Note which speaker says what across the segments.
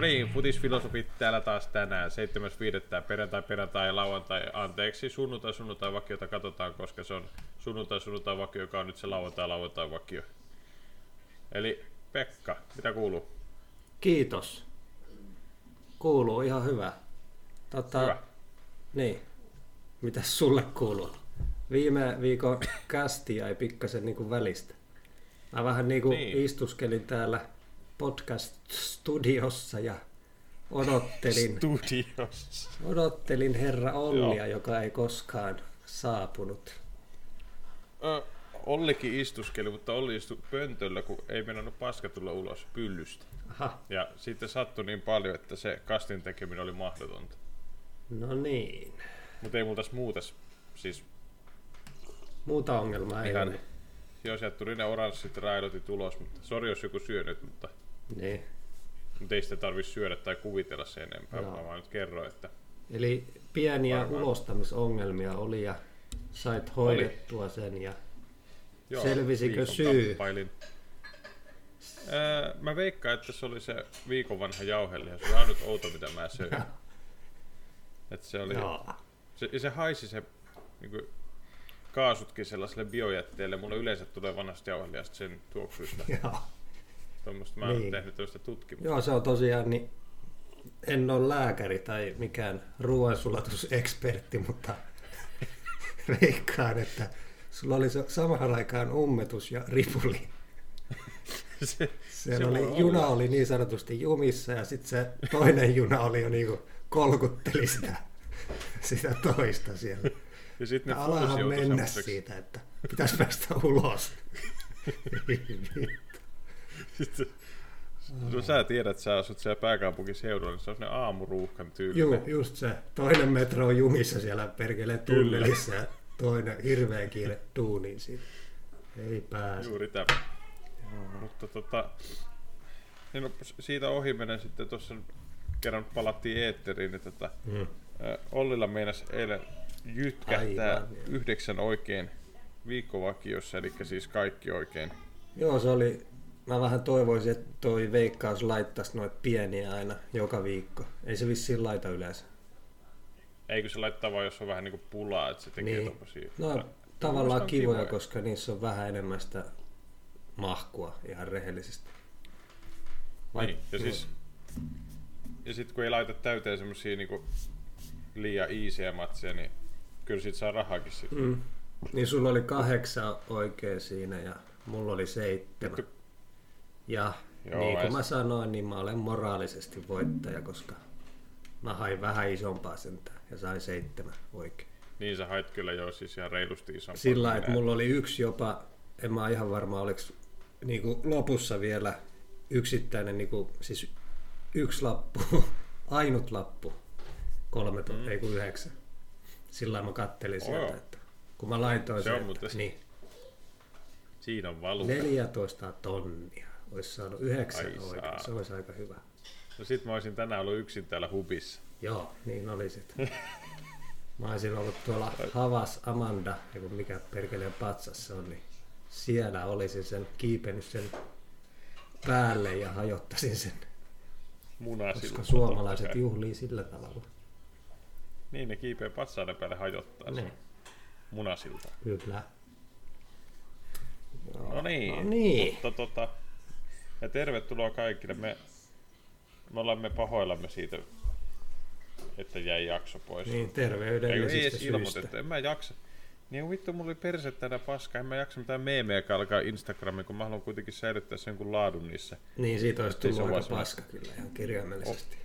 Speaker 1: niin, futisfilosofit täällä taas tänään. 7.5. perjantai, perjantai, lauantai, anteeksi, sunnuntai, sunnuntai vakiota katsotaan, koska se on sunnuntai, sunnuntai vakio, joka on nyt se lauantai, lauantai vakio. Eli Pekka, mitä kuuluu?
Speaker 2: Kiitos. Kuuluu ihan hyvä. Tota,
Speaker 1: Hyvä.
Speaker 2: Niin. Mitäs sulle kuuluu? Viime viikon kästi jäi pikkasen niin kuin välistä. Mä vähän niin kuin
Speaker 1: Niin.
Speaker 2: niin. istuskelin täällä podcast-studiossa ja odottelin,
Speaker 1: Studiossa.
Speaker 2: odottelin herra Ollia,
Speaker 1: Joo.
Speaker 2: joka ei koskaan saapunut.
Speaker 1: Ö, Ollikin istuskeli, mutta Olli istui pöntöllä, kun ei mennä paska tulla ulos pyllystä.
Speaker 2: Aha,
Speaker 1: Ja sitten sattui niin paljon, että se kastin tekeminen oli mahdotonta.
Speaker 2: no niin.
Speaker 1: Mutta ei multa muuta, s- siis
Speaker 2: Muuta ongelmaa ei
Speaker 1: Ihan.
Speaker 2: ole.
Speaker 1: Joo, sieltä tuli ne oranssit raidotit ulos, mutta sori jos joku syö nyt, mutta,
Speaker 2: Niin.
Speaker 1: mutta ei sitä tarvi syödä tai kuvitella sen enempää,
Speaker 2: Joo.
Speaker 1: no. mä vaan nyt kerroin, että
Speaker 2: Eli pieniä
Speaker 1: Varmaan.
Speaker 2: ulostamisongelmia oli ja sait hoidettua sen ja Selvisikö
Speaker 1: viikon
Speaker 2: syy?
Speaker 1: Kamppailin. Öö, mä veikkaan, että se oli se viikon vanha jauheliha, se oli ainut outo, mitä mä söin. Et se oli,
Speaker 2: Joo.
Speaker 1: se, ja se haisi se niin kuin, kaasutkin sellaiselle biojätteelle. Mulle yleensä tulee vanhasta jauhelihasta sen tuoksuista.
Speaker 2: Joo.
Speaker 1: Tuommoista mä oon
Speaker 2: Niin.
Speaker 1: tehnyt tämmöistä tutkimusta.
Speaker 2: Joo, se on tosiaan niin, en ole lääkäri tai mikään ruoansulatusekspertti, mutta veikkaan, että sulla oli se- samaan aikaan ummetus ja ripuli.
Speaker 1: se,
Speaker 2: Siellä
Speaker 1: voi
Speaker 2: oli,
Speaker 1: olla.
Speaker 2: juna oli niin sanotusti jumissa ja sitten se toinen juna oli jo niinku kolkutteli sitä, sitä toista siellä.
Speaker 1: Ja sitten
Speaker 2: Ja
Speaker 1: ne
Speaker 2: alahan
Speaker 1: fuusioitui
Speaker 2: mennä
Speaker 1: semmoiseksi-
Speaker 2: siitä, että pitäisi päästä ulos.
Speaker 1: Sitten, no sä tiedät, että sä asut siellä pääkaupunkiseudulla, niin se on sellainen aamuruuhkan
Speaker 2: Juu,
Speaker 1: tyylinen.
Speaker 2: just se. Toinen metro on jumissa siellä perkele tunnelissa ja toinen hirveä kiire tuuniin siitä. Ei pääse.
Speaker 1: Juuri tämä. Mutta tota, niin no, s- siitä ohi menen sitten tuossa kerran palattiin eetteriin, niin tota,
Speaker 2: Mm.
Speaker 1: ö, Ollilla meinas eilen jytkähtää
Speaker 2: Aivan, joo.
Speaker 1: yhdeksän oikein viikkovakiossa, eli siis kaikki oikein.
Speaker 2: Joo, se oli... Mä vähän toivoisin, että toi veikkaus laittaisi noita pieniä aina joka viikko. Ei se vissiin laita yleensä.
Speaker 1: Eikö se laittaa vaan, jos on vähän niinku pulaa, että se tekee
Speaker 2: Niin.
Speaker 1: niin. tommosia...
Speaker 2: No,
Speaker 1: Musta
Speaker 2: tavallaan
Speaker 1: on
Speaker 2: kivoja, koska niissä on vähän enemmän sitä mahkua ihan rehellisesti. Vai-
Speaker 1: Niin, ja siis, ja sit kun ei laita täyteen semmosia niinku liian iisiä matseja, niin kyllä sit saa rahaakin sit.
Speaker 2: Mm. Niin sulla oli kahdeksan oikein siinä ja mulla oli seitsemän.
Speaker 1: Vittu.
Speaker 2: Ja
Speaker 1: Joo,
Speaker 2: Joo, niin
Speaker 1: vai-
Speaker 2: kuin mä sanoin, niin mä olen moraalisesti voittaja, koska mä hain vähän isompaa sentään ja sain seitsemän oikein.
Speaker 1: Niin sä hait kyllä jo siis ihan reilusti isompaa.
Speaker 2: Sillä
Speaker 1: kuin
Speaker 2: lailla, että
Speaker 1: minä.
Speaker 2: mulla oli yksi jopa, en mä ole ihan varma, oliko niin kuin lopussa vielä yksittäinen, niin kuin, siis yksi lappu, ainut lappu, kolme, mm. ei kun yhdeksän. Sillä lailla mä kattelin sieltä,
Speaker 1: Oh joo.
Speaker 2: että kun mä laitoin
Speaker 1: Se on
Speaker 2: sen, että,
Speaker 1: muuten-
Speaker 2: niin,
Speaker 1: Siinä on valuutta.
Speaker 2: 14 tonnia. Olisi saanut yhdeksän
Speaker 1: Ai
Speaker 2: oikein.
Speaker 1: saa.
Speaker 2: Se olisi aika hyvä.
Speaker 1: No sit mä olisin tänään ollut yksin täällä hubissa.
Speaker 2: Joo, niin olisit. Mä olisin ollut tuolla Havas Amanda, ja kun mikä perkeleen patsas se on, niin siellä olisin sen kiipennyt sen päälle ja hajottaisin sen,
Speaker 1: Munasilla.
Speaker 2: koska suomalaiset juhlii sillä tavalla.
Speaker 1: Niin ne kiipee patsaiden päälle hajottaa sen
Speaker 2: Niin.
Speaker 1: munasilta.
Speaker 2: Kyllä.
Speaker 1: No niin.
Speaker 2: No niin.
Speaker 1: Mutta tota, ja tervetuloa kaikille. Me, me olemme pahoillamme siitä, että jäi jakso pois.
Speaker 2: Niin,
Speaker 1: Ei, ei
Speaker 2: terveydellisistä
Speaker 1: edes
Speaker 2: syistä.
Speaker 1: ilmoitettu, en mä jaksa. Niin vittu, mulla oli perse tänä paskaa, en mä jaksa mitään meemejä alkaa Instagramiin, kun mä haluan kuitenkin säilyttää sen kun laadun niissä.
Speaker 2: Niin, siitä olisi
Speaker 1: Siis
Speaker 2: tullut
Speaker 1: on
Speaker 2: aika
Speaker 1: vaan semmoinen-
Speaker 2: paska kyllä ihan kirjaimellisesti.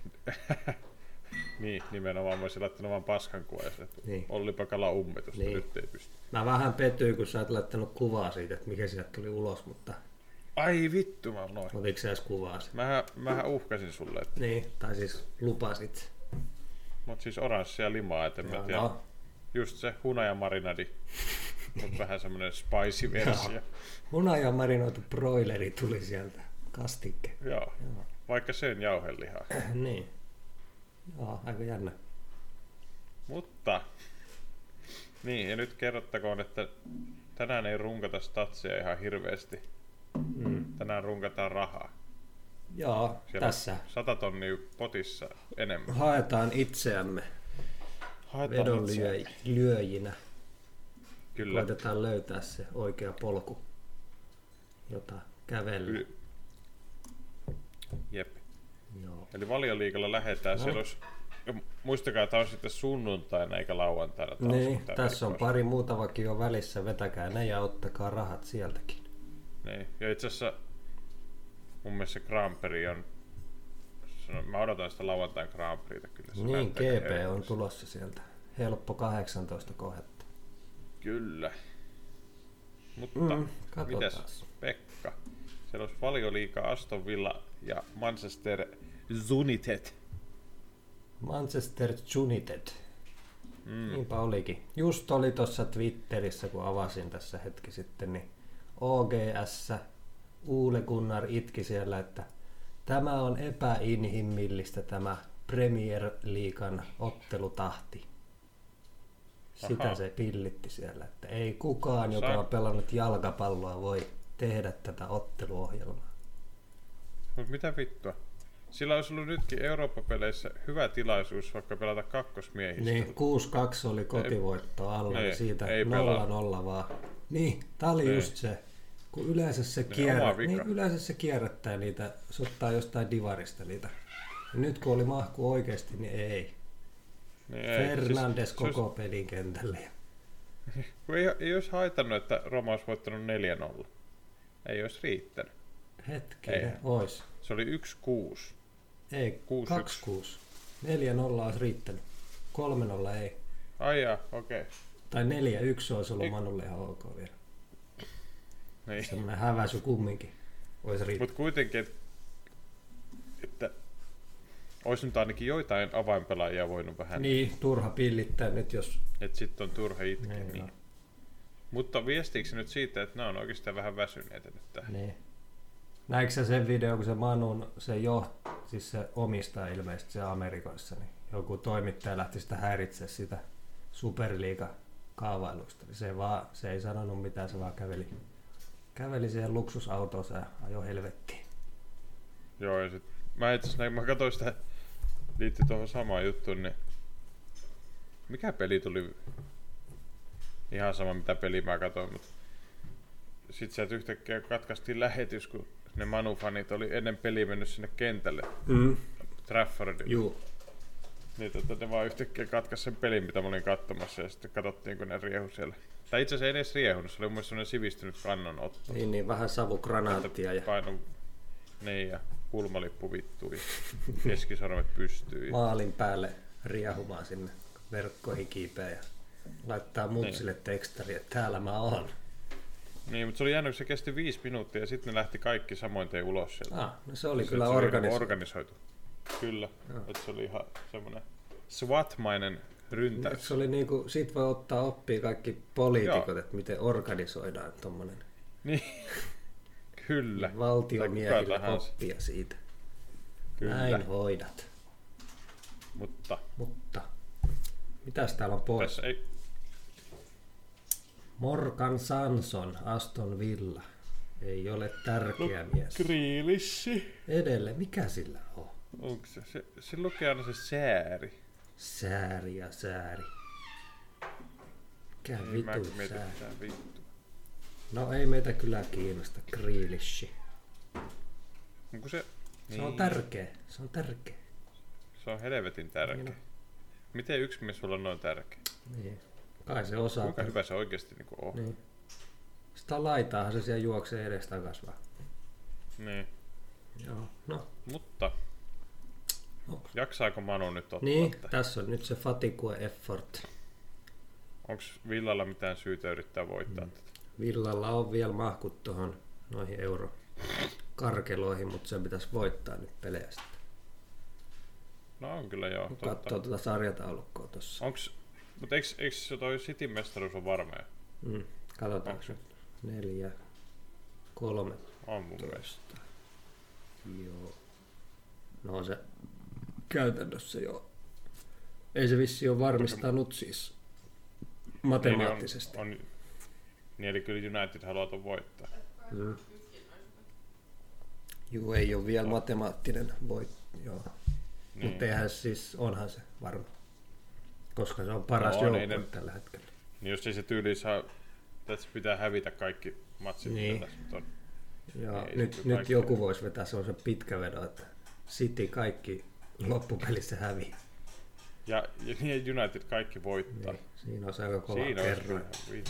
Speaker 1: Niin, nimenomaan mä olisin laittanut vaan paskan kuva ja sitten
Speaker 2: Niin.
Speaker 1: niin. Olli Pakala ummetusta,
Speaker 2: Niin.
Speaker 1: niin. nyt ei pysty.
Speaker 2: Mä vähän petyin, kun sä et laittanut kuvaa siitä, että mikä sieltä tuli ulos, mutta
Speaker 1: Ai vittu, mä noin.
Speaker 2: otitko sä edes kuvaa siitä?
Speaker 1: Mähän, mähän uhkasin sulle, että,
Speaker 2: Niin, tai siis lupasit.
Speaker 1: mut siis oranssia limaa, et en mä
Speaker 2: No,
Speaker 1: tiedä.
Speaker 2: no,
Speaker 1: Just se hunaja marinadi, mut vähän semmonen spicy versio.
Speaker 2: hunaja marinoitu broileri tuli sieltä, kastike.
Speaker 1: Joo.
Speaker 2: Joo.
Speaker 1: Vaikka sen jauhelihaa.
Speaker 2: niin. Joo, aika jännä.
Speaker 1: Mutta, niin ja nyt kerrottakoon, että tänään ei runkata statsia ihan hirveästi.
Speaker 2: Mm.
Speaker 1: Tänään runkataan rahaa.
Speaker 2: Joo,
Speaker 1: Siellä on
Speaker 2: tässä.
Speaker 1: 100 tonnia potissa enemmän.
Speaker 2: Haetaan itseämme
Speaker 1: Haetaan itseään.
Speaker 2: vedonlyöjinä.
Speaker 1: Kyllä.
Speaker 2: Koitetaan löytää se oikea polku, jota kävellä.
Speaker 1: Yli- Jep.
Speaker 2: Joo.
Speaker 1: Eli valioliikalla lähetään.
Speaker 2: No.
Speaker 1: Siellä olisi... ja Muistakaa, tämä on sitten sunnuntaina eikä lauantaina. Taas
Speaker 2: Niin, tässä on pari muuta vakio välissä. Vetäkää ne ja ottakaa rahat sieltäkin.
Speaker 1: Niin. Ja itse asiassa mun mielestä Grand Prix on... sano- Mä odotan sitä lauantain Grand Prixtä kyllä. Se
Speaker 2: Niin,
Speaker 1: näyttää
Speaker 2: GP on
Speaker 1: helpolta.
Speaker 2: tulossa sieltä. Helppo 18 kohetta.
Speaker 1: Kyllä. Mutta
Speaker 2: Mm,
Speaker 1: mm,
Speaker 2: katsotaan.
Speaker 1: mitäs Pekka? Siellä olisi valioliikaa Aston Villa ja Manchester United.
Speaker 2: Manchester United. Mm. Niinpä olikin. Just oli tuossa Twitterissä, kun avasin tässä hetki sitten, niin OGS Uule Gunnar itki siellä, että tämä on epäinhimillistä tämä Premier Leaguean ottelutahti. Sitä
Speaker 1: Ahaa.
Speaker 2: se pillitti siellä, että ei kukaan, joka
Speaker 1: Sai-
Speaker 2: on pelannut jalkapalloa, voi tehdä tätä otteluohjelmaa.
Speaker 1: Mut mitä vittua? Sillä olisi ollut nytkin Eurooppa-peleissä hyvä tilaisuus vaikka pelata kakkosmiehistä.
Speaker 2: Niin, 6-2 oli kotivoitto alla,
Speaker 1: ei-
Speaker 2: niin siitä
Speaker 1: ei
Speaker 2: 0-0
Speaker 1: pelaa.
Speaker 2: vaan. Niin, tää oli just se, kun yleensä se,
Speaker 1: oma
Speaker 2: kierrä,
Speaker 1: vika.
Speaker 2: niin, yleensä se kierrättää niitä, se ottaa jostain divarista niitä. Ja nyt kun oli mahku oikeasti, niin ei.
Speaker 1: Niin
Speaker 2: ei Fernandes
Speaker 1: siis,
Speaker 2: koko
Speaker 1: Se olisi,
Speaker 2: pelin kentälle.
Speaker 1: kun ei, ei olisi haitannut, että Roma olisi voittanut 4-0. Ei olisi riittänyt.
Speaker 2: Hetkinen,
Speaker 1: Ei.
Speaker 2: ei. ois.
Speaker 1: Se oli 1-6.
Speaker 2: Ei,
Speaker 1: 6-1.
Speaker 2: 2-6. 4-0 olisi riittänyt. 3-0 ei.
Speaker 1: Ai jaa, okei.
Speaker 2: Tai 4-1 olisi ollut Manulle ihan ok vielä.
Speaker 1: Niin.
Speaker 2: Semmoinen häväsy kumminkin. Olisi riittänyt.
Speaker 1: Mutta kuitenkin, et, että olisi nyt ainakin joitain avainpelaajia voinut vähän, niin.
Speaker 2: Niin, turha pillittää nyt, jos
Speaker 1: että sitten on turha itkeä.
Speaker 2: Niin,
Speaker 1: Niin, niin. Mutta viestiikö se nyt siitä, että nämä on oikeastaan vähän väsyneitä nyt tähän?
Speaker 2: Niin. Näikö sä sen video, kun se Manun, se jo, siis se omistaa ilmeisesti se Amerikoissa, niin joku toimittaja lähti sitä häiritse sitä superliiga kaavailusta. Niin se, vaan, se ei sanonut mitään, se vaan käveli, käveli siihen luksusautoonsa ja ajoi helvettiin.
Speaker 1: Joo, ja sit, mä itse asiassa näin- mä katsoin sitä, liittyi tuohon samaan juttuun, niin mikä peli tuli, ihan sama mitä peli mä katsoin, mutta sit sieltä yhtäkkiä katkaistiin lähetys, kun ne Manu-fanit oli ennen peliä mennyt sinne kentälle
Speaker 2: Mm.
Speaker 1: Traffordille.
Speaker 2: Juu.
Speaker 1: Niin, tota, ne vaan yhtäkkiä katkaisi sen pelin, mitä mä olin katsomassa, ja sitten katsottiin, kun ne riehu siellä. Tai itse asiassa ei edes riehunut, se oli mun mielestä sellainen sivistynyt kannanotto.
Speaker 2: Niin, niin vähän savukranaattia ja
Speaker 1: Painu, niin, ja kulmalippu vittuu, ja keskisormet pystyy. Ja...
Speaker 2: maalin päälle riehumaan sinne verkkoihin kiipeä ja laittaa mutsille tekstari, että täällä mä oon.
Speaker 1: Niin, mutta se oli jännä, kun se kesti viisi minuuttia, ja sitten ne lähti kaikki samoin tein ulos sieltä.
Speaker 2: Ah, no se oli
Speaker 1: Se-
Speaker 2: kyllä
Speaker 1: se oli niinku
Speaker 2: organisoitu.
Speaker 1: organisoitu. Kyllä, että se oli ihan semmoinen SWAT-mainen
Speaker 2: Et
Speaker 1: ryntäys.
Speaker 2: Se oli niinku, siitä voi ottaa oppia kaikki poliitikot, että miten organisoidaan tuommoinen
Speaker 1: Niin, kyllä, Tai kuka
Speaker 2: valtiomiehille
Speaker 1: tahansa.
Speaker 2: oppia siitä.
Speaker 1: kyllä.
Speaker 2: Näin hoidat.
Speaker 1: Mutta
Speaker 2: Mutta mitäs täällä on pois?
Speaker 1: tässä ei,
Speaker 2: Morgan Sanson, Aston Villa. Ei ole tärkeä
Speaker 1: No,
Speaker 2: mies.
Speaker 1: Kriilissi.
Speaker 2: Edelleen, mikä sillä on?
Speaker 1: Onko se? se? Se lukee aina se sääri.
Speaker 2: Sääri ja sääri. Mikä
Speaker 1: Niin Mä
Speaker 2: vitu
Speaker 1: mietin
Speaker 2: sääri?
Speaker 1: tää vittu.
Speaker 2: No ei meitä kyllä kiinnosta, Grealishi.
Speaker 1: Onko se? Niin.
Speaker 2: Se on tärkeä, se on tärkeä.
Speaker 1: Se on helvetin tärkeä.
Speaker 2: Niin on.
Speaker 1: Miten yksi mies sulla on noin tärkeä?
Speaker 2: Niin. Kai se osaa.
Speaker 1: Kuinka hyvä se oikeesti niinku on?
Speaker 2: Niin. Sitä laitaahan se siellä juoksee edestakas vaan.
Speaker 1: Niin.
Speaker 2: Joo. No,
Speaker 1: Mutta
Speaker 2: no.
Speaker 1: jaksaako Manu nyt ottaa?
Speaker 2: Niin,
Speaker 1: Niin.
Speaker 2: tässä on nyt se fatigue effort.
Speaker 1: Onko Villalla mitään syytä yrittää voittaa mm. tätä?
Speaker 2: Villalla on vielä mahkut tuohon noihin euro karkeloihin, mutta sen pitäisi voittaa nyt pelejä sitten.
Speaker 1: No on kyllä joo. Totta.
Speaker 2: Katsoo tuota sarjataulukkoa tuossa.
Speaker 1: Onks... Mut eiks, eiks se toi Cityn mestaruus on varmea?
Speaker 2: Mm. Katsotaanko nyt. Neljä, kolme.
Speaker 1: On mun mielestä.
Speaker 2: Joo. No on se käytännössä jo. Ei se vissi ole varmistanut siis matemaattisesti.
Speaker 1: Niin, on, on, niin eli kyllä United haluaa ton voittaa.
Speaker 2: Mm. Juu, ei ole vielä matemaattinen voit, joo. Niin. Mutta eihän siis, onhan se varma. Koska se on paras
Speaker 1: No
Speaker 2: no,
Speaker 1: on,
Speaker 2: joukkue
Speaker 1: ei ne-
Speaker 2: tällä hetkellä.
Speaker 1: Niin jos ei se tyyli saa, tässä pitää hävitä kaikki matsit,
Speaker 2: Niin.
Speaker 1: mitä tässä nyt on.
Speaker 2: Ja
Speaker 1: Ei se
Speaker 2: nyt,
Speaker 1: kyllä
Speaker 2: nyt
Speaker 1: kaikki-
Speaker 2: joku voisi vetää sellaisen pitkä vedon, että City kaikki loppupelissä hävii.
Speaker 1: Ja, ja niin United kaikki voittaa.
Speaker 2: Niin, siinä on se aika kova
Speaker 1: Siinä olisi
Speaker 2: kerroin.
Speaker 1: kyllä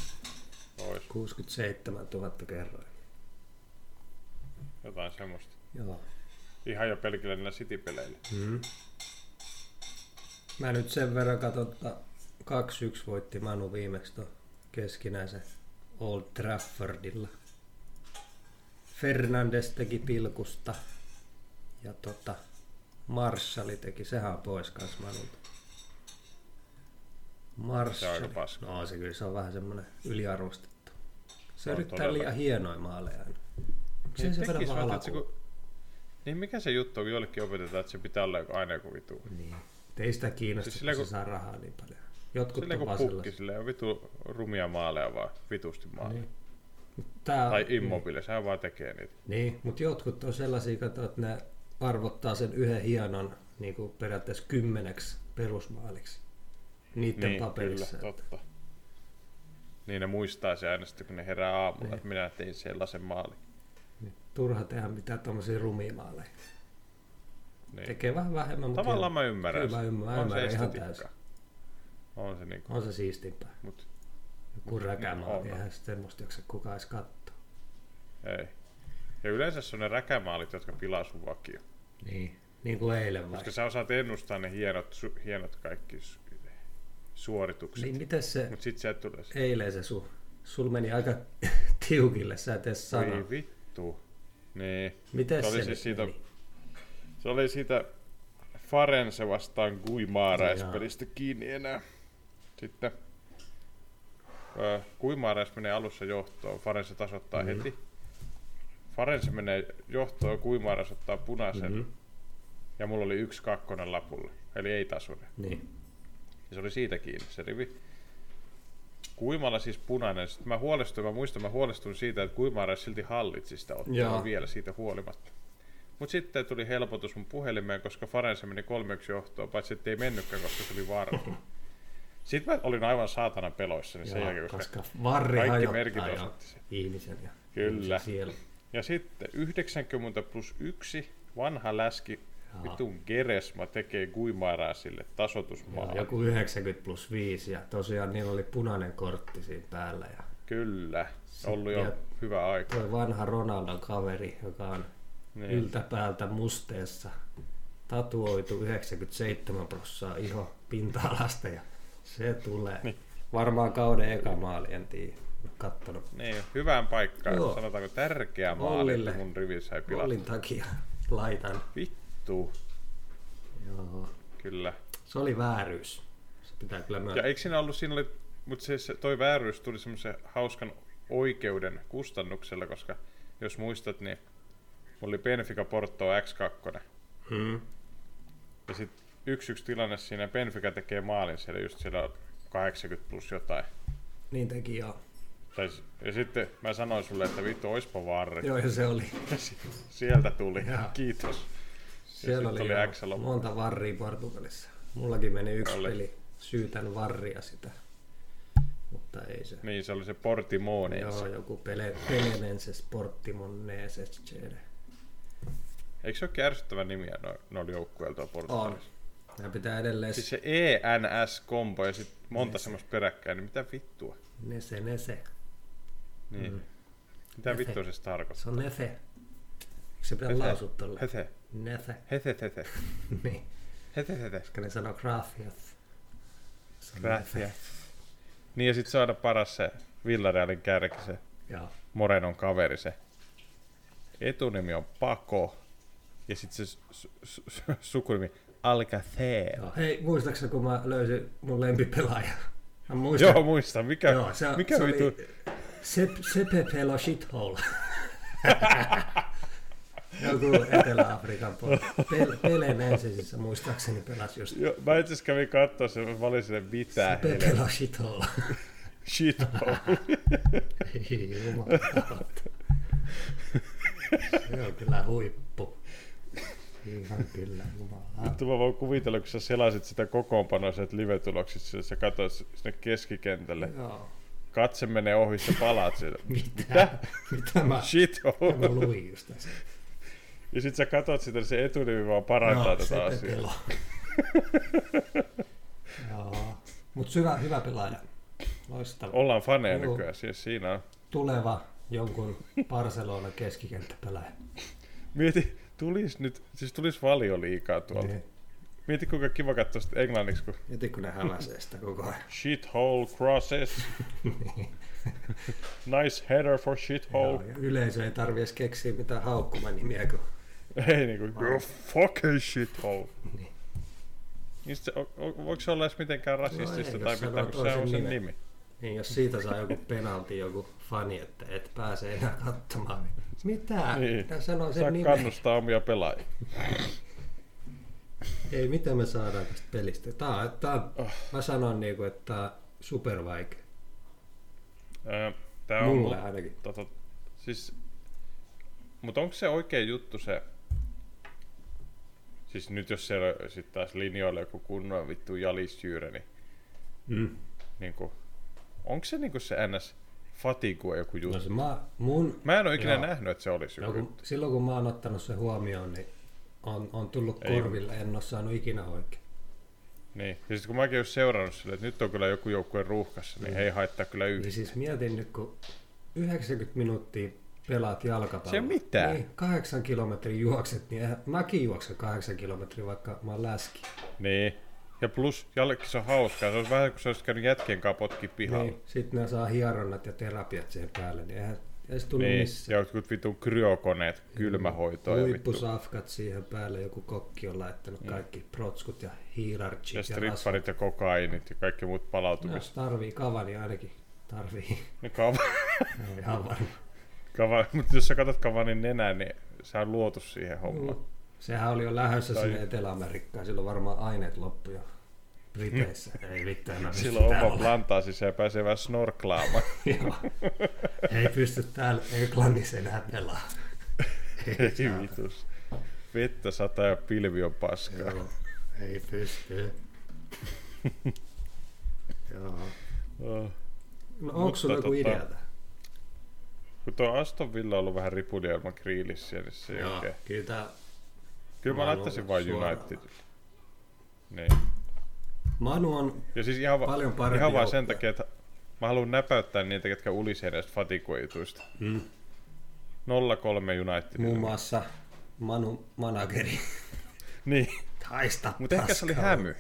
Speaker 1: vi- Ois,
Speaker 2: 67 000 kerroin.
Speaker 1: jotain semmoista.
Speaker 2: Joo.
Speaker 1: Ihan jo pelkillä niillä City-peleillä.
Speaker 2: Mm. Mä nyt sen verran katson, että 2-1 voitti Manu viimeksi tuon keskinäisen Old Traffordilla. Fernandes teki pilkusta ja tota Marshalli teki, sehän on pois kans Manulta.
Speaker 1: Se on aika
Speaker 2: Marshalli.
Speaker 1: paska.
Speaker 2: No se kyllä, se on vähän semmonen yliarvostettu. Se
Speaker 1: On
Speaker 2: yrittää
Speaker 1: todella.
Speaker 2: liian hienoja maaleja aina. Se
Speaker 1: Niin
Speaker 2: ei
Speaker 1: tekis
Speaker 2: se vedä
Speaker 1: vaan,
Speaker 2: vaan
Speaker 1: että se
Speaker 2: alkuun.
Speaker 1: kun- Niin mikä se juttu on, kun jollekin opetetaan, että se pitää olla joku- aina joku vitu.
Speaker 2: Niin. Ei sitä kiinnosta,
Speaker 1: Siis
Speaker 2: siis
Speaker 1: sillä
Speaker 2: kun
Speaker 1: kun-
Speaker 2: se saa rahaa niin paljon. Jotkut
Speaker 1: Silleen
Speaker 2: on
Speaker 1: kuin
Speaker 2: vaan
Speaker 1: pukki,
Speaker 2: sellaisia.
Speaker 1: silleen on vitu rumia maaleja vaan, vitusti maaleja.
Speaker 2: Niin. Ah, Mut Tää,
Speaker 1: Tai immobile, sehän vaan tekee niitä.
Speaker 2: Niin, mutta jotkut on sellaisia, kato, että ne arvottaa sen yhden hienon niin kuin periaatteessa kymmeneksi perusmaaliksi niiden
Speaker 1: Niin,
Speaker 2: paperissa.
Speaker 1: kyllä, totta. Niin ne muistaa se aina sitten, kun ne herää aamulla,
Speaker 2: Niin.
Speaker 1: että minä tein sellaisen maalin.
Speaker 2: Turha tehdä mitään tuommoisia rumimaaleja.
Speaker 1: Niin.
Speaker 2: Tekee vähän vähemmän, mutta
Speaker 1: Tavallaan mä ymmärrän.
Speaker 2: Kyllä mä
Speaker 1: sen.
Speaker 2: ymmärrän,
Speaker 1: On
Speaker 2: ymmärrän
Speaker 1: se
Speaker 2: ihan
Speaker 1: estetiikkaa.
Speaker 2: täysin.
Speaker 1: On se niinku,
Speaker 2: on se siistimpää.
Speaker 1: mut
Speaker 2: Kun räkämaa,
Speaker 1: on.
Speaker 2: niin eihän semmoista jaksa kukaan edes katsoa.
Speaker 1: ei. Ja yleensä se on ne räkämaalit, jotka pilaa sun vakio.
Speaker 2: Niin. Niin kuin eilen vai?
Speaker 1: Koska sä osaat ennustaa ne hienot, su, hienot kaikki su, suoritukset.
Speaker 2: Niin
Speaker 1: Niin.
Speaker 2: miten se
Speaker 1: Mut sit sä et tule se.
Speaker 2: eilen se sun, sul meni aika tiukille, sä et edes sano.
Speaker 1: Ei vittu. Niin.
Speaker 2: Miten
Speaker 1: Se
Speaker 2: se,
Speaker 1: oli
Speaker 2: nyt
Speaker 1: siis siitä
Speaker 2: meni?
Speaker 1: Se oli siitä Farense vastaan Guimaraispelistä kiinni enää. Sitten ö, Guimarais menee alussa johtoon, Farense tasoittaa mm-hmm. heti. Farense menee johtoon, Guimarais ottaa punaisen. Mm-hmm.
Speaker 2: Mhm.
Speaker 1: Ja mulla oli yksi kakkonen lapulle, eli ei tasuri.
Speaker 2: Niin.
Speaker 1: Ja se oli siitä kiinni se rivi. Kuimalla siis punainen. Sitten mä huolestuin, mä muistan, mä huolestuin siitä, että Kuimara silti hallitsi sitä ottelua
Speaker 2: Joo.
Speaker 1: vielä siitä huolimatta. Mutta sitten tuli helpotus mun puhelimeen, koska Farense meni 3 johtoon, paitsi ettei mennytkään, koska se oli varma. Sitten mä olin aivan saatana peloissani sen jälkeen,
Speaker 2: Joo,
Speaker 1: koska...
Speaker 2: koska varri
Speaker 1: kaikki
Speaker 2: hajottaa
Speaker 1: merkit
Speaker 2: jo
Speaker 1: osoitti sen.
Speaker 2: ihmisen ja
Speaker 1: Kyllä.
Speaker 2: ihmisen sielun.
Speaker 1: Ja sitten 90 plus 1 vanha läski
Speaker 2: Joo.
Speaker 1: vitun Geresma tekee Guimaraa sille
Speaker 2: Joo,
Speaker 1: tasotusmaalle.
Speaker 2: joku 90 plus 5 ja tosiaan niillä oli punainen kortti siinä päällä ja
Speaker 1: Kyllä, ollut
Speaker 2: ja-
Speaker 1: jo hyvä aika.
Speaker 2: toi vanha Ronaldon kaveri, joka on niin.
Speaker 1: Niin.
Speaker 2: yltäpäältä musteessa tatuoitu 97 prossaa iho pinta-alasta ja se tulee. Niin. Varmaan kauden eka maali, en tiedä. Kattonut
Speaker 1: Niin, hyvään paikkaan.
Speaker 2: Joo.
Speaker 1: Sanotaanko tärkeä maali, että
Speaker 2: Ollille.
Speaker 1: mun rivissä ei pilata.
Speaker 2: Ollin takia laitan.
Speaker 1: Vittu,
Speaker 2: Joo.
Speaker 1: kyllä.
Speaker 2: Se oli vääryys. Se pitää kyllä
Speaker 1: Ja
Speaker 2: myöntää.
Speaker 1: eikö siinä ollut, siinä oli, mutta se, se, toi vääryys tuli semmoisen hauskan oikeuden kustannuksella, koska jos muistat, niin mulla oli Benfica Porto X2.
Speaker 2: Mm.
Speaker 1: Ja sitten yksi yksi tilanne siinä, Benfica tekee maalin siellä just siellä 80 plus jotain.
Speaker 2: Niin teki joo.
Speaker 1: Tai, s- ja sitten mä sanoin sulle, että vittu, oispa varri.
Speaker 2: Joo, ja se oli.
Speaker 1: Sieltä tuli,
Speaker 2: Joo.
Speaker 1: kiitos.
Speaker 2: Siellä
Speaker 1: sit
Speaker 2: oli,
Speaker 1: oli
Speaker 2: joo, No.
Speaker 1: X loppu.
Speaker 2: monta varria Portugalissa. Mullakin meni yksi
Speaker 1: Oli.
Speaker 2: oli. peli. Syytän varria sitä. Mutta ei se.
Speaker 1: Niin, se oli se Portimone.
Speaker 2: Joo, joku pele, Pelenense Sportimoneeses Cede.
Speaker 1: Eikö se ole ärsyttävän nimiä noilla no joukkueilla tuolla
Speaker 2: On.
Speaker 1: Portugalissa?
Speaker 2: Ja pitää edelleen
Speaker 1: Siis
Speaker 2: siis...
Speaker 1: se ENS-kombo ja sitten monta semmoista peräkkäin, niin mitä vittua?
Speaker 2: Nese Nese.
Speaker 1: Niin. Mm. Mitä
Speaker 2: Hehe.
Speaker 1: vittua se siis tarkoittaa?
Speaker 2: Se on Nefe. Eikö se pitää lausua tolle?
Speaker 1: Hete.
Speaker 2: Nefe.
Speaker 1: Hete, hete.
Speaker 2: niin.
Speaker 1: Hete, hete.
Speaker 2: Koska ne sanoo gracias. Se on
Speaker 1: Gracias. Niin ja sitten saada paras se Villarealin kärki, se
Speaker 2: Joo.
Speaker 1: Morenon kaveri, se etunimi on Pako. Ja sitten se su- su- su- sukunimi Alcacer.
Speaker 2: Joo. Hei, muistaakseni kun mä löysin mun lempipelaajan? Mä muistan.
Speaker 1: Joo, muistan. Mikä,
Speaker 2: Joo, se,
Speaker 1: mikä
Speaker 2: se
Speaker 1: vitu?
Speaker 2: Oli Sep, Sepepelo shithole. Joku Etelä-Afrikan puolella. Pel, Pelen ensisissä muistaakseni pelasi just
Speaker 1: Joo, mä itse asiassa kävin katsoa sen, mä olin sinne mitään. helvettiä.
Speaker 2: Sepepelo shithole.
Speaker 1: Shit
Speaker 2: Ei, jumala. Se on kyllä huippu.
Speaker 3: ihan kyllä, jumala.
Speaker 1: Vittu mä voin kuvitella, kun sä selasit sitä kokoonpanoa sieltä live-tuloksissa, ja sä katsoit sinne keskikentälle.
Speaker 2: Joo.
Speaker 1: Katse menee ohi, sä palaat sieltä.
Speaker 3: Mitä? Mitä mä,
Speaker 1: Shit, oh.
Speaker 2: Mä luin just tässä.
Speaker 1: Ja sit sä katot sitä, niin se eturivi vaan parantaa tätä asiaa.
Speaker 3: Joo.
Speaker 2: Mutta hyvä, hyvä pelaaja. Loistava.
Speaker 1: Ollaan faneja
Speaker 2: Joo.
Speaker 1: nykyään, siis siinä on.
Speaker 2: Tuleva jonkun Barcelona keskikenttäpelaaja.
Speaker 1: Mieti, tulis nyt, siis tulis valioliikaa tuolta.
Speaker 2: Niin.
Speaker 1: Mieti kuinka kiva katsoa sitä englanniksi, kun
Speaker 2: Mietin, kun ne häläsee sitä koko ajan.
Speaker 1: shithole crosses,
Speaker 2: Niin.
Speaker 1: nice header for shithole.
Speaker 2: Joo, ja yleisö ei tarvi edes keksiä mitään haukkumanimiä, kun
Speaker 1: Ei niinku, you're fucking shithole. Niin sit se, o, o, voiko se olla edes mitenkään rasistista
Speaker 2: ei,
Speaker 1: tai
Speaker 2: jos
Speaker 1: mitään,
Speaker 2: sanoo
Speaker 1: kun se on
Speaker 2: toisen
Speaker 1: sen
Speaker 2: nimen.
Speaker 1: nimi.
Speaker 2: niin jos siitä saa joku penalti, joku fani, että et pääse enää katsomaan. niin Mitä?
Speaker 1: Niin.
Speaker 2: Niin. sanoo
Speaker 1: Saa
Speaker 2: sen nimen.
Speaker 1: kannustaa omia pelaajia.
Speaker 2: Ei, mitä me saadaan tästä pelistä? Tää on, tää on,
Speaker 1: Ah.
Speaker 2: mä sanon niinku, että tää on supervaikea.
Speaker 1: Ö, Tää on
Speaker 2: Mulle
Speaker 1: mu-
Speaker 2: ainakin.
Speaker 1: Tota, siis, mutta onko se oikea juttu se, siis nyt jos siellä sitten taas linjoilla joku kunnon vittu jalisjyyre, niin,
Speaker 2: Mm.
Speaker 1: niinku, onko se niinku se ns fatigua joku juttu?
Speaker 2: No se mä, mun,
Speaker 1: Mä en ole ikinä
Speaker 2: Joo.
Speaker 1: nähnyt, että se olisi
Speaker 2: no
Speaker 1: joku. juttu.
Speaker 2: kun, silloin kun mä oon ottanut sen huomioon, niin on, on tullut
Speaker 1: Ei.
Speaker 2: korville, en oo saanut ikinä oikein.
Speaker 1: Niin. Ja sitten kun mäkin olen seurannut sille, että nyt on kyllä joku joukkue ruuhkassa, niin ei haittaa kyllä
Speaker 2: Niin
Speaker 1: yhtään.
Speaker 2: siis mietin nyt, kun 90 minuuttia pelaat jalkapalloa.
Speaker 1: Se mitä?
Speaker 2: Niin, kahdeksan kilometrin juokset, niin eihän- mäkin juoksen kahdeksan kilometriä, vaikka mä oon läski.
Speaker 1: Niin. Ja plus, jallekin se on hauskaa. Se on vähän kuin se olisi käynyt jätkien kanssa potki pihalla.
Speaker 2: Niin, sitten ne saa hieronnat ja terapiat siihen päälle, niin eihän ei se tunnu
Speaker 1: Niin,
Speaker 2: missään.
Speaker 1: ja jotkut vitun kryokoneet,
Speaker 2: Niin.
Speaker 1: kylmähoitoa ja vittu. Mm.
Speaker 2: Huippusafkat siihen päälle, joku kokki on laittanut kaikki protskut ja hiirarchit
Speaker 1: Ja
Speaker 2: ja, rasvat.
Speaker 1: stripparit ja kokainit ja kaikki muut
Speaker 2: No,
Speaker 1: palautumiset.
Speaker 2: tarvii kavani ainakin. Tarvii.
Speaker 1: No. Kava,
Speaker 2: Ne on ihan varma.
Speaker 1: kava, mutta jos sä katsot Kavanin nenää, niin sä on luotu siihen hommaan.
Speaker 2: Juu. Sehän oli jo lähdössä
Speaker 1: Tai-
Speaker 2: sinne Etelä-Amerikkaan. Silloin varmaan aineet loppu jo. Briteissä. Ei mitään. enää
Speaker 1: Sillä on
Speaker 2: pysty
Speaker 1: oma
Speaker 2: täällä
Speaker 1: plantaasi, se pääsee vähän snorklaamaan.
Speaker 2: olemaan. Joo. Ei pysty täällä Englannissa enää pelaa.
Speaker 1: Ei vitus. Vettä sataa ja pilvi on paskaa.
Speaker 2: Joo. Ei pysty. Joo.
Speaker 1: Oh.
Speaker 2: No onko sulla joku
Speaker 1: tota-
Speaker 2: idea tähän?
Speaker 1: Kun tuo Aston Villa on ollut vähän ripulia ilman kriilissä, niin se ei oikein.
Speaker 2: Kyllä tää
Speaker 1: Kyllä mä
Speaker 2: Mä oon
Speaker 1: laittaisin
Speaker 2: ollut
Speaker 1: vain
Speaker 2: suoraan.
Speaker 1: Unitedille. Niin.
Speaker 2: Manu on
Speaker 1: Ja siis ihan, va-
Speaker 2: Paljon parempi
Speaker 1: ihan vaan sen
Speaker 2: joukkue.
Speaker 1: takia, että mä haluan näpäyttää niitä, ketkä ulisee näistä fatikuituista. Mm. 0-3 Unitedille.
Speaker 2: muun muassa Manu manageri.
Speaker 1: Niin,
Speaker 2: Haista
Speaker 1: mutta ehkä se oli
Speaker 2: paskaa.
Speaker 1: hämy.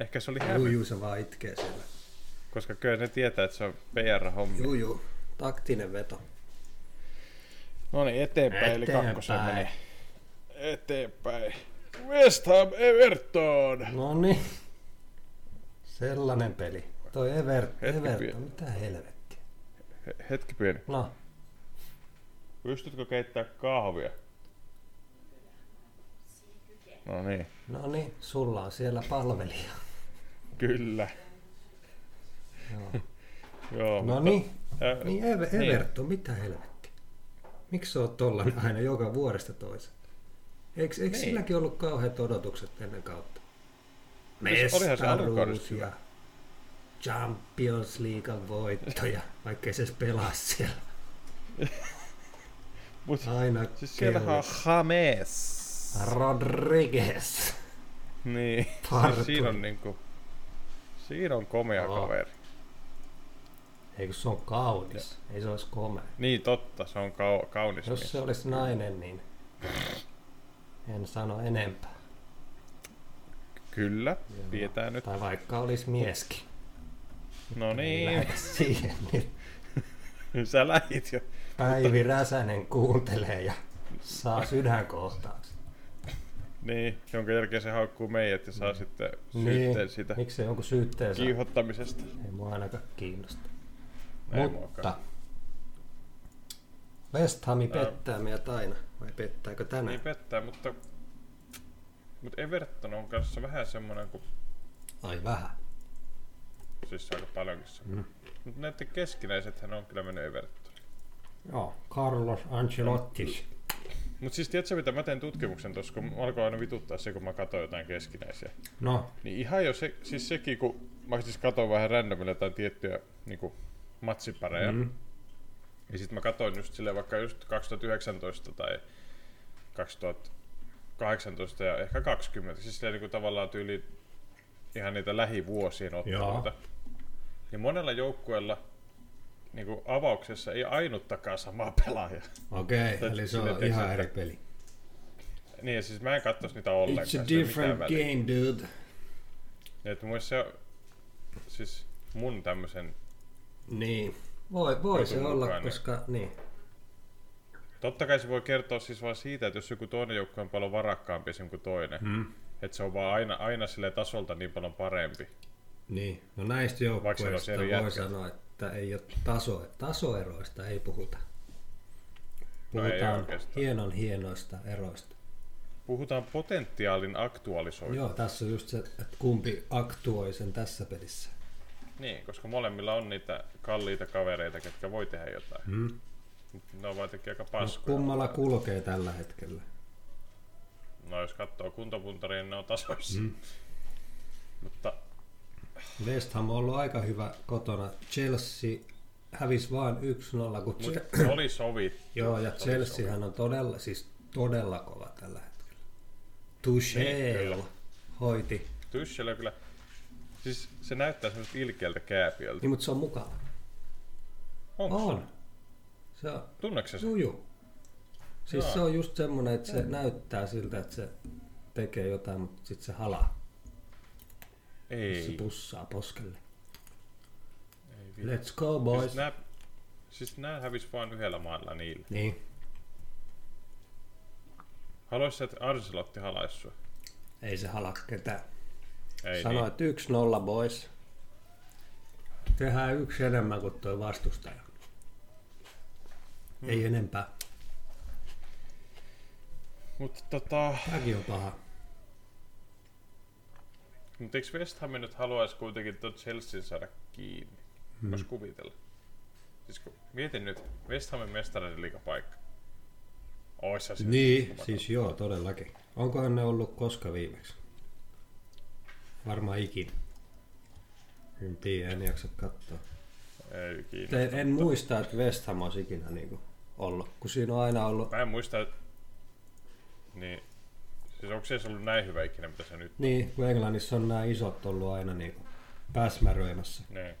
Speaker 1: Ehkä se oli hämy,
Speaker 2: Juju, se vaan itkee siellä.
Speaker 1: koska kyllä ne tietää, että se on PR-hommi.
Speaker 2: Juju, taktinen veto.
Speaker 1: No niin, eteenpäin, eli
Speaker 2: Eteenpäin.
Speaker 1: kakkosen meni. Eteenpäin. West Ham Everton!
Speaker 2: No niin. Sellainen peli. Toi Evert,
Speaker 1: Hetki
Speaker 2: Everton,
Speaker 1: pieni.
Speaker 2: mitä helvettiä.
Speaker 1: He- Hetki pieni.
Speaker 2: No,
Speaker 1: Pystytkö keittää kahvia? No niin,
Speaker 2: no niin, sulla on siellä palvelija.
Speaker 1: kyllä.
Speaker 2: Joo.
Speaker 1: Joo,
Speaker 2: No
Speaker 1: mutta-
Speaker 2: niin,
Speaker 1: Ää,
Speaker 2: niin Ever, Everton, mitä helvettiä. Miksi sä oot tollanen aina joka vuodesta toiseen? Eikö, eikö
Speaker 1: Niin.
Speaker 2: silläkin ollut kauheat odotukset ennen kautta?
Speaker 1: No siis Olihan se alkukaudesta
Speaker 2: Mestaruus
Speaker 1: hyvä.
Speaker 2: ja Champions League voittoja, vaikkei se edes pelaa siellä.
Speaker 1: Siis Mut
Speaker 2: Aina
Speaker 1: Siis siellähän on
Speaker 2: kello.
Speaker 1: James.
Speaker 2: Rodriguez.
Speaker 1: Niin.
Speaker 2: Parturi.
Speaker 1: Siinä on niinku... Siinä on komea
Speaker 2: Joo.
Speaker 1: kaveri.
Speaker 2: Eikö se on kaunis? Ei se olisi komea.
Speaker 1: Niin totta, se on kau- kaunis
Speaker 2: Jos se
Speaker 1: mies.
Speaker 2: olisi nainen, niin en sano enempää.
Speaker 1: Kyllä, tietää nyt.
Speaker 2: Tai vaikka olisi mieskin.
Speaker 1: No
Speaker 2: Ei
Speaker 1: niin,
Speaker 2: lähde siihen. Nyt
Speaker 1: sä lähit jo.
Speaker 2: Päivi Räsänen kuuntelee ja saa sydänkohtauksen.
Speaker 1: Niin, jonka jälkeen se haukkuu meidät ja saa sitten
Speaker 2: Niin.
Speaker 1: syytteen sitä
Speaker 2: Miksi jonkun syytteen saa?
Speaker 1: kiihottamisesta.
Speaker 2: Ei mua ainakaan kiinnosta.
Speaker 1: Ei
Speaker 2: Mutta
Speaker 1: muakaan.
Speaker 2: West Hami pettää meidät aina. Vai pettääkö
Speaker 1: Niin
Speaker 2: tänään?
Speaker 1: pettää, mutta... Mutta Everton on kanssa vähän semmonen, kun
Speaker 2: Ai vähän.
Speaker 1: siis aika paljonkin se. Mm. Mutta näiden keskinäisethän on kyllä mennyt Everton.
Speaker 2: Joo, Carlos Ancelotti.
Speaker 1: Mutta siis tiedätkö mitä, mä teen tutkimuksen tuossa, kun mua alkoi aina vituttaa se, kun mä katsoin jotain keskinäisiä.
Speaker 2: No,
Speaker 1: Niin ihan jo se, siis sekin, kun mä siis katsoin vähän randomilla jotain tiettyjä niin kuin, matsipareja. Mm. Ja sitten mä katsoin just silleen vaikka just 2019 tai 2018 ja ehkä 20. Siis silleen niin kuin, tavallaan tyyli ihan niitä lähivuosien otteluita. Niin monella joukkueella niin kuin avauksessa ei ainuttakaan samaa pelaajaa.
Speaker 2: okei, okay,
Speaker 1: Tai
Speaker 2: eli se
Speaker 1: sille
Speaker 2: on
Speaker 1: teksti,
Speaker 2: ihan
Speaker 1: että
Speaker 2: eri peli.
Speaker 1: Niin ja siis mä en katsoisi niitä ollenkaan.
Speaker 2: It's a
Speaker 1: sillä ei mitään
Speaker 2: different
Speaker 1: väliä.
Speaker 2: game, dude.
Speaker 1: Et mun mielestä se on, siis mun tämmösen,
Speaker 2: Niin. Voi, voi se
Speaker 1: Jutun
Speaker 2: olla,
Speaker 1: mukaan, niin.
Speaker 2: koska niin.
Speaker 1: totta kai se voi kertoa siis vaan siitä, että jos joku toinen joukkue on paljon varakkaampi esim. kuin toinen, hmm. että se on vaan aina, aina sille tasolta niin paljon parempi.
Speaker 2: Niin, no näistä
Speaker 1: Vaikka siellä
Speaker 2: joukkueista
Speaker 1: olisi eri
Speaker 2: voi
Speaker 1: jätkät.
Speaker 2: sanoa, että ei ole taso, tasoeroista ei puhuta.
Speaker 1: No ei
Speaker 2: Puhutaan no
Speaker 1: oikeastaan.
Speaker 2: hienon hienoista eroista.
Speaker 1: Puhutaan potentiaalin aktualisoinnista.
Speaker 2: Joo, tässä on just se, että kumpi aktuoi sen tässä pelissä.
Speaker 1: Niin, koska molemmilla on niitä kalliita kavereita, ketkä voi tehdä jotain. Hmm. Ne on vaan jotenkin aika
Speaker 2: No,
Speaker 1: paskoja.
Speaker 2: kummalla kulkee tällä hetkellä?
Speaker 1: No jos katsoo kuntopuntaria, niin ne on tasoissa. Hmm. Mutta
Speaker 2: West Ham on ollut aika hyvä kotona. Chelsea hävisi vain 1-0, kun
Speaker 1: mut
Speaker 2: Che-
Speaker 1: se oli sovittu.
Speaker 2: Joo, ja
Speaker 1: Se oli
Speaker 2: Chelseahän on todella, siis todella kova tällä hetkellä. Tuchel
Speaker 1: Kyllä.
Speaker 2: hoiti.
Speaker 1: Tyssillä on kyllä... Siis se näyttää semmoista ilkeältä kääpiöltä.
Speaker 2: Niin, mutta se on mukava.
Speaker 1: Onks?
Speaker 2: On. Se on,
Speaker 1: Tunneeko se?
Speaker 2: juu, juu. Siis
Speaker 1: Joo.
Speaker 2: se on just semmonen, että se näyttää siltä, että se tekee jotain, mutta sit se halaa. Se
Speaker 1: Ei.
Speaker 2: pussaa poskelle.
Speaker 1: Ei vittu.
Speaker 2: Let's go
Speaker 1: Siis
Speaker 2: boys.
Speaker 1: nää, siis nää hävis vaan yhdellä maalla niille.
Speaker 2: Niin.
Speaker 1: Haluaisit sä, että Arselotti halaisi sua?
Speaker 2: Ei se halaa ketään.
Speaker 1: Ei niin.
Speaker 2: Sanoit 1-0 boys. Tehdään yksi enemmän kuin tuo vastustaja.
Speaker 1: Mm.
Speaker 2: Ei enempää.
Speaker 1: Mutta tota...
Speaker 2: Tämäkin on paha.
Speaker 1: Mut eiks West Ham nyt haluaisi kuitenkin tuon Chelsean saada kiinni? Hmm. Vois kuvitella. Siis kun mietin nyt, West Hamin mestareiden liikapaikka. Ois se.
Speaker 2: Niin, siis joo, todellakin. Onkohan ne ollut koska viimeksi? Varmaan ikinä. En tiedä, en jaksa katsoa.
Speaker 1: Ei kiinni.
Speaker 2: En, en muista, että West Ham olisi ikinä niinku ollut, kun siinä on aina ollut...
Speaker 1: Mä en muista, et- niin, siis onko se edes ollut näin hyvä ikinä, mitä se nyt
Speaker 2: Niin, kun Englannissa on nämä isot ollut aina niinku pääsmäröimässä.
Speaker 1: niin.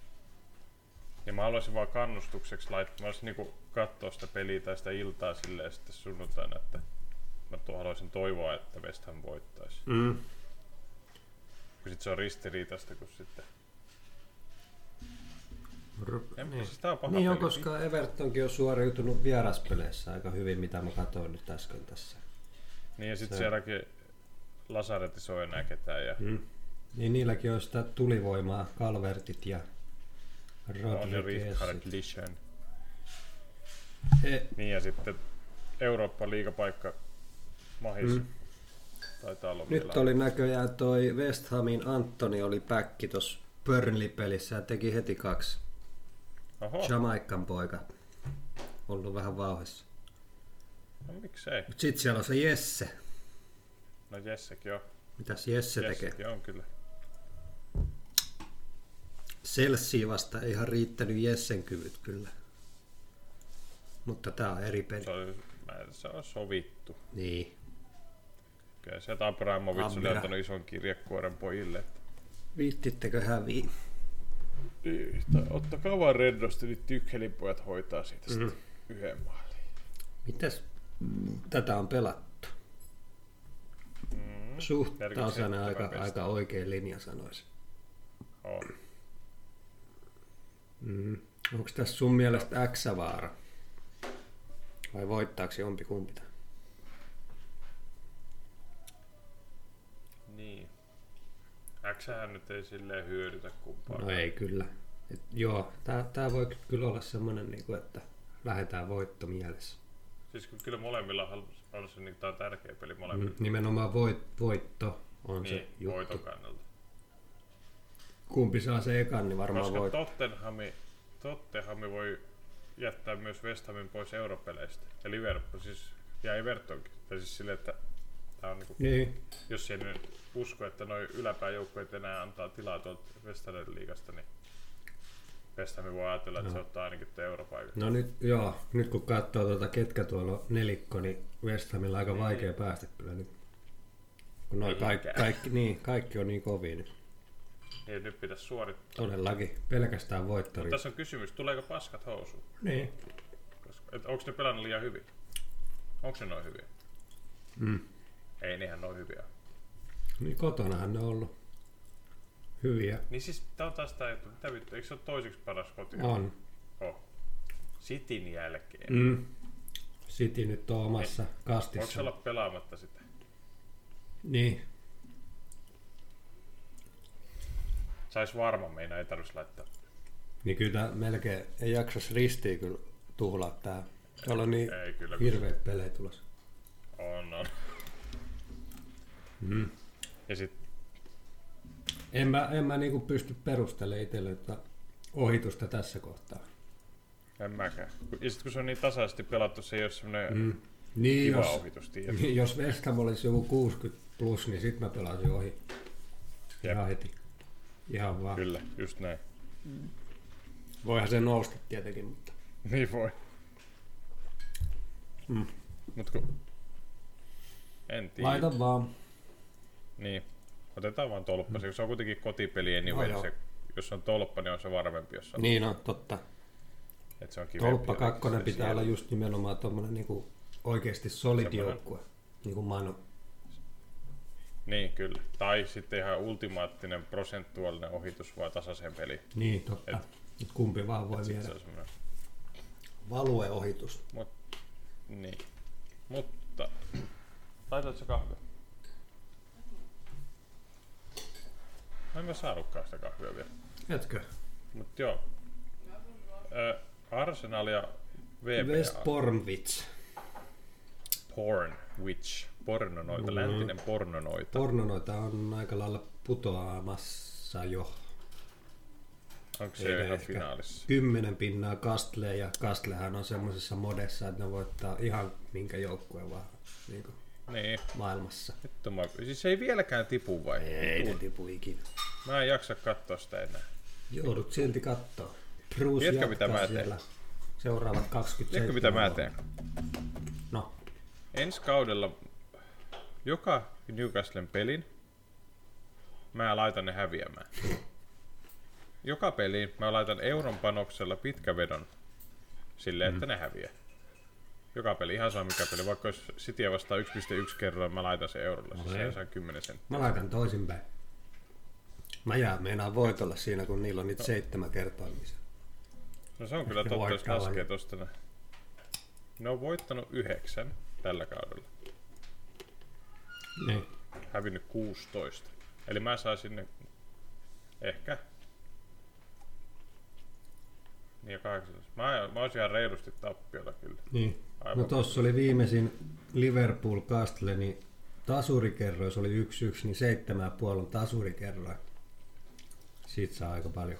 Speaker 1: Ja mä haluaisin vaan kannustukseksi laittaa, mä haluaisin niinku katsoa sitä peliä tai sitä iltaa silleen sitten sunnuntaina, että mä tuo haluaisin toivoa, että West Ham voittaisi.
Speaker 2: Mm.
Speaker 1: Kun sit se on ristiriitasta, kun sitten... En, niin. siis tää on paha
Speaker 2: Niin on,
Speaker 1: peli.
Speaker 2: koska Evertonkin on suoriutunut vieraspeleissä aika hyvin, mitä mä katsoin nyt äsken tässä.
Speaker 1: Niin ja sit
Speaker 2: se-
Speaker 1: sielläkin Lasaretti soi enää ketään ja
Speaker 2: Mm. Niin niilläkin on sitä tulivoimaa, Calvertit ja
Speaker 1: on jo Richard
Speaker 2: Rodriguezit.
Speaker 1: Lishan.
Speaker 2: E-
Speaker 1: Niin ja sitten Eurooppa-liigapaikka mahis. Mm. Taitaa olla vielä.
Speaker 2: Nyt oli näköjään toi West Hamin Antoni oli päkki tuossa Burnley-pelissä ja teki heti kaksi.
Speaker 1: Oho,
Speaker 2: Jamaikan poika. Ollut vähän vauhissa.
Speaker 1: no miksei.
Speaker 2: Mut sit siellä on se Jesse.
Speaker 1: No Jessekin on.
Speaker 2: Mitäs Jesse, Jesse. tekee?
Speaker 1: Jessekin on kyllä.
Speaker 2: Chelsea vasta ei ihan riittänyt Jessen kyvyt kyllä. Mutta tää on eri peli.
Speaker 1: Se on, mä en- se on sovittu.
Speaker 2: Niin.
Speaker 1: Kyllä se Abramovic oli
Speaker 2: Ambra.
Speaker 1: antanut ison kirjekuoren pojille. että
Speaker 2: Viittittekö häviä?
Speaker 1: Niin, tai ottakaa vaan rennosti, niin tykkelin pojat hoitaa siitä mm-hmm.
Speaker 2: Mhm.
Speaker 1: sitten yhden maalin.
Speaker 2: Mitäs tätä on pelattu?
Speaker 1: Mm,
Speaker 2: Suht
Speaker 1: Merkitseekö
Speaker 2: tasainen
Speaker 1: tämä
Speaker 2: aika,
Speaker 1: pestä?
Speaker 2: aika oikea linja sanoisin.
Speaker 1: Oh.
Speaker 2: Mm. Onko tässä sun mielestä X-vaara? Vai voittaako jompi kumpi tämän?
Speaker 1: Niin. Xhän nyt ei silleen hyödytä kumpaakaan.
Speaker 2: No ei kyllä. Et, joo, tää, tää voi ky- kyllä olla semmonen, niinku, että lähdetään voitto mielessä.
Speaker 1: Siis kun kyllä molemmilla on, on se, niin tää on tärkeä peli molemmilla.
Speaker 2: Mm. Nimenomaan voit, voitto on
Speaker 1: Mm.
Speaker 2: niin, se
Speaker 1: Niin,
Speaker 2: juttu.
Speaker 1: voiton kannalta.
Speaker 2: Kumpi saa se ekan, niin varmaan
Speaker 1: Koska
Speaker 2: voit.
Speaker 1: Tottenhami, Tottenhami voi jättää myös West Hamin pois europeleistä. Ja Liverpool, siis Ja Evertonkin. Tai siis silleen, että tää on niinku,
Speaker 2: Niin.
Speaker 1: jos ei nyt usko, että noi yläpääjoukkueet enää antaa tilaa tuolta Westarin liigasta, niin West Ham voi ajatella, että se ottaa ainakin tuon europaikan.
Speaker 2: No nyt, joo, nyt kun katsoo tuota, ketkä tuolla on nelikko, niin West Hamilla aika vaikea päästä kyllä nyt. Kun noi kaikki,
Speaker 1: Niinkään.
Speaker 2: kaikki, niin, kaikki on niin kovia nyt.
Speaker 1: Niin, nyt pitäisi suorittaa.
Speaker 2: Todellakin, pelkästään voittori.
Speaker 1: Mutta tässä on kysymys, tuleeko paskat housuun?
Speaker 2: Niin.
Speaker 1: Koska, et onks ne pelannut liian hyvin? Onks ne noin hyviä?
Speaker 2: Mm.
Speaker 1: Ei niinhän ne on hyviä.
Speaker 2: Niin kotonahan ne on ollut hyviä.
Speaker 1: Niin siis tää on taas tää juttu, mitä vittu, eikö se ole toiseksi paras koti?
Speaker 2: On.
Speaker 1: Oh. Sitin jälkeen. Mm.
Speaker 2: Mm. Mm. City nyt on omassa
Speaker 1: Voiko se
Speaker 2: kastissa.
Speaker 1: olla pelaamatta sitä?
Speaker 2: Niin.
Speaker 1: Sais varma, meinaa ei tarvitsisi laittaa.
Speaker 2: Niin kyllä tää melkein ei jaksas ristiin kyllä tuhlaa tää. Täällä on niin
Speaker 1: Ei kyllä, kun
Speaker 2: hirveä pelejä tulossa.
Speaker 1: on, on.
Speaker 2: Mm.
Speaker 1: Ja sit
Speaker 2: En mä, en mä niinku pysty perustelemaan itselle tota ohitusta tässä kohtaa.
Speaker 1: en mäkään. Ja sit kun se on niin tasaisesti pelattu, se ei ole semmonen mm.
Speaker 2: Mm. Niin
Speaker 1: kiva
Speaker 2: jos,
Speaker 1: ohitus, tiedä.
Speaker 2: niin jos West Ham olisi joku 60 plus, niin sit mä pelasin ohi.
Speaker 1: Jep.
Speaker 2: Ihan heti. Ihan vaan.
Speaker 1: Kyllä, just näin.
Speaker 2: Voihan se nousta tietenkin, mutta...
Speaker 1: Niin voi.
Speaker 2: Mm.
Speaker 1: Mut kun... En tiedä.
Speaker 2: Laita vaan.
Speaker 1: Niin. Otetaan vaan tolppa. Se, se on kuitenkin kotipeli anyway.
Speaker 2: No joo.
Speaker 1: se, jos on tolppa, niin on se varmempi, jos on,
Speaker 2: Niin on, totta.
Speaker 1: et se on Siis kivempi.
Speaker 2: Tolppa
Speaker 1: jotenkin
Speaker 2: kakkonen
Speaker 1: se
Speaker 2: pitää
Speaker 1: siellä.
Speaker 2: olla just nimenomaan tommonen niinku oikeesti solid
Speaker 1: Semmonen.
Speaker 2: joukkue. Niinku Manu.
Speaker 1: Niin, kyllä. Tai sitten ihan ultimaattinen prosentuaalinen ohitus vaan tasaisen peli.
Speaker 2: Niin, totta. Et kumpi vaan voi
Speaker 1: Sitten
Speaker 2: viedä.
Speaker 1: se on semmoinen.
Speaker 2: Valueohitus.
Speaker 1: Mut, niin. Mutta... Laitoit se kahvia? No en mä saanutkaan sitä kahvia vielä.
Speaker 2: Etkö?
Speaker 1: Mut joo. Ö, Arsenal ja VPA.
Speaker 2: West Pornwich.
Speaker 1: Porn Witch. Pornonoita.
Speaker 2: Mm.
Speaker 1: Läntinen pornonoita.
Speaker 2: Pornonoita on aika lailla putoamassa jo.
Speaker 1: Onko
Speaker 2: Ei
Speaker 1: se ihan
Speaker 2: ehkä.
Speaker 1: finaalissa?
Speaker 2: Kymmenen pinnaa Kastleen ja Kastlehan on semmoisessa modessa, että ne voittaa ihan minkä joukkueen vaan niinku
Speaker 1: Niin.
Speaker 2: maailmassa.
Speaker 1: Vittu mä... Siis se ei vieläkään tipu vai?
Speaker 2: Ei ne tipu ikinä.
Speaker 1: Mä en jaksa katsoa sitä enää.
Speaker 2: Joudut silti kattoo. Bruce
Speaker 1: Tiedätkö, mitä
Speaker 2: jatkaa
Speaker 1: mä teen?
Speaker 2: siellä seuraavat 27
Speaker 1: Tiedätkö mitä mä
Speaker 2: vuotta.
Speaker 1: teen?
Speaker 2: No,
Speaker 1: Ensi kaudella joka Newcastlen pelin mä laitan ne häviämään. Joka peliin mä laitan euron panoksella pitkä vedon silleen, että ne häviää. Joka peli, ihan sama mikä peli. Vaikka jos Cityä vastaan 1,1 kerran, mä laitan sen eurolla. Siis
Speaker 2: Okei.
Speaker 1: se saa 10 sen.
Speaker 2: mä laitan toisinpäin. Mä jää meinaan voitolla siinä, kun niillä on nyt seitsemän kertaa lisää.
Speaker 1: No se on kyllä
Speaker 2: Ehkä
Speaker 1: totta, jos
Speaker 2: voittaa
Speaker 1: laskee
Speaker 2: vai-
Speaker 1: tosta ne. Ne on voittanut yhdeksän tällä kaudella.
Speaker 2: Niin.
Speaker 1: hävinnyt 16. Eli mä saisin ne ehkä. Niin ja 18. Mä, mä olisin ihan reilusti tappiolla kyllä.
Speaker 2: niin.
Speaker 1: Aivan.
Speaker 2: No tossa oli viimeisin Liverpool Castle, niin tasurikerroin, se oli 1-1, niin seitsemän ja puoli on tasurikerroin. Siitä saa aika paljon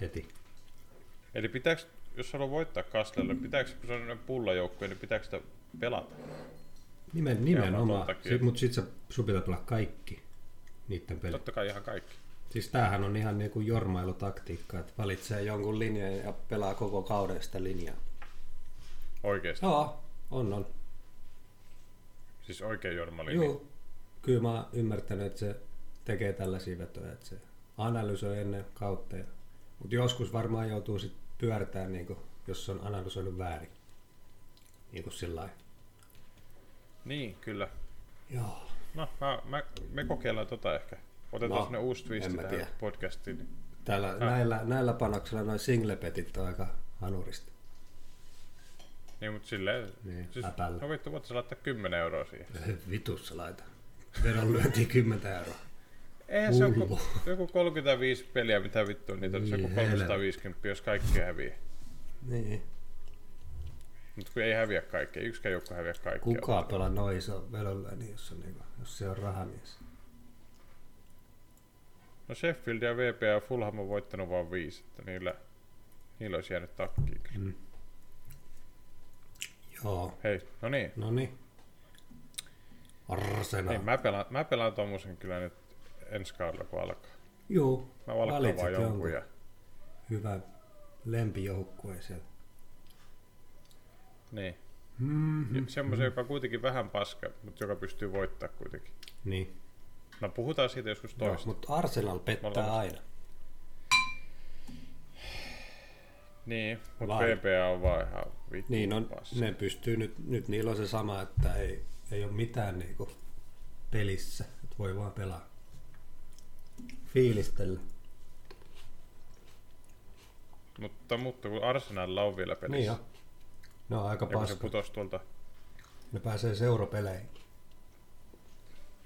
Speaker 2: heti.
Speaker 1: Eli pitääkö, jos haluaa voittaa Kaslelle, pitääkö, kun se on semmoinen pullajoukkue, niin pitääkö sitä pelata?
Speaker 2: Nimen,
Speaker 1: Ihan
Speaker 2: nimenomaan,
Speaker 1: ton takia.
Speaker 2: sit, mutta sit sä, sun pitää pelaa kaikki niiden pelit.
Speaker 1: Totta kai ihan kaikki.
Speaker 2: Siis tämähän on ihan niinku jormailutaktiikka, että valitsee jonkun linjan ja pelaa koko kauden sitä linjaa.
Speaker 1: Oikeesti.
Speaker 2: Joo, on on.
Speaker 1: Siis oikein jormali.
Speaker 2: Joo. Kyllä mä oon ymmärtänyt, että se tekee tällaisia vetoja, että se analysoi ennen kautta. Ja... Mutta joskus varmaan joutuu sit pyörtämään, niinku, jos se on analysoinut väärin. Niin kuin sillä lailla.
Speaker 1: Niin, kyllä.
Speaker 2: Joo.
Speaker 1: No, mä, mä, me kokeillaan tota ehkä. Otetaan
Speaker 2: No,
Speaker 1: no, ne uusi twisti
Speaker 2: en mä
Speaker 1: tähän
Speaker 2: tiedä.
Speaker 1: podcastiin. niin-
Speaker 2: Täällä, näillä, näillä panoksilla noin singlepetit on aika hanurista.
Speaker 1: Niin, mutta silleen...
Speaker 2: Niin,
Speaker 1: siis,
Speaker 2: äpällä.
Speaker 1: no vittu, voit sä laittaa 10 euroa siihen.
Speaker 2: Vitussa laita. Veron lyöntiin 10 euroa.
Speaker 1: Eihän se on
Speaker 2: Hullu.
Speaker 1: joku 35 peliä, mitä vittua niitä on, se on
Speaker 2: Niin
Speaker 1: joku 350, jos kaikki häviää.
Speaker 2: Niin.
Speaker 1: Mutta kun ei häviä kaikkea, yksikään joku häviä kaikkea.
Speaker 2: Kuka pelaa noin iso vedolla, niin jos, on niinku, jos se on rahamies.
Speaker 1: No Sheffield ja VPA ja Fulham on voittanut vain viisi, että niillä, niillä olisi
Speaker 2: Mm.
Speaker 1: jäänyt takkiin. kyllä.
Speaker 2: Joo.
Speaker 1: Hei, no niin,
Speaker 2: No niin. Arsena.
Speaker 1: Ei, mä pelaan, mä pelaan tommosen kyllä nyt ensi kaudella, kun alkaa.
Speaker 2: Juu,
Speaker 1: Mä valkkaan
Speaker 2: valitset
Speaker 1: vaan jonkun
Speaker 2: jonkun.
Speaker 1: ja
Speaker 2: Hyvä lempijoukkue siellä.
Speaker 1: niin.
Speaker 2: Mm-hmm.
Speaker 1: Mm. Semmoisen, joka on kuitenkin vähän paska, mutta joka pystyy voittaa kuitenkin.
Speaker 2: Niin.
Speaker 1: No puhutaan siitä joskus
Speaker 2: No,
Speaker 1: toista.
Speaker 2: mutta Arsenal pettää
Speaker 1: Molemmat.
Speaker 2: aina.
Speaker 1: Niin, mutta
Speaker 2: Vai.
Speaker 1: PPA on vaan ihan vittu
Speaker 2: Niin on,
Speaker 1: paska.
Speaker 2: ne pystyy nyt, nyt niillä on se sama, että ei, ei ole mitään niinku pelissä, että voi vaan pelaa. Fiilistellä.
Speaker 1: Mutta, mutta kun Arsenalilla on vielä pelissä.
Speaker 2: Niin jo. Ne on aika
Speaker 1: Ja kun se
Speaker 2: paska.
Speaker 1: putosi tuolta...
Speaker 2: Ne pääsee seuropeleihin.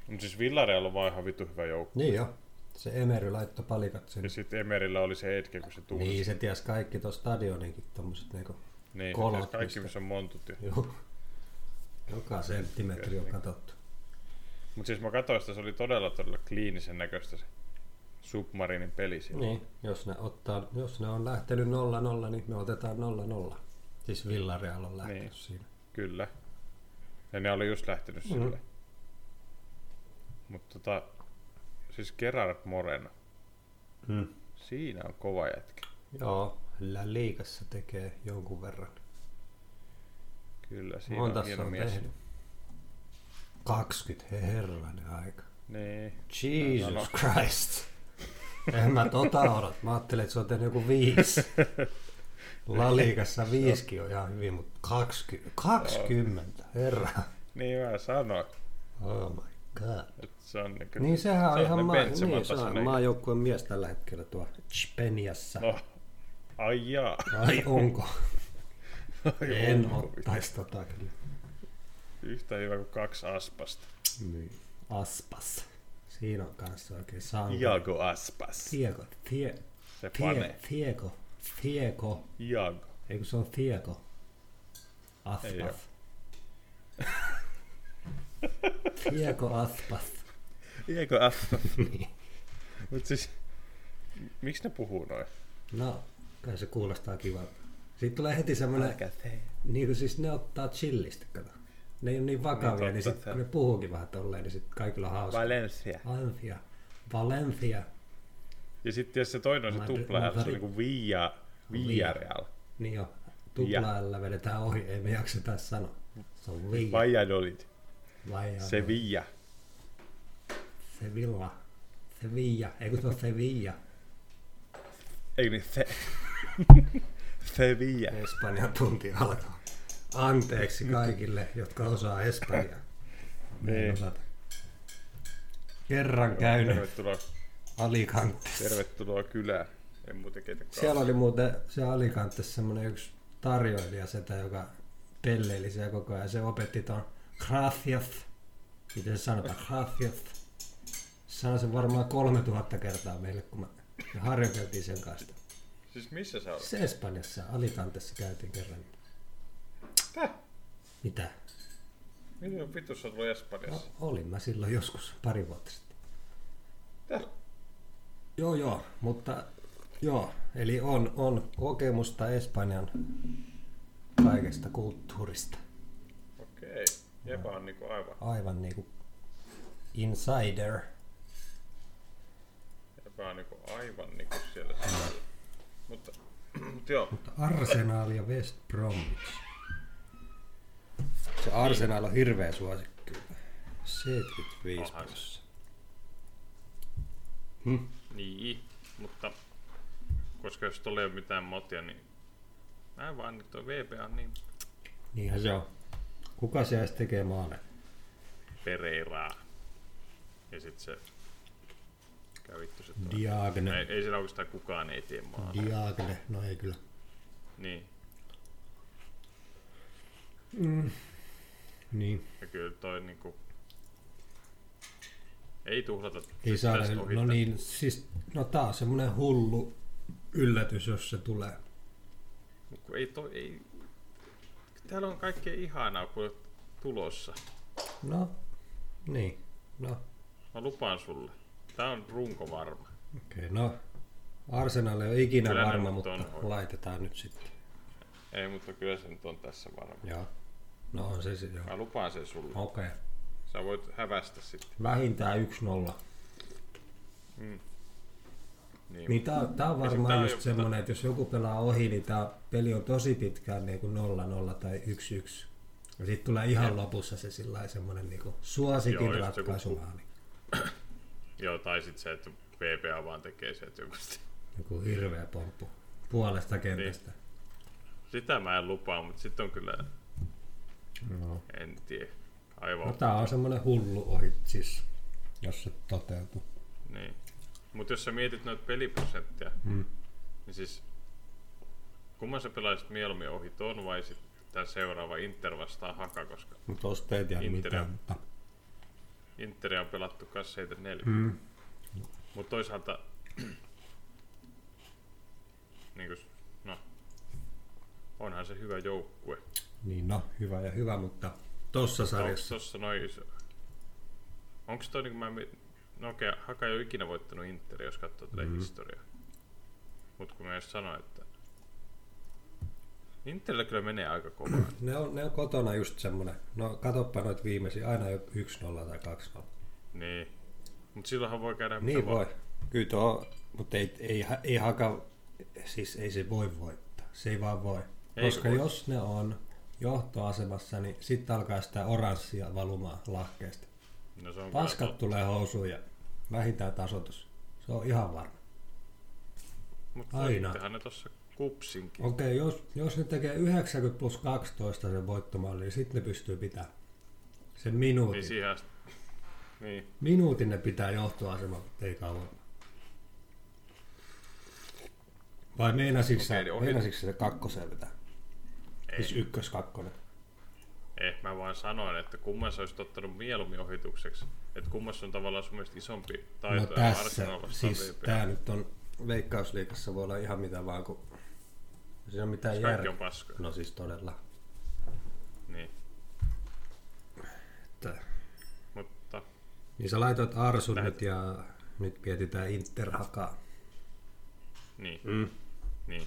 Speaker 1: Mutta siis Villarreal on vaan ihan vitu hyvä joukko.
Speaker 2: Niin jo. Se Emery laittoi palikat
Speaker 1: Ja
Speaker 2: sinne.
Speaker 1: sitten Emerillä oli se etke, kun se tuuli.
Speaker 2: Niin, se ties kaikki tuossa stadioninkin tommoset niinku.
Speaker 1: niin
Speaker 2: kolot,
Speaker 1: siis kaikki,
Speaker 2: mistä-
Speaker 1: missä on montut.
Speaker 2: Juu. Joka senttimetri on katsottu.
Speaker 1: Mutta siis mä katsoin sitä, se oli todella todella kliinisen näköistä se Submarinin peli siinä.
Speaker 2: Niin, jos ne, ottaa, jos ne on lähtenyt 0-0, niin me otetaan 0-0. Siis Villareal on lähtenyt
Speaker 1: Niin.
Speaker 2: niin. siinä.
Speaker 1: Kyllä. Ja ne oli just lähtenyt mm. sille. Mutta tota, siis Gerard Moreno,
Speaker 2: Mm.
Speaker 1: siinä on kova jätkä.
Speaker 2: Joo, La Liigassa tekee jonkun verran.
Speaker 1: Kyllä, siinä on,
Speaker 2: Monta
Speaker 1: on
Speaker 2: se
Speaker 1: hieno
Speaker 2: on
Speaker 1: mies.
Speaker 2: tehnyt? 20, herranen aika.
Speaker 1: Niin.
Speaker 2: Jesus
Speaker 1: No, no.
Speaker 2: Christ. En mä tota odot. Mä ajattelin, että se on tehnyt joku viisi.
Speaker 1: Niin.
Speaker 2: La Liigassa viisikin on ihan hyvin, mutta 20, 20 herra.
Speaker 1: niin mä sanoin,
Speaker 2: Oh my god.
Speaker 1: että se on niinku...
Speaker 2: Niin sehän on
Speaker 1: se
Speaker 2: ihan maa, niin,
Speaker 1: Benzema
Speaker 2: se on
Speaker 1: tasoinen.
Speaker 2: maajoukkueen mies tällä hetkellä tuo Speniassa. No.
Speaker 1: No, ai jaa.
Speaker 2: Ai onko?
Speaker 1: Ai
Speaker 2: en
Speaker 1: onko
Speaker 2: ottaisi tota kyllä.
Speaker 1: Yhtä hyvä kuin kaksi aspasta.
Speaker 2: Niin. Aspas. Siinä on kanssa oikein sankari.
Speaker 1: Iago Aspas.
Speaker 2: Tieko, tie,
Speaker 1: Se
Speaker 2: tie,
Speaker 1: pane.
Speaker 2: tieko, tieko.
Speaker 1: Iago.
Speaker 2: Eikö se on tieko? Aspas.
Speaker 1: Ei oo.
Speaker 2: tieko aspas.
Speaker 1: Iago Aspas.
Speaker 2: Niin.
Speaker 1: Mut siis, m- miksi ne puhuu noin?
Speaker 2: No, kai se kuulostaa kivalta. Siitä tulee heti semmoinen Niin kuin siis ne ottaa chillisti, kato. Ne ei ole niin vakavia,
Speaker 1: Niin
Speaker 2: niin, niin
Speaker 1: totta,
Speaker 2: sitten
Speaker 1: se-
Speaker 2: kun ne puhuukin vähän tolleen, niin sitten kaikilla on hauska.
Speaker 1: Valencia.
Speaker 2: Valencia. Valencia.
Speaker 1: Ja sitten se toinen on se
Speaker 2: Madri-
Speaker 1: tupla L, se on
Speaker 2: Madrid.
Speaker 1: niinku Via, Villarreal.
Speaker 2: Niin jo, tuplaalla vedetään ohi, ei me jakseta sanoa. Se on villa.
Speaker 1: Valladolid.
Speaker 2: Vai se, vi-
Speaker 1: Sevilla.
Speaker 2: se villa. Se villa. Ei kun se on se villa.
Speaker 1: Ei niin, se... Sevilla.
Speaker 2: Espanjan tunti alkaa. Anteeksi kaikille, jotka osaa Espanjaa. Me ei
Speaker 1: Niin.
Speaker 2: osata. Kerran käynyt
Speaker 1: Tervetuloa,
Speaker 2: Alicantessa.
Speaker 1: tervetuloa kylään. En muuten ketäkään.
Speaker 2: Siellä oli muuten se Alicantessa semmoinen yksi tarjoilija setä, joka pelleili siellä koko ajan. Se opetti ton gracias. Miten se sanotaan? Gracias. Se sanoi sen varmaan 3000 kertaa meille, kun me me harjoiteltiin sen kanssa.
Speaker 1: Siis missä sä olet?
Speaker 2: Se Espanjassa, Alicantessa käytiin kerran.
Speaker 1: Täh?
Speaker 2: Mitä?
Speaker 1: Miten vitus sä oot ollut Espanjassa?
Speaker 2: No, olin mä silloin joskus pari vuotta sitten.
Speaker 1: Täh?
Speaker 2: Joo joo, mutta joo. Eli on, on kokemusta Espanjan kaikesta kulttuurista.
Speaker 1: Okei. Jepa on niinku aivan,
Speaker 2: aivan niinku insider.
Speaker 1: Jepa on niinku aivan niinku siellä sisällä. Mutta, mutta joo.
Speaker 2: Arsenal ja West Bromwich. Se Arsenal on hirveä suosikki. 75
Speaker 1: Onhan se.
Speaker 2: plus.
Speaker 1: Niin, mutta koska jos tuolla ei ole mitään motia, niin mä en vaan, niin tuo VP on niin
Speaker 2: Niinhän se on. Kuka se edes tekee maale?
Speaker 1: Pereiraa. Ja sit se käy vittu se tuo.
Speaker 2: Diagne.
Speaker 1: Ei, ei siellä oikeastaan kukaan ei tee maa.
Speaker 2: Diagne. No ei kyllä.
Speaker 1: Niin.
Speaker 2: Niin.
Speaker 1: Ja kyllä toi niinku... Ei tuhlata
Speaker 2: Ei
Speaker 1: nyt
Speaker 2: saada.
Speaker 1: tästä ohi
Speaker 2: No
Speaker 1: tä-
Speaker 2: niin, siis, no tää on semmonen hullu yllätys, jos se tulee.
Speaker 1: Mut Niin kun ei toi, ei... Täällä on kaikkea ihanaa kun olet tulossa.
Speaker 2: No, niin. No,
Speaker 1: Mä lupaan sulle. Tää on runko varma.
Speaker 2: Okei, no Arsenal ei ole ikinä
Speaker 1: Kyllä
Speaker 2: Kyllä
Speaker 1: ne
Speaker 2: varma,
Speaker 1: nyt
Speaker 2: mutta
Speaker 1: on
Speaker 2: on. laitetaan nyt sitten.
Speaker 1: Ei, mutta kyllä se nyt on tässä varma.
Speaker 2: Joo. No on se sitten, joo.
Speaker 1: Mä lupaan sen sulle.
Speaker 2: Okei. Okay.
Speaker 1: Sä voit hävästä sitten.
Speaker 2: Vähintään 1-0.
Speaker 1: Niin.
Speaker 2: Niin tää, tää on
Speaker 1: Ja sit tää
Speaker 2: varmaan
Speaker 1: on
Speaker 2: just
Speaker 1: jo-
Speaker 2: semmonen, että jos joku pelaa ohi, niin tää peli on tosi pitkään niinku 0-0 tai 1-1. Ja sit tulee ihan lopussa se sillai semmonen niinku suosikin
Speaker 1: Joo,
Speaker 2: niin Joo,
Speaker 1: just joku
Speaker 2: ratkaisumaali.
Speaker 1: Joo, tai sitten se, että VPA vaan tekee se, että joku
Speaker 2: Joku niinku hirveä pomppu puolesta kentästä.
Speaker 1: Niin. Sitä mä en lupaa, mutta sitten on kyllä,
Speaker 2: No.
Speaker 1: en tiedä, aivan.
Speaker 2: no tää on semmonen hullu ohi siis, jos se toteutuu.
Speaker 1: Niin. Mutta jos sä mietit noita peliprosentteja, mm. niin siis kumman sä pelaisit mieluummin ohi ton vai sitten tää seuraava Inter vastaan Haka, koska
Speaker 4: Mutta tosta ei tiedä
Speaker 1: Inter-
Speaker 4: mitään. Mutta
Speaker 1: Interia on pelattu kas 7-4. Mm. Mutta toisaalta, niin kun, no, onhan se hyvä joukkue.
Speaker 4: niin no, hyvä ja hyvä.
Speaker 2: Hyvä, mutta tossa
Speaker 1: Onko
Speaker 2: sarjassa.
Speaker 1: tossa noin iso... Onko toi niinku mä... mi- No okei, Haka ei ole ikinä voittanut Interia, jos katsoo tätä mm-hmm. historiaa. Mut kun mä just sanoin, että... Interillä kyllä menee aika kovaa.
Speaker 2: Ne on, ne on kotona just semmonen. No katoppa noit viimeisiä, aina jo 1-0 tai 2-0.
Speaker 1: niin. Mut silloinhan voi käydä mitä
Speaker 2: Niin
Speaker 1: vaan.
Speaker 2: voi.
Speaker 4: Kyllä tuo, mutta ei, ei, ha- ei haka...
Speaker 2: Siis ei se voi voittaa. Se ei vaan voi.
Speaker 1: Ei
Speaker 2: Ei Koska
Speaker 1: voi.
Speaker 2: voi. jos ne on johtoasemassa, niin sitten alkaa sitä oranssia valumaan lahkeesta.
Speaker 1: No se on kyllä
Speaker 2: Paskat
Speaker 1: totta.
Speaker 2: tulee housuun ja vähintään tasoitus. Se on ihan varma.
Speaker 1: Mut
Speaker 2: aina.
Speaker 1: voittihan ne tossa kupsinkin.
Speaker 2: Okei, okay, jos, jos ne tekee 90 plus 12 sen voittomaali, niin sitten ne pystyy pitämään sen minuutin.
Speaker 1: Niin
Speaker 2: Niin
Speaker 1: siihen asti. Niin.
Speaker 2: minuutin ne pitää johtoasema, mutta ei kauan.
Speaker 4: Vai meinasitko
Speaker 1: Okei,
Speaker 4: okay,
Speaker 1: niin
Speaker 4: sä,
Speaker 1: ohi-
Speaker 4: meinasitko sä kakkosen vetää? Ei. Siis ykkös, kakkonen.
Speaker 1: Eh, mä vaan sanoin, että kumman sä olisit ottanut mieluummin ohitukseksi. Että kummassa on tavallaan sun mielestä isompi taito.
Speaker 2: No
Speaker 1: ja
Speaker 2: tässä,
Speaker 1: Arsenal vastaan
Speaker 2: siis
Speaker 1: VPL.
Speaker 2: tää nyt on Veikkausliikassa voi olla ihan mitä vaan, kun se on mitään
Speaker 1: Kaikki on
Speaker 2: järkeä.
Speaker 1: paska.
Speaker 2: No siis todella.
Speaker 1: Niin.
Speaker 2: Että,
Speaker 1: Mutta
Speaker 2: niin sä laitoit Arsun
Speaker 1: Lähet-
Speaker 2: nyt ja nyt mietitään Interhakaa.
Speaker 1: Niin. Mm. Niin.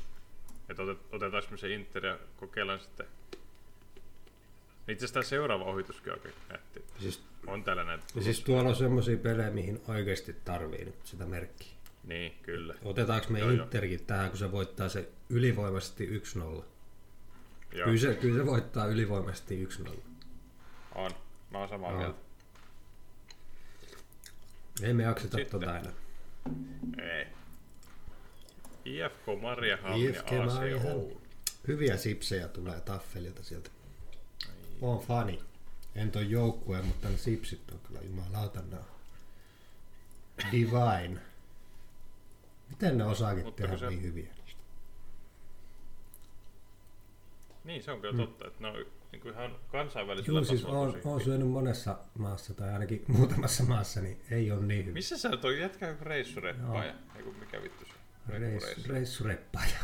Speaker 1: Että otet, otetaanko me se Inter ja kokeillaan sitten. Itse asiassa tämä seuraava ohituskin on aika nätti.
Speaker 2: Siis,
Speaker 1: On täällä näitä.
Speaker 2: siis tuolla on semmosia pelejä, mihin oikeasti tarvii nyt sitä merkkiä.
Speaker 1: Niin, kyllä.
Speaker 2: Otetaanko me
Speaker 1: Joo, joo.
Speaker 2: Interkin tähän, kun se voittaa se ylivoimaisesti 1-0?
Speaker 1: Joo,
Speaker 2: Kyllä se, kyllä se voittaa ylivoimaisesti 1-0.
Speaker 1: on. Mä oon samaa
Speaker 2: Joo.
Speaker 1: mieltä.
Speaker 2: Ei me jakseta
Speaker 1: Sitten.
Speaker 2: tota aina.
Speaker 1: Ei. IFK Mariahamn ja
Speaker 2: IFK
Speaker 1: AC
Speaker 2: Mariahamn.
Speaker 1: Oulu.
Speaker 2: Hyviä sipsejä tulee taffelilta sieltä. On fani. En ton joukkueen, mutta ne sipsit on kyllä jumalauta ne on. Divine. Miten ne osaakin
Speaker 1: Mutta kun
Speaker 2: tehdä
Speaker 1: se-
Speaker 2: niin hyviä niistä?
Speaker 1: Niin, se on kyllä totta, että ne on niin kuin ihan kansainvälisellä
Speaker 2: Joo, Mm. siis
Speaker 1: tasolla
Speaker 2: on,
Speaker 1: tosi
Speaker 2: on
Speaker 1: hyviä.
Speaker 2: syönyt monessa maassa tai ainakin muutamassa maassa, niin ei ole niin hyvä.
Speaker 1: Missä sä nyt on jätkä joku reissureppaaja? Ei kun mikä vittu se?
Speaker 2: Reissu,
Speaker 1: Reissureissu.
Speaker 2: reissureppaja.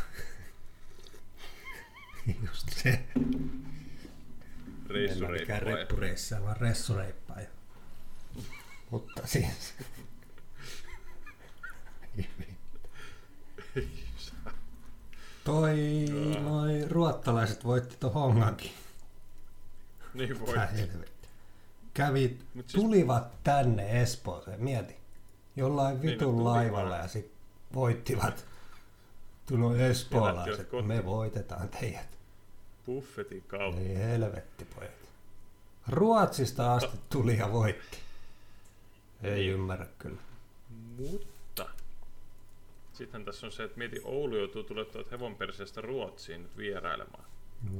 Speaker 2: Just se. En mä mikään
Speaker 1: Reissureppaaja.
Speaker 2: reppureissää, vaan ressureippaaja. Mutta siis... Toi, noi ruottalaiset voitti ton hongankin.
Speaker 1: Niin voi.
Speaker 2: Tää helvetti. Kävi,
Speaker 1: Mut siis-
Speaker 2: tulivat tänne Espooseen, mieti. Jollain
Speaker 1: Niin, no
Speaker 2: vitun
Speaker 1: tuli
Speaker 2: laivalla
Speaker 1: vaan.
Speaker 2: ja sit voittivat. Tullut espoolaiset,
Speaker 1: kotiin.
Speaker 2: me voitetaan teidät.
Speaker 1: Buffetin kautta.
Speaker 2: Ei helvetti pojat. Ruotsista asti
Speaker 1: Oh.
Speaker 2: tuli ja voitti. Ei
Speaker 1: Niin.
Speaker 2: ymmärrä kyllä.
Speaker 1: Mutta sittenhän tässä on se, että mieti Oulu joutuu tulemaan tuolta hevonperseestä Ruotsiin nyt vierailemaan.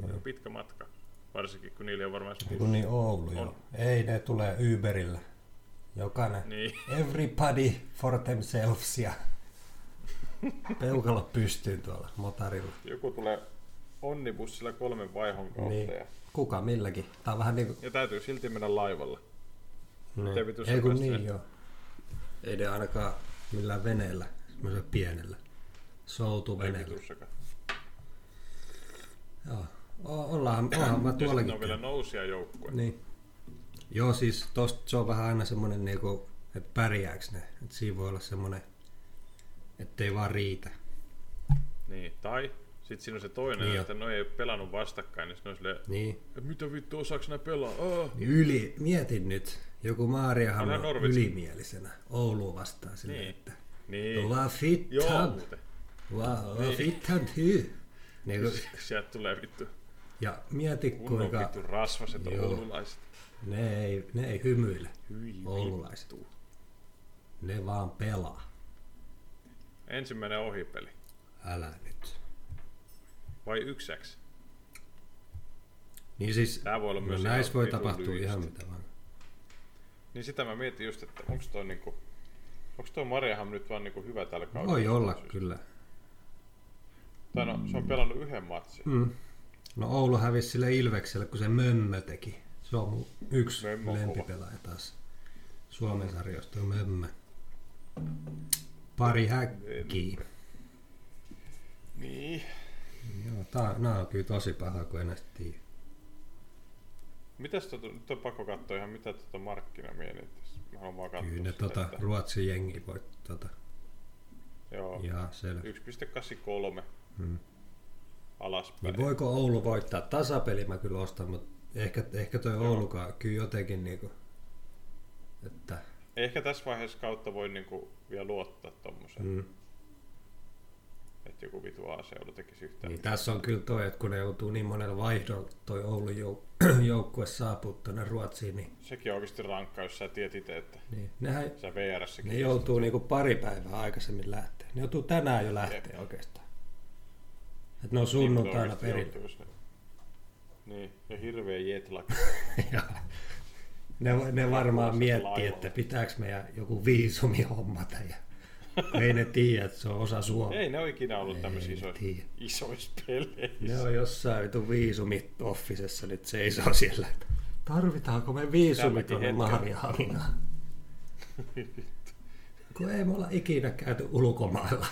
Speaker 2: No
Speaker 1: Se on pitkä matka, varsinkin kun niillä on varmaan se
Speaker 2: Kun niin Oulu jo.
Speaker 1: On.
Speaker 2: Ei ne tulee Uberillä. Jokainen.
Speaker 1: Niin,
Speaker 2: Everybody for themselves ja peukalo pystyyn tuolla motarilla.
Speaker 1: joku tulee onnibussilla kolmen vaihon kautta
Speaker 2: Niin.
Speaker 1: niin. ja,
Speaker 2: Kuka milläkin. Tää on vähän niinku...
Speaker 1: ja täytyy silti mennä laivalla. Miten
Speaker 2: Niin.
Speaker 1: vitus
Speaker 2: Ei
Speaker 1: sä
Speaker 2: kun
Speaker 1: pääset
Speaker 2: niin
Speaker 1: sinne?
Speaker 2: joo. Ei ne ainakaan millään veneellä, semmoisella pienellä
Speaker 1: Ei
Speaker 2: soutuveneellä.
Speaker 1: vitussakaan.
Speaker 2: Joo. O- ollaan, ollaan mä
Speaker 1: Ja sitten
Speaker 2: tuollakin.
Speaker 1: on vielä nousia joukkue. Niin.
Speaker 2: Niin. Joo, siis tosta se on vähän aina semmoinen, niinku, että pärjääks ne. Et siinä voi olla semmoinen, ettei vaan riitä.
Speaker 1: niin. Tai sitten siinä on se toinen,
Speaker 2: Niin
Speaker 1: niin
Speaker 2: jo.
Speaker 1: että noi ei pelannut vastakkain, niin sitten on silleen,
Speaker 2: Niin. No
Speaker 1: "Et mitä vittu osaaks nää pelaa? Aa!
Speaker 2: Niin Yli, mietin nyt. Joku Maariahan
Speaker 1: Onhan
Speaker 2: on
Speaker 1: Norvitsi.
Speaker 2: ylimielisenä Oulu vastaan sille,
Speaker 1: Niin.
Speaker 2: niin. että
Speaker 1: Niin.
Speaker 2: Vad
Speaker 1: Joo,
Speaker 2: fittan,
Speaker 1: muuten.
Speaker 2: vad vad fittan ty. Niin kuin,
Speaker 1: Sieltä tulee vittu
Speaker 2: ja mieti
Speaker 1: kunnon
Speaker 2: kuinka
Speaker 1: vittu rasvaset
Speaker 2: Joo.
Speaker 1: oululaiset.
Speaker 2: ne ei, ne ei hymyile,
Speaker 1: Hyi
Speaker 2: oululaiset. Ne vaan pelaa.
Speaker 1: Ensimmäinen ohipeli.
Speaker 2: Älä nyt.
Speaker 1: Vai yksäksi?
Speaker 2: Niin siis,
Speaker 1: Tää voi olla
Speaker 2: no
Speaker 1: myös
Speaker 2: näissä
Speaker 1: ihan
Speaker 2: voi
Speaker 1: vitun
Speaker 2: tapahtua
Speaker 1: lyijystä.
Speaker 2: ihan mitä vaan.
Speaker 1: Niin sitä mä mietin just, että onko toi niinku... Onko toi Mariaham nyt vaan niinku hyvä tällä kaudella?
Speaker 2: Voi olla kyllä.
Speaker 1: Tai no, se on pelannut yhden matsin. Mm.
Speaker 2: No Oulu hävisi sille Ilvekselle, kun se Mömmö teki. Se on mun yksi
Speaker 1: Mömmö on
Speaker 2: Mömmö
Speaker 1: kova.
Speaker 2: lempipelaaja taas. Suomen sarjoista on Mömmö. Pari häkkiä.
Speaker 1: Niin.
Speaker 2: Joo, tää, nää on kyllä tosi paha, kun en edes tiedä.
Speaker 1: Mitäs tota, nyt on pakko katsoa ihan mitä tota markkinamiehet. Mä haluan vaan katsoa
Speaker 2: Kyllä ne
Speaker 1: sitä,
Speaker 2: tota,
Speaker 1: että,
Speaker 2: Ruotsin jengi voi tota,
Speaker 1: Joo,
Speaker 2: ihan selvä.
Speaker 1: 1,83 mm. alaspäin.
Speaker 2: Hmm. Niin voiko Oulu voittaa? Tasapeli mä kyllä ostan, mutta ehkä, ehkä toi Oulukaan kyllä jotenkin niinku, että
Speaker 1: Ehkä tässä vaiheessa kautta voi niinku vielä luottaa tommoseen.
Speaker 2: Hmm.
Speaker 1: Mm. Että joku vitu A-seudu tekisi yhtään.
Speaker 2: Niin tässä on kyllä toi, että kun ne joutuu niin monella vaihdolla, toi Oulun jou- joukkue saapuu tuonne Ruotsiin, niin,
Speaker 1: Sekin on oikeasti rankkaa, jos sä tiedät itse, että
Speaker 2: niin nehän,
Speaker 1: sä VRssäkin.
Speaker 2: ne joutuu niinku pari päivää aikaisemmin lähteä. Ne joutuu tänään jo lähteä
Speaker 1: Jep.
Speaker 2: oikeastaan. Et ne
Speaker 1: Niin,
Speaker 2: on
Speaker 1: mutta
Speaker 2: sunnuntaina
Speaker 1: oikeasti
Speaker 2: perillä.
Speaker 1: joutuu se. Niin, ja hirveä jetlaki.
Speaker 2: Ja ne, ne varmaan
Speaker 1: Kuulostaa
Speaker 2: miettii,
Speaker 1: laivalla.
Speaker 2: että pitääkö meidän joku viisumi hommata. Ja, kun ei ne tiedä, että se on osa Suomea.
Speaker 1: Ei ne ole ikinä ollut tämmöisiä
Speaker 2: Ei
Speaker 1: isoja,
Speaker 2: tiedä.
Speaker 1: isoissa peleissä.
Speaker 2: Ne on jossain vitu viisumit offisessa nyt seisoo siellä. että Tarvitaanko me viisumi
Speaker 1: Tälläkin
Speaker 2: tuonne
Speaker 1: hetkellä.
Speaker 2: Maarihaminaan? Kun ei me olla ikinä käyty ulkomailla.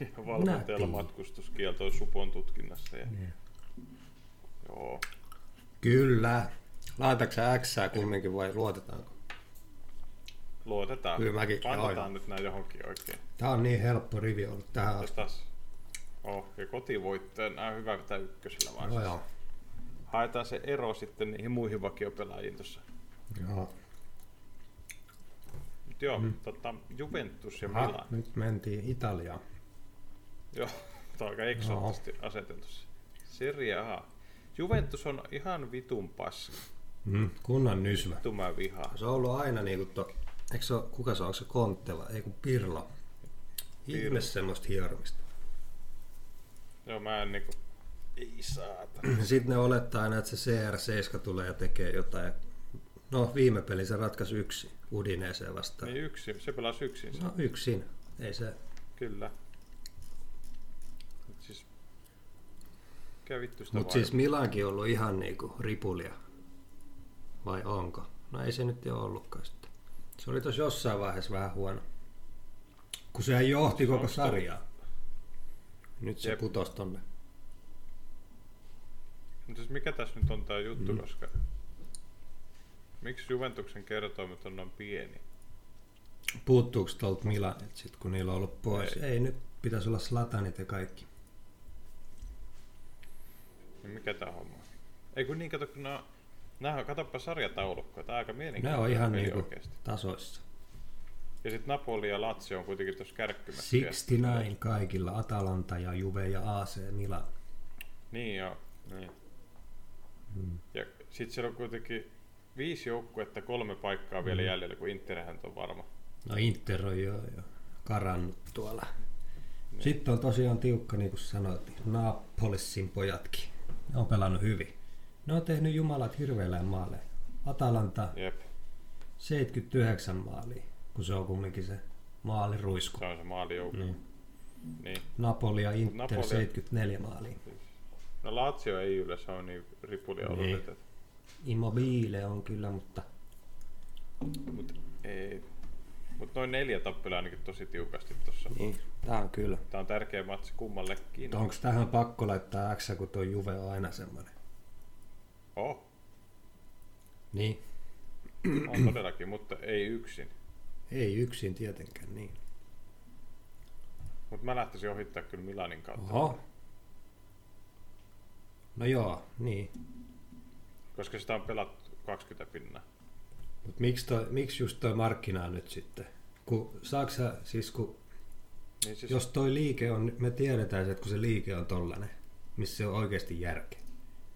Speaker 1: Ja valmentajalla
Speaker 2: Nätti.
Speaker 1: matkustuskielto on supon tutkinnassa. Ja...
Speaker 2: Niin.
Speaker 1: Joo.
Speaker 2: Kyllä. Laitatko sä X kumminkin vai luotetaanko?
Speaker 1: Luotetaan.
Speaker 2: Kyllä mäkin-
Speaker 1: Pantetaan
Speaker 2: joo, joo.
Speaker 1: nyt näin johonkin oikein.
Speaker 2: Tää on niin helppo rivi ollut tähän
Speaker 1: Ja
Speaker 2: asti.
Speaker 1: taas. Oh, ja kotivoittoja. Nämä on hyvä vetää ykkösellä vaan.
Speaker 2: No joo.
Speaker 1: Haetaan se ero sitten niihin muihin vakiopelaajiin tuossa.
Speaker 2: joo.
Speaker 1: Mut joo, mm. tota, Juventus ja Milan.
Speaker 2: Ha, nyt mentiin Italiaan.
Speaker 1: Joo, tämä on aika eksoottisesti aseteltu se. Serie A. Juventus on ihan vitun paska.
Speaker 2: Mm, kunnan nysvä.
Speaker 1: Vittu mä vihaan.
Speaker 2: Se on ollut aina niinku to... Eikö se ole, kuka se on, onko se Kontte vai? Ei kun Pirlo. Ihme semmoista hieromista.
Speaker 1: Joo, mä en niinku... Ei saatana.
Speaker 2: Sitten ne olettaa aina, että se CR7 tulee ja tekee jotain. No viime peli se ratkaisi yksi Udineeseen vastaan.
Speaker 1: Niin yksin, se pelasi yksin sen.
Speaker 2: No yksin. Ei se.
Speaker 1: Kyllä. Mut siis... Mikä vittu sitä
Speaker 2: Mutta
Speaker 1: vaan-
Speaker 2: siis Milankin on ollut ihan niinku ripulia. Vai onko? No ei se nyt ole ollutkaan sitten. Se oli tuossa jossain vaiheessa vähän huono. Kun sehän johti koko sarjaa. Nyt se
Speaker 1: Jep.
Speaker 2: putosi tonne.
Speaker 1: Mut siis mikä tässä nyt on tää juttu, mm. koska... Miksi Juventuksen kertoimet on noin pieni?
Speaker 2: Puuttuuko tuolta Milanit sit, kun niillä on ollut pois?
Speaker 1: Ei.
Speaker 2: Ei, ei nyt pitäisi olla Slatanit ja kaikki.
Speaker 1: Niin mikä tää homma on? Ei kun niin, kato kun nää... Nää, katoppa sarjataulukkoa, tää on aika
Speaker 2: Ne
Speaker 1: mielenkiintoinen
Speaker 2: on ihan
Speaker 1: peli
Speaker 2: niinku
Speaker 1: oikeesti.
Speaker 2: tasoissa.
Speaker 1: Ja sitten Napoli ja Lazio on kuitenkin tuossa kärkkymässä.
Speaker 2: 69 kaikilla, Atalanta ja Juve ja AC Milan.
Speaker 1: Niin joo, niin.
Speaker 2: Mm.
Speaker 1: Ja sitten siellä on kuitenkin viisi joukkuetta, kolme paikkaa vielä
Speaker 2: Mm.
Speaker 1: jäljellä, kun Interhän on varma.
Speaker 2: No Inter on jo, jo karannut tuolla. Sitten on tosiaan tiukka, niin kuin sanoit, Napolissin pojatkin. Ne on pelannut hyvin. Ne on tehnyt jumalat hirveellä maaleja. Atalanta
Speaker 1: Jep,
Speaker 2: 79 maalia, kun se on kumminkin se maaliruisku.
Speaker 1: se on se maalijoukko. Niin. niin.
Speaker 2: Napoli ja Inter
Speaker 1: Napoli-
Speaker 2: 74 maalia.
Speaker 1: No Lazio ei yleensä ole niin ripulia ollut
Speaker 2: Niin.
Speaker 1: nyt, et-
Speaker 2: Immobile on kyllä, mutta
Speaker 1: mut ei. Mut noin neljä tappelua ainakin tosi tiukasti tossa.
Speaker 2: niin, tää on kyllä.
Speaker 1: Tää on tärkeä matsi kummallekin.
Speaker 2: Onko tähän pakko laittaa X, kun tuo Juve on aina semmoinen?
Speaker 1: Oh,
Speaker 2: Niin.
Speaker 1: on todellakin, mutta ei yksin.
Speaker 2: Ei yksin tietenkään, niin.
Speaker 1: Mut mä lähtisin ohittaa kyllä Milanin kautta.
Speaker 2: Oho. No joo, niin.
Speaker 1: Koska sitä on pelattu 20 pinnaa.
Speaker 2: Mut miksi, toi, miksi just toi markkina on nyt sitten? Kun Saksa, siis kun,
Speaker 1: Niin siis,
Speaker 2: jos toi liike on, me tiedetään se, että kun se liike on tollanen, missä se on oikeasti järkeä.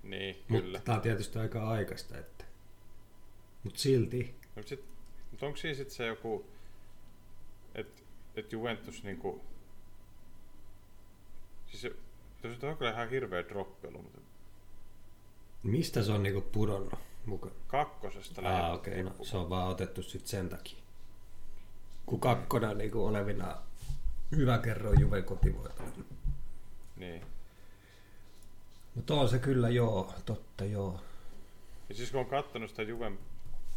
Speaker 1: niin, kyllä.
Speaker 2: Mutta tää on tietysti aika aikaista, että. Mut silti,
Speaker 1: No, sit, mut onko siinä sitten se joku, että et Juventus niinku... Siis se, se nyt on kyllä ihan hirveä droppi ollut, mutta
Speaker 2: mistä se on niinku pudonnut mukaan?
Speaker 1: kakkosesta
Speaker 2: Ah,
Speaker 1: lähdettiin
Speaker 2: okei, okay, no,
Speaker 1: tippumaan.
Speaker 2: se on vaan otettu sit sen takia. Kun kakkona niinku olevina hyvä kerro Juven kotivoitolle.
Speaker 1: Niin.
Speaker 2: Mutta on se kyllä joo, totta joo.
Speaker 1: Ja siis kun on kattonut sitä Juven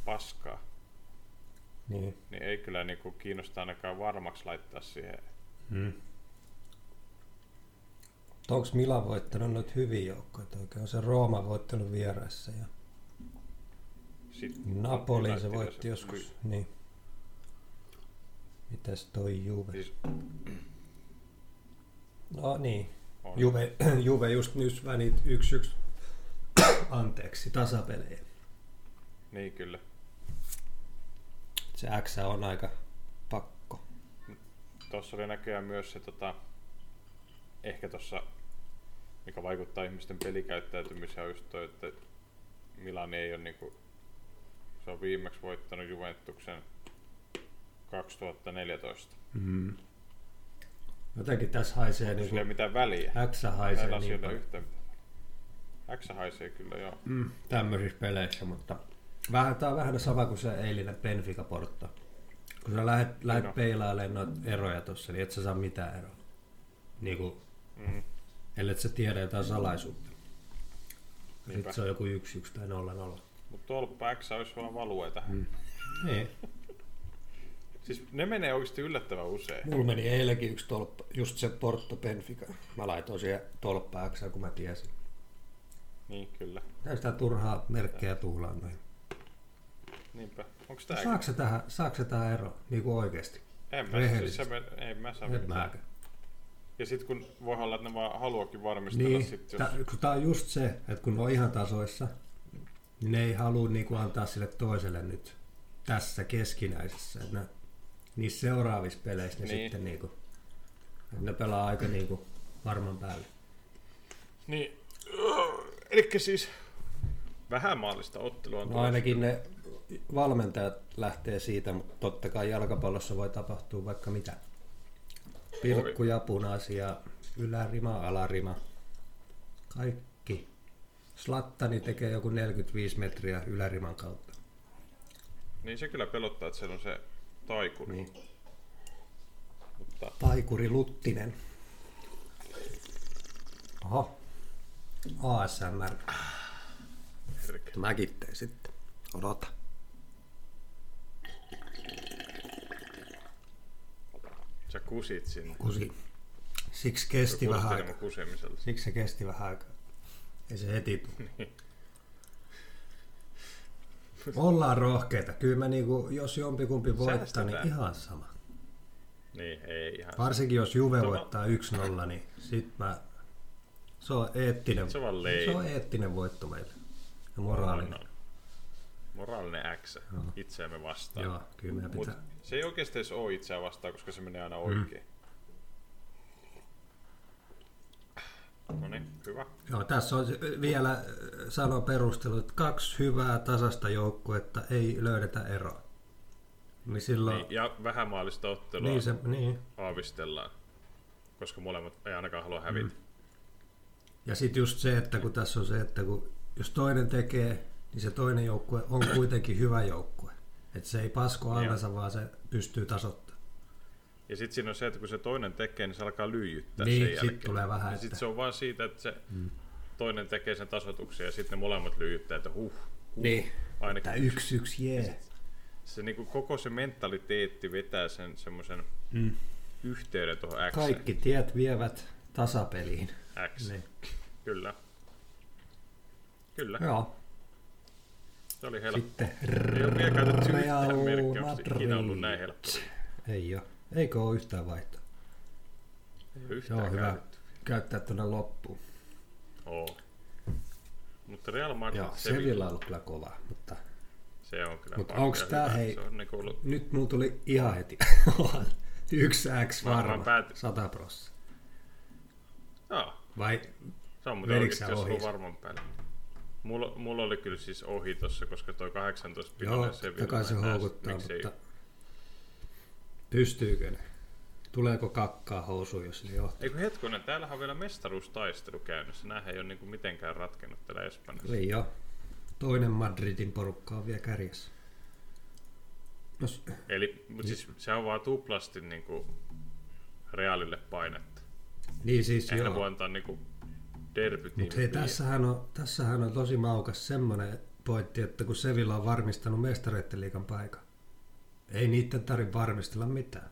Speaker 1: paskaa,
Speaker 2: Niin.
Speaker 1: niin ei kyllä niinku kiinnosta ainakaan varmaksi laittaa siihen. Mm.
Speaker 3: Onko Milan voittanut noita hyviä joukkoja? Oikein on se Rooma voittanut vieraissa ja
Speaker 1: Sit,
Speaker 3: Napoli se
Speaker 1: Laittiin
Speaker 3: voitti
Speaker 1: tässä-
Speaker 3: joskus. Niin. Mitäs toi Juve?
Speaker 1: Siis
Speaker 3: No niin.
Speaker 1: on.
Speaker 2: Juve, Juve just nyt vänit 1-1. Anteeksi, tasapelejä.
Speaker 1: Niin kyllä.
Speaker 2: Se X on aika pakko.
Speaker 1: Tuossa oli näköjään myös se tota, ehkä tuossa, mikä vaikuttaa ihmisten pelikäyttäytymiseen, on just toi, että Milani ei ole niinku, se on viimeksi voittanut Juventuksen 2014.
Speaker 2: Niin Jotenkin tässä haisee
Speaker 1: Sillä
Speaker 2: niinku,
Speaker 1: ei ole mitään väliä.
Speaker 2: X
Speaker 1: Näillä
Speaker 2: haisee niin
Speaker 1: asioilla ei
Speaker 2: paljon
Speaker 1: yhtään mitään. X haisee kyllä joo.
Speaker 2: mm, tämmöisissä peleissä, mutta vähän, tää on vähän sama kuin se eilinen Benfica Porto. Kun sä lähet, lähet
Speaker 1: No.
Speaker 2: no. peilailemaan noita eroja tossa, niin et sä saa mitään eroa. Niinku,
Speaker 1: Mm.
Speaker 2: ellei sä tiedä jotain salaisuutta.
Speaker 1: Niinpä.
Speaker 2: Sitten se on joku 1-1 tai 0-0.
Speaker 1: Mutta tolppa X olisi vaan value tähän. Mm.
Speaker 2: Niin.
Speaker 1: Siis ne menee oikeasti yllättävän usein.
Speaker 2: Mulla meni eilenkin yksi tolppa, just se Porto Benfica. Mä laitoin siihen tolppaa X, kun mä tiesin.
Speaker 1: Niin kyllä.
Speaker 2: Tästä turhaa merkkejä tuhlaa noin.
Speaker 1: Niinpä. Onks tää?
Speaker 2: Saatko sä tähän, saatko sä tähän ero? Niinku oikeesti?
Speaker 1: En mä, siis
Speaker 2: rehellisesti?
Speaker 1: sä men, en mä saa
Speaker 2: En
Speaker 1: mitään.
Speaker 2: mäkään.
Speaker 1: Ja sit kun voi olla, että ne vaan haluakin varmistella niin,
Speaker 2: Niin,
Speaker 1: sit, jos...
Speaker 2: tää, kun tää on just se, että kun ne on ihan tasoissa, niin ne ei halua niinku antaa sille toiselle nyt tässä keskinäisessä. Että ne, niissä seuraavissa peleissä ne
Speaker 1: Niin.
Speaker 2: niin. sitten niinku, että ne pelaa aika niinku varman päälle.
Speaker 1: Niin. Elikkä siis vähän maallista ottelua on
Speaker 2: No
Speaker 1: tulossa.
Speaker 2: ainakin ne valmentajat lähtee siitä, mutta totta kai jalkapallossa voi tapahtua vaikka mitä. Pilkkuja, punaisia, ylärima, alarima, kaikki. Slattani tekee joku 45 metriä yläriman kautta.
Speaker 1: Niin se kyllä pelottaa, että siellä on se taikuri. Niin. Mutta
Speaker 2: Taikuri Luttinen. Oho. ASMR.
Speaker 1: herkki.
Speaker 2: Mäkin teen sitten. Odota.
Speaker 1: Sä kusit sinne.
Speaker 2: Kusi. Siksi kesti vähän
Speaker 1: Kuulostaa
Speaker 2: aikaa. Niin.
Speaker 1: mun kusemiselta.
Speaker 2: Siksi se kesti vähän aikaa. Ei se heti tule.
Speaker 1: Niin.
Speaker 2: Ollaan rohkeita. Kyllä mä niinku, jos jompikumpi voittaa, niin
Speaker 1: Säästetään.
Speaker 2: ihan sama.
Speaker 1: Niin, ei ihan.
Speaker 2: Varsinkin jos Juve
Speaker 1: Toma-
Speaker 2: voittaa 1-0, niin sit mä... Se on eettinen,
Speaker 1: Se on vaan No,
Speaker 2: se
Speaker 1: leima.
Speaker 2: on eettinen voitto meille. Ja
Speaker 1: Moraalinen.
Speaker 2: moraalinen.
Speaker 1: Moraalinen X itseämme vastaan.
Speaker 2: Joo, kyllä meidän
Speaker 1: Mut
Speaker 2: pitää.
Speaker 1: se ei oikeasti edes ole itseään vastaan, koska se menee aina oikein. Mm. No niin, hyvä.
Speaker 2: Joo, tässä on se- vielä äh, sano perustelu, että kaksi hyvää tasasta joukkuetta ei löydetä eroa. Niin silloin...
Speaker 1: Niin, ja vähän maallista ottelua
Speaker 2: niin
Speaker 1: niin
Speaker 2: se, niin.
Speaker 1: aavistellaan, koska molemmat ei ainakaan halua hävitä. Mm.
Speaker 2: Ja sitten just se, että kun tässä on se, että kun jos toinen tekee, niin se toinen joukkue on kuitenkin hyvä joukkue. Että se ei pasko allensa, vaan se pystyy tasoittamaan.
Speaker 1: Ja sitten siinä on se, että kun se toinen tekee, niin se alkaa lyijyttää
Speaker 2: Niin,
Speaker 1: sen
Speaker 2: sit
Speaker 1: jälkeen.
Speaker 2: tulee vähän,
Speaker 1: ja sit
Speaker 2: että-
Speaker 1: se on vaan siitä, että se mm. toinen tekee sen tasoituksen ja sitten ne molemmat lyijyttää, että huh, huh
Speaker 2: Niin.
Speaker 1: ainakin
Speaker 2: Tämä yksi yksi jee.
Speaker 1: se niin kuin koko se mentaliteetti vetää sen semmoisen mm. yhteyden tuohon X.
Speaker 2: Kaikki tiet vievät tasapeliin.
Speaker 1: X.
Speaker 2: Niin.
Speaker 1: Kyllä. Kyllä,
Speaker 2: Joo,
Speaker 1: se oli helppo.
Speaker 2: sitten
Speaker 1: Ei ole vielä käytetty
Speaker 2: Real
Speaker 1: yhtään merkkiä, onko se ikinä ollut näin
Speaker 2: Madrid.
Speaker 1: helppo.
Speaker 2: ei ole. Eikö ole yhtään vaihtoa? Se
Speaker 1: Yhtään
Speaker 2: on hyvä
Speaker 1: käytetty.
Speaker 2: käyttää tuonne loppuun.
Speaker 1: Oo. Mutta Real Madrid
Speaker 2: Joo, Sevilla on ollut kyllä kova, mutta
Speaker 1: Se on kyllä
Speaker 2: Mut
Speaker 1: pakka
Speaker 2: onks tää,
Speaker 1: hyvä.
Speaker 2: hei-
Speaker 1: Se on niinku ollut...
Speaker 2: Nyt mulla tuli ihan heti yksi X
Speaker 1: Varmaan
Speaker 2: varma,
Speaker 1: päätin.
Speaker 2: 100 prosenttia.
Speaker 1: Joo,
Speaker 2: Vai
Speaker 1: se on muuten
Speaker 2: Menikö
Speaker 1: oikeesti,
Speaker 2: sä
Speaker 1: jos
Speaker 2: ohi?
Speaker 1: on varman päälle. Mulla, mulla oli kyllä siis ohi tossa, koska toi 18
Speaker 2: joo,
Speaker 1: pinnanen se
Speaker 2: totta kai se houkuttaa, mutta pystyykö ne? Tuleeko kakkaa housuun, jos ne johtaa?
Speaker 1: Eikö hetkonen, täällähän on vielä mestaruustaistelu käynnissä. Nämähän ei ole niinku mitenkään ratkennut täällä Espanjassa.
Speaker 2: Ei joo. Toinen Madridin porukka on vielä kärjessä.
Speaker 3: No, s-
Speaker 1: Eli mut siis, se on vaan tuplasti niinku Realille painetta.
Speaker 2: Niin siis
Speaker 1: Eihän ne
Speaker 2: joo.
Speaker 1: voi antaa niinku derbytiimille.
Speaker 2: Mutta hei, tässähän on, tässähän on tosi maukas semmoinen pointti, että kun Sevilla on varmistanut mestareiden liikan paikan, ei niiden tarvitse varmistella mitään.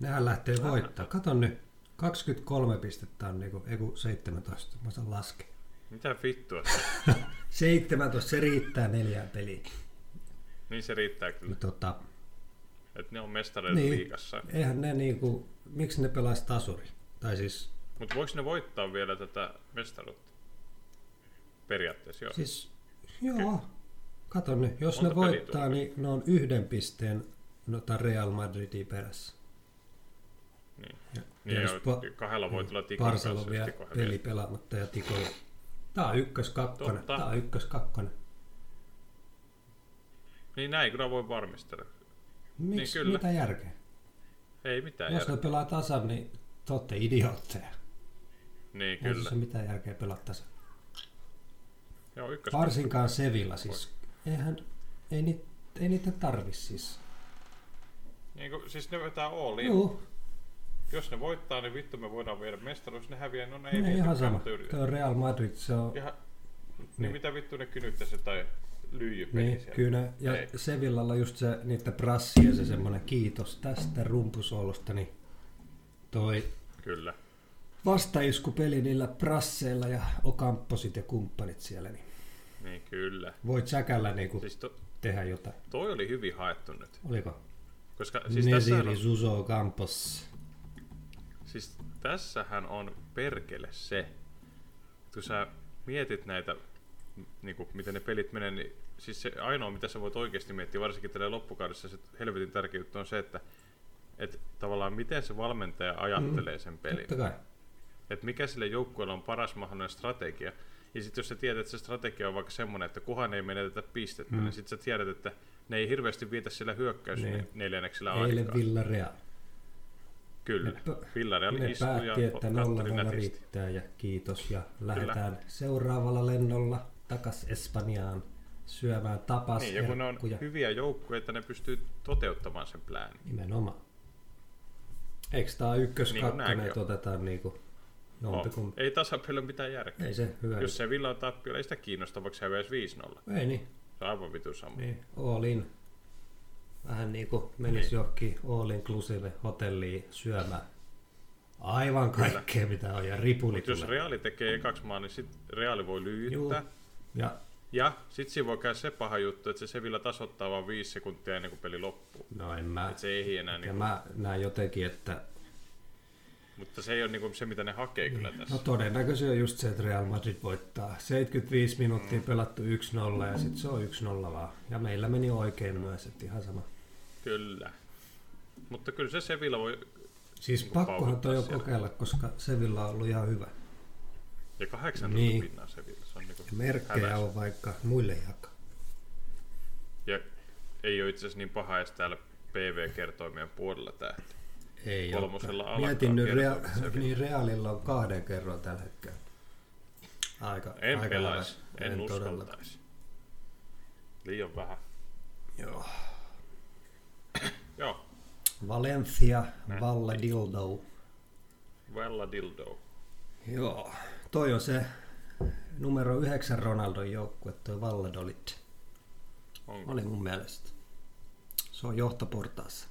Speaker 2: Nehän lähtee voittaa. Kato nyt, 23 pistettä on niinku, ei kun 17, mä saan laskea.
Speaker 1: Mitä vittua?
Speaker 2: 17, se riittää neljään peliin.
Speaker 1: Niin se riittää kyllä.
Speaker 2: Mut Tota,
Speaker 1: Että ne on mestareiden
Speaker 2: Niin.
Speaker 1: liigassa.
Speaker 2: eihän ne niinku, miksi ne pelaisi tasuri? Tai siis,
Speaker 1: Mutta voiko ne voittaa vielä tätä mestaruutta? Periaatteessa joo.
Speaker 2: siis joo, kato nyt, jos
Speaker 1: Monta
Speaker 2: ne
Speaker 1: peliä
Speaker 2: voittaa,
Speaker 1: tulee?
Speaker 2: niin ne on yhden pisteen nota Real Madridin perässä.
Speaker 1: Niin.
Speaker 2: Ja,
Speaker 1: Niin,
Speaker 2: ja
Speaker 1: ja
Speaker 2: jos pa-
Speaker 1: kahdella voi tulla tikon kanssa,
Speaker 2: Parsalla on
Speaker 1: jos
Speaker 2: vielä
Speaker 1: Tiko häviää.
Speaker 2: peli pelaamatta ja tikoja. Tää on ykkös kakkonen.
Speaker 1: Totta.
Speaker 2: Tää on ykkös kakkonen.
Speaker 1: Niin näin kyllä voi varmistella.
Speaker 2: Miks,
Speaker 1: Niin,
Speaker 2: niin
Speaker 1: kyllä.
Speaker 2: mitä järkeä?
Speaker 1: Ei mitään
Speaker 2: Jos
Speaker 1: järkeä.
Speaker 2: ne pelaa tasan, niin te ootte idiootteja.
Speaker 1: Niin
Speaker 2: Ei
Speaker 1: kyllä.
Speaker 2: se mitään järkeä pelata tasan.
Speaker 1: Joo, ykkös.
Speaker 2: Varsinkaan Sevilla siis. Eihän, ei, niitä, ei niitä tarvi siis.
Speaker 1: Niin kuin, siis ne vetää all in.
Speaker 2: Juu,
Speaker 1: Jos ne voittaa, niin vittu me voidaan viedä mestaruus. Ne häviää, no ne ei
Speaker 2: ei,
Speaker 1: viety
Speaker 2: ihan sama.
Speaker 1: tyyliä.
Speaker 2: Tuo Real Madrid, se on...
Speaker 1: Ihan... Niin.
Speaker 2: Niin.
Speaker 1: mitä vittu ne kynyttä se tai lyijy peli
Speaker 2: Niin,
Speaker 1: siellä.
Speaker 2: kyllä. ne- Ja
Speaker 1: Ei.
Speaker 2: ei. Sevillalla just se niiden prassi ja se semmonen kiitos tästä rumpusoolosta, niin toi
Speaker 1: Kyllä.
Speaker 2: vastaiskupeli niillä prasseilla ja okamposit ja kumppanit siellä, niin
Speaker 1: Niin kyllä.
Speaker 2: voit säkällä niinku
Speaker 1: Siis to,
Speaker 2: tehdä jotain.
Speaker 1: toi oli hyvin haettu nyt.
Speaker 2: Oliko?
Speaker 1: Koska siis
Speaker 2: Siis
Speaker 1: tässähän
Speaker 2: Nesiri
Speaker 1: on,
Speaker 2: Suso Campos.
Speaker 1: siis tässähän on perkele se, että kun sä mietit näitä, niin kuin, miten ne pelit menee, niin siis se ainoa, mitä sä voit oikeasti miettiä, varsinkin tällä loppukaudessa, se helvetin tärkeä juttu on se, että et tavallaan miten se valmentaja ajattelee sen pelin.
Speaker 2: Totta kai.
Speaker 1: että mikä sille joukkueelle on paras mahdollinen strategia. Ja sitten jos sä tiedät, että se strategia on vaikka semmoinen, että kuhan ei menetetä pistettä, mm. niin sitten sä tiedät, että ne ei hirveästi vietä sillä hyökkäys
Speaker 2: Niin.
Speaker 1: neljänneksellä
Speaker 2: Eilen
Speaker 1: aikaa.
Speaker 2: Villareal.
Speaker 1: Kyllä.
Speaker 2: Ne pö-
Speaker 1: Villareal
Speaker 2: Ne
Speaker 1: istui ja
Speaker 2: päätti, että nolla
Speaker 1: katteli
Speaker 2: nolla
Speaker 1: nätisti.
Speaker 2: riittää ja kiitos ja lähdetään seuraavalla lennolla takas Espanjaan syömään tapas
Speaker 1: Niin, ja kun ne on
Speaker 2: herkkuja.
Speaker 1: hyviä joukkueita, että ne pystyy toteuttamaan sen pläänin.
Speaker 2: Nimenomaan. Eikö tää ykkös
Speaker 1: Niin kuin
Speaker 2: kakkonen,
Speaker 1: nääkin
Speaker 2: että otetaan niinku
Speaker 1: No,
Speaker 2: jompikumpi?
Speaker 1: ei tasapeli ole mitään järkeä.
Speaker 2: Ei se hyvä.
Speaker 1: Jos se Villa on tappiolla, ei sitä kiinnosta, vaikka se häviäisi 5-0.
Speaker 2: Ei niin.
Speaker 1: Se on aivan vitu sama.
Speaker 2: Niin, all in. Vähän niinku menis niin. johonkin all inclusive hotelliin syömään. Aivan kaikkea mitä on ja ripuli
Speaker 1: Mutta jos
Speaker 2: tulee.
Speaker 1: Reali tekee ekaksi maan, niin sit Reali voi lyyttää.
Speaker 2: Ja
Speaker 1: Ja sit siinä voi käydä se paha juttu, että se Sevilla tasoittaa vaan viisi sekuntia ennen kuin peli loppuu.
Speaker 2: no en mä.
Speaker 1: Et se ei enää,
Speaker 2: Ja
Speaker 1: niin,
Speaker 2: mä näen jotenkin, että
Speaker 1: mutta se ei ole niin se, mitä ne hakee kyllä tässä.
Speaker 2: no todennäköisesti on just se, että Real Madrid voittaa. 75
Speaker 1: Mm.
Speaker 2: minuuttia pelattu 1-0 ja sitten se on 1-0 vaan. Ja meillä meni oikein myös, että ihan sama.
Speaker 1: Kyllä. Mutta kyllä se Sevilla voi,
Speaker 2: Siis
Speaker 1: Niinku
Speaker 2: pakkohan toi on
Speaker 1: paukuttaa
Speaker 2: kokeilla, koska Sevilla on ollut ihan hyvä.
Speaker 1: ja 18 niin.
Speaker 2: Niin.
Speaker 1: pinnaa Sevilla, se on niin
Speaker 2: Ja
Speaker 1: kuin
Speaker 2: merkkejä on vaikka muille jakaa.
Speaker 1: Ja ei ole itse asiassa niin paha edes täällä PV-kertoimien puolella tää.
Speaker 2: Ei
Speaker 1: Kolmosella
Speaker 2: olekaan.
Speaker 1: alkaa
Speaker 2: Mietin nyt,
Speaker 1: kertoa,
Speaker 2: rea-
Speaker 1: että se
Speaker 2: niin Realilla on kahden kerran tällä hetkellä. Aika,
Speaker 1: En
Speaker 2: aika
Speaker 1: pelaisi,
Speaker 2: hyvä.
Speaker 1: en, en
Speaker 2: todella.
Speaker 1: uskaltaisi. Liian vähän.
Speaker 2: Joo.
Speaker 1: Joo,
Speaker 2: Valencia,
Speaker 1: Mm.
Speaker 2: Valla Dildo.
Speaker 1: Vella Dildo.
Speaker 2: Joo. Toi on se numero yhdeksän Ronaldon joukkue, toi Valladolid.
Speaker 1: Onko?
Speaker 2: Oli mun mielestä. Se on johtoportaassa.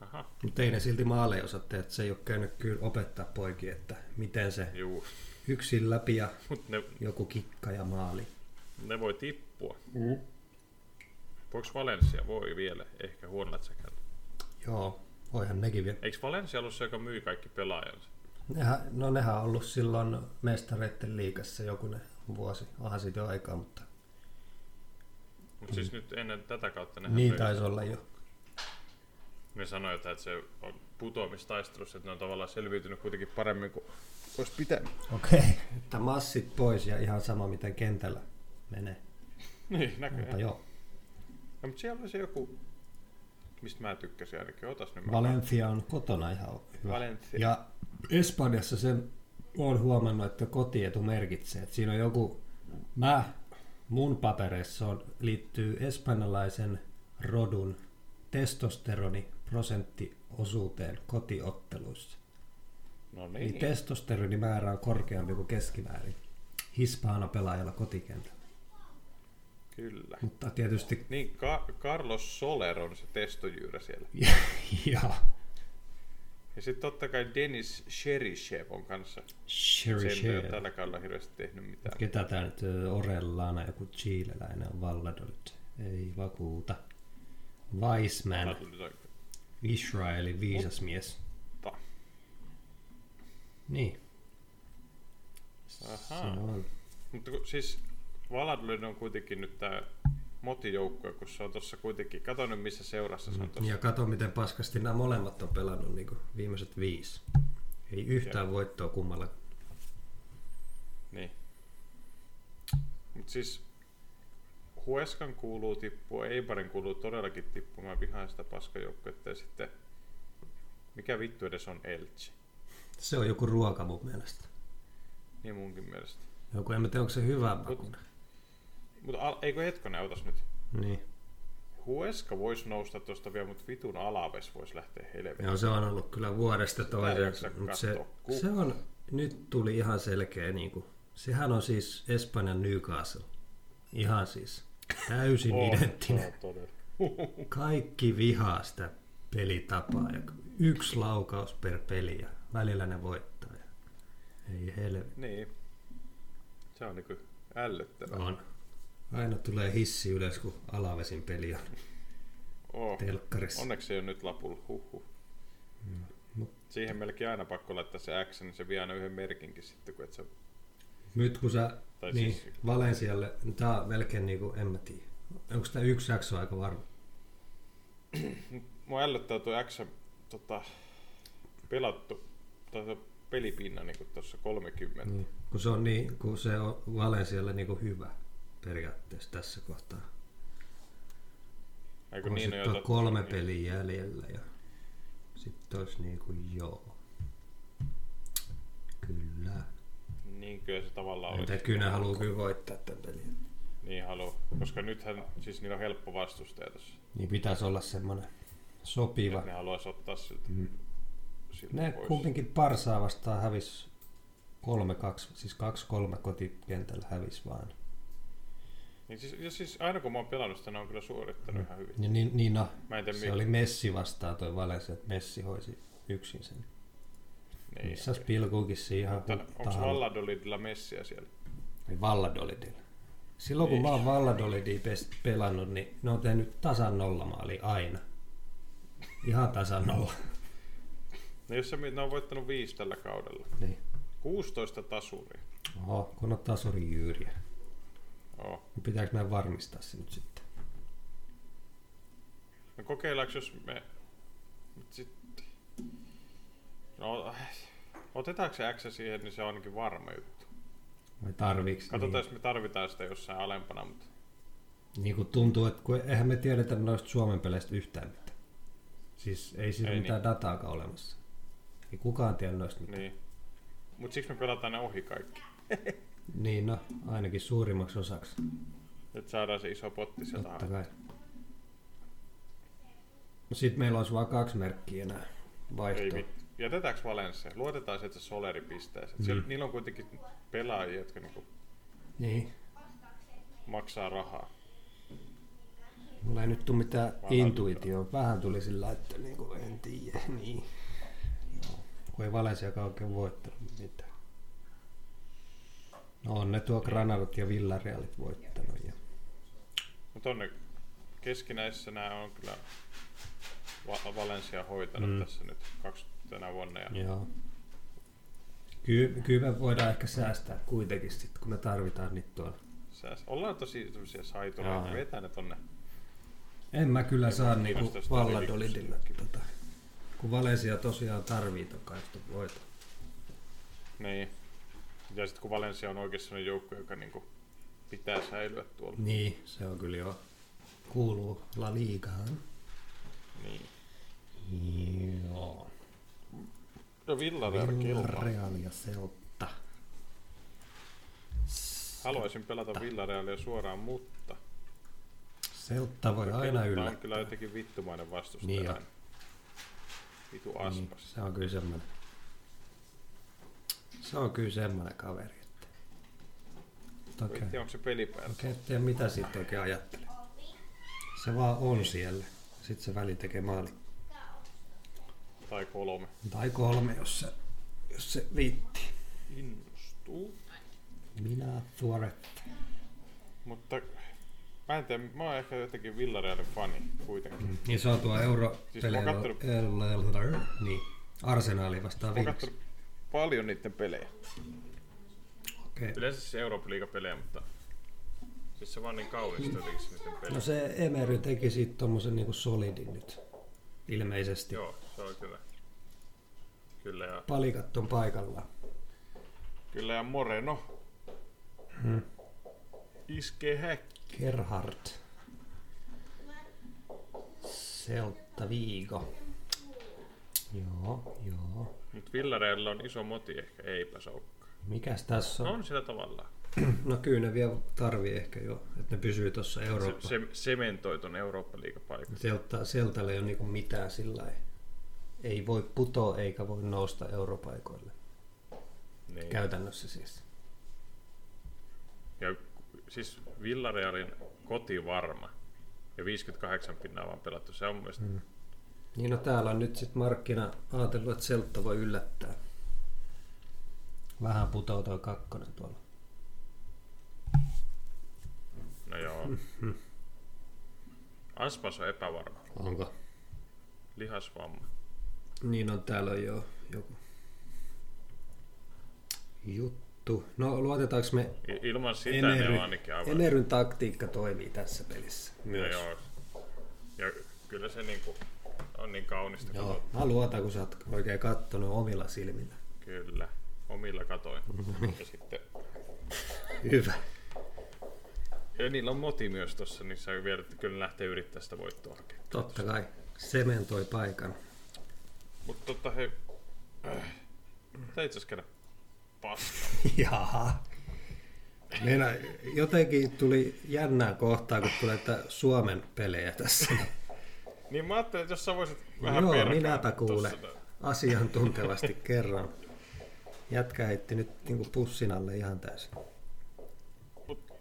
Speaker 1: Aha,
Speaker 2: Mutta ei ne silti maaleja osaa tehdä, että se ei ole käynyt kyllä opettaa poikia, että miten se
Speaker 1: juu.
Speaker 2: yksin läpi ja
Speaker 1: Mut ne,
Speaker 2: joku kikka ja maali.
Speaker 1: Ne voi tippua. Mm. Voiko Valencia? Voi vielä. Ehkä huonolla tsekään.
Speaker 2: Joo, voihan nekin vielä.
Speaker 1: Eikö Valencia ollut se, joka myi kaikki pelaajansa?
Speaker 2: Nehän, no nehän on ollut silloin mestareiden liigassa jokunen vuosi, onhan siitä jo aikaa, mutta
Speaker 1: Siis nyt ennen tätä kautta nehän
Speaker 2: Mm. Niin
Speaker 1: pyysi-
Speaker 2: taisi olla jo.
Speaker 1: ne sanoi jotain, että se on putoamistaistelussa, että ne on tavallaan selviytynyt kuitenkin paremmin kuin olisi pitänyt.
Speaker 2: Okei. Okay. Että massit pois ja ihan sama miten kentällä menee.
Speaker 1: Niin,
Speaker 2: Mm. Mutta
Speaker 1: näköjään.
Speaker 2: joo,
Speaker 1: No, mutta siellä oli se joku, mistä mä tykkäsin ainakin. Otas nyt mä
Speaker 2: Valencia on kotona ihan hyvä.
Speaker 1: Valencia.
Speaker 2: Ja Espanjassa sen olen huomannut, että kotietu merkitsee. Että siinä on joku, mä, mun papereissa on, liittyy espanjalaisen rodun testosteroni prosenttiosuuteen kotiotteluissa.
Speaker 1: No
Speaker 2: Niin.
Speaker 1: niin.
Speaker 2: Eli testosteronimäärä on korkeampi kuin keskimäärin hispaana pelaajalla kotikentällä.
Speaker 1: Kyllä.
Speaker 2: Mutta tietysti
Speaker 1: Niin, Ka- Carlos Soler on se testojyyrä siellä.
Speaker 2: ja, ja
Speaker 1: Ja sitten totta kai Dennis Sherishev on kanssa.
Speaker 2: Sherry
Speaker 1: Sen ei ole
Speaker 2: Sherry.
Speaker 1: tällä kaudella hirveästi tehnyt mitään.
Speaker 2: Ketä tää nyt ö, Orellana, joku chileläinen on Valladolt. Ei vakuuta.
Speaker 1: Mä
Speaker 2: Weissman,
Speaker 1: tulin nyt oikein.
Speaker 2: Israelin viisas mies.
Speaker 1: Mutta-
Speaker 2: Niin, se
Speaker 1: Ahaa.
Speaker 2: on.
Speaker 1: Mutta kun- siis Valadolid on kuitenkin nyt tää motijoukkue, kun se on tuossa kuitenkin, katson nyt missä seurassa se on tuossa.
Speaker 2: Ja kato miten paskasti nämä molemmat on pelannut niin viimeiset viisi. Ei yhtään voittoa kummalla.
Speaker 1: Niin. Mut siis Hueskan kuuluu tippua, Eibarin kuuluu todellakin tippua. Mä vihaan sitä paskajoukkuetta ja sitten mikä vittu edes on Elche?
Speaker 2: Se on joku ruoka mun mielestä.
Speaker 1: Niin munkin mielestä.
Speaker 2: Joku, en mä tiedä onko se hyvä maku.
Speaker 1: Mutta al- eikö hetkonen, otas nyt.
Speaker 2: Niin.
Speaker 1: Hueska voisi nousta tuosta vielä, mutta vitun alaves voisi lähteä helvetin.
Speaker 2: Joo, se on ollut kyllä vuodesta toiseen.
Speaker 1: jaksa
Speaker 2: Mutta se,
Speaker 1: katsoa kukaan.
Speaker 2: se on, nyt tuli ihan selkeä, niin kuin, sehän on siis Espanjan Newcastle. Ihan siis täysin
Speaker 1: On,
Speaker 2: identtinen.
Speaker 1: on todella.
Speaker 2: Kaikki vihaa sitä pelitapaa. Ja yksi laukaus per peli ja välillä ne voittaa. Ja ei helvetti.
Speaker 1: Niin. Se on niinku ällöttävä.
Speaker 2: On. Aina tulee hissi ylös, kun alavesin peli on
Speaker 1: Oh.
Speaker 2: telkkarissa. Mm,
Speaker 1: Onneksi ei ole nyt lapulla. Huhhuh.
Speaker 2: Mut-
Speaker 1: Siihen melkein aina pakko laittaa se X, niin se vie aina yhden merkinkin sitten, kun et sä...
Speaker 2: Nyt kun sä
Speaker 1: Tai
Speaker 2: niin,
Speaker 1: siis-
Speaker 2: Valensialle, tää on melkein niinku, en mä tiedä. Onko tää yksi jakso aika varma?
Speaker 1: Mua ällöttää tuo X tota, pelattu tai se pelipinna niinku tuossa 30. Mm.
Speaker 2: Niin. Kun se on niin, kun se on Valensialle niinku hyvä periaatteessa tässä kohtaa.
Speaker 1: Eikö
Speaker 2: Kun
Speaker 1: niin
Speaker 2: sitten on kolme peliä jäljellä ja sitten olisi niinku joo. Kyllä.
Speaker 1: Niin, niin kyllä se tavallaan
Speaker 2: Entä
Speaker 1: oli.
Speaker 2: kyllä ne haluaa kyllä voittaa tämän pelin.
Speaker 1: Niin haluaa. Koska nythän siis niillä on helppo vastustaja tuossa.
Speaker 2: Niin pitäisi olla semmoinen sopiva.
Speaker 1: Että ne haluaisi ottaa siltä, mm. siltä
Speaker 2: Ne
Speaker 1: pois.
Speaker 2: kumminkin Parsaa vastaan hävis 3-2, siis 2-3 kotikentällä hävis vaan.
Speaker 1: Niin siis, ja siis aina kun mä oon pelannut sitä, ne on kyllä suorittanut mm. ihan hyvin.
Speaker 2: Ja niin, niin no,
Speaker 1: Mä en tiedä,
Speaker 2: se
Speaker 1: mi-
Speaker 2: oli Messi vastaan toi Valencia, että Messi hoisi yksin sen.
Speaker 1: niin.
Speaker 2: Missäs pilkuukin se ihan
Speaker 1: Onko Valladolidilla messiä siellä?
Speaker 2: Niin Valladolidilla. Silloin kun
Speaker 1: Niin.
Speaker 2: mä oon Valladolidia pes- pelannut, niin ne on tehnyt tasan nolla maali aina. Ihan tasan nolla.
Speaker 1: No jos se, ne on voittanut viisi tällä kaudella.
Speaker 2: niin.
Speaker 1: 16 tasuria.
Speaker 2: Oho, kun on tasuri jyyriä.
Speaker 1: Joo.
Speaker 2: Pitääkö meidän varmistaa se nyt sitten?
Speaker 1: No kokeillaanko jos me... Mut sitten... No, äh, otetaanko se X siihen, niin se on ainakin varma juttu.
Speaker 2: Niin. Vai tarviiks?
Speaker 1: Katsotaan, niin. jos me tarvitaan sitä jossain alempana, mutta...
Speaker 2: Niin kuin tuntuu, että kun eihän me tiedetä noista Suomen peleistä yhtään mitään. Siis ei siinä
Speaker 1: Ei
Speaker 2: ei mitään niin. dataakaan olemassa. Ei kukaan tiedä noista mitään.
Speaker 1: Niin. Mut siksi me pelataan ne ohi kaikki.
Speaker 2: Niin. niin no, ainakin suurimmaksi osaksi.
Speaker 1: Että saadaan se iso potti sieltä.
Speaker 2: Totta kai. No sit meillä olisi vaan kaksi merkkiä enää
Speaker 1: Ei
Speaker 2: vaihtoa.
Speaker 1: mit... Jätetäänkö Valencia? Luotetaan se, että se Soleri pistää sen. Mm. Niillä on kuitenkin pelaajia, jotka niinku
Speaker 2: Niin.
Speaker 1: maksaa rahaa.
Speaker 2: Mulla ei nyt tule mitään
Speaker 1: Vaan
Speaker 2: intuitioa. Vähän tuli sillä, että niinku, en tiedä. Niin. Joo. Kun ei Valensiakaan oikein voittanut mitään. No on ne
Speaker 1: Niin.
Speaker 2: tuo Granadat ja Villarealit voittanut. Ja...
Speaker 1: Mutta on ne keskinäisissä nämä on kyllä Va- Valencia hoitanut mm. tässä nyt kaksi tänä vuonna. Ja,
Speaker 2: Joo. Ky- kyllä me voidaan ehkä säästää kuitenkin sit, kun me tarvitaan niitä tuolla
Speaker 1: Sä, ollaan tosi tämmöisiä saitureita,
Speaker 5: Joo.
Speaker 1: vetää ne tonne.
Speaker 2: En mä kyllä saa niinku
Speaker 1: Vastus-
Speaker 2: Valladolidilla tota. Kun Valesia tosiaan tarvii ton kaista voita.
Speaker 1: Niin. Ja sitten kun Valencia on oikein sellainen joukko, joka niinku pitää säilyä tuolla.
Speaker 2: Niin, se on kyllä jo. Kuuluu La Ligaan.
Speaker 1: Niin.
Speaker 2: Joo.
Speaker 1: No Villarreal kilpaa.
Speaker 2: Real ja Celta.
Speaker 1: Haluaisin pelata Villarealia suoraan, mutta
Speaker 2: Celta voi aina
Speaker 1: Kelta
Speaker 2: yllä.
Speaker 1: on kyllä jotenkin vittumainen vastustaja.
Speaker 2: Niin
Speaker 1: Niin
Speaker 2: on.
Speaker 1: Vitu
Speaker 2: Niin,
Speaker 1: aspas.
Speaker 2: se on kyllä semmonen. Se on kyllä semmonen kaveri, että...
Speaker 1: Niin.
Speaker 2: Toki,
Speaker 1: En tiedä, onko se peli päällä.
Speaker 2: toki en tiedä mitä siitä oikein ajattelee. Se vaan on siellä. Sitten se väli tekee maali.
Speaker 1: Tai kolme.
Speaker 2: Tai kolme, jos se, jos se viitti.
Speaker 1: Innostuu.
Speaker 2: Minä tuore.
Speaker 1: Mutta mä en tiedä, mä oon ehkä jotenkin Villarealin fani kuitenkin. Mm.
Speaker 2: Niin se on tuo euro
Speaker 1: Siis mä oon kattonut-
Speaker 2: Niin. Arsenaali
Speaker 1: Mä
Speaker 2: vastaan
Speaker 1: oon
Speaker 2: viimeksi.
Speaker 1: katsonut paljon niiden pelejä.
Speaker 2: Okei.
Speaker 1: Yleensä siis Euroopan liigapelejä, mutta siis se vaan niin kaunista jotenkin se niiden pelejä.
Speaker 2: No se Emery teki siitä tommosen niinku solidin nyt. Ilmeisesti.
Speaker 1: Joo, se on kyllä. Kyllä ja,
Speaker 2: Palikat on paikallaan.
Speaker 1: kyllä ja Moreno. Hmm.
Speaker 2: Mm.
Speaker 1: Iskee häkki.
Speaker 2: Gerhard. Seltta Viigo. Joo, joo.
Speaker 1: Mut Villarealilla on iso moti ehkä, eipä soukka.
Speaker 2: Mikäs tässä
Speaker 1: No
Speaker 2: on?
Speaker 1: on sillä tavallaan.
Speaker 2: No kyllä ne vielä tarvii ehkä jo, että ne pysyy tuossa
Speaker 1: Se,
Speaker 2: Euroopassa.
Speaker 1: se, sementoi ton Eurooppa-liigapaikan.
Speaker 2: Selta, Seltalle ei ole niinku mitään sillä lailla. Ei voi putoa eikä voi nousta europaikoille.
Speaker 1: Niin.
Speaker 2: Käytännössä siis.
Speaker 1: Ja siis Villarealin koti varma. Ja 58 pinnaa vaan pelattu. Se on mun mielestä... Mm.
Speaker 2: Niin no täällä on nyt sitten markkina ajatellut, että Seltta voi yllättää. Vähän putoaa toi kakkonen tuolla.
Speaker 1: No joo. Aspas on epävarma.
Speaker 2: Onko?
Speaker 1: Lihasvamma.
Speaker 2: Niin on, täällä on jo joku juttu. No luotetaanko me
Speaker 1: I- ilman sitä ne on
Speaker 2: Emery,
Speaker 1: ainakin aivan...
Speaker 2: Emeryn taktiikka toimii tässä pelissä
Speaker 1: ja,
Speaker 2: myös.
Speaker 1: joo. ja kyllä se niinku on niin kaunista.
Speaker 2: Joo,
Speaker 1: kato-
Speaker 2: mä luotan, kun sä oot oikein kattonut omilla silmillä.
Speaker 1: Kyllä. Omilla katoin. ja sitten...
Speaker 2: Hyvä.
Speaker 1: Ja niillä on moti myös tossa, niin sä vielä että kyllä lähtee yrittää sitä voittoa hakemaan.
Speaker 2: Totta kai. Sementoi paikan.
Speaker 1: Mutta tota hei... Äh. Tää itse asiassa käydä paska.
Speaker 2: Jaha. Meina, jotenkin tuli jännää kohtaa, kun tulee tää Suomen pelejä tässä.
Speaker 1: Niin mä ajattelin, että jos sä voisit vähän
Speaker 2: No Joo,
Speaker 1: perkaa
Speaker 2: minäpä
Speaker 1: tossa
Speaker 2: kuule
Speaker 1: noin.
Speaker 2: asiantuntevasti kerran. Jätkä heitti nyt niinku pussin alle ihan täysin.
Speaker 1: Mut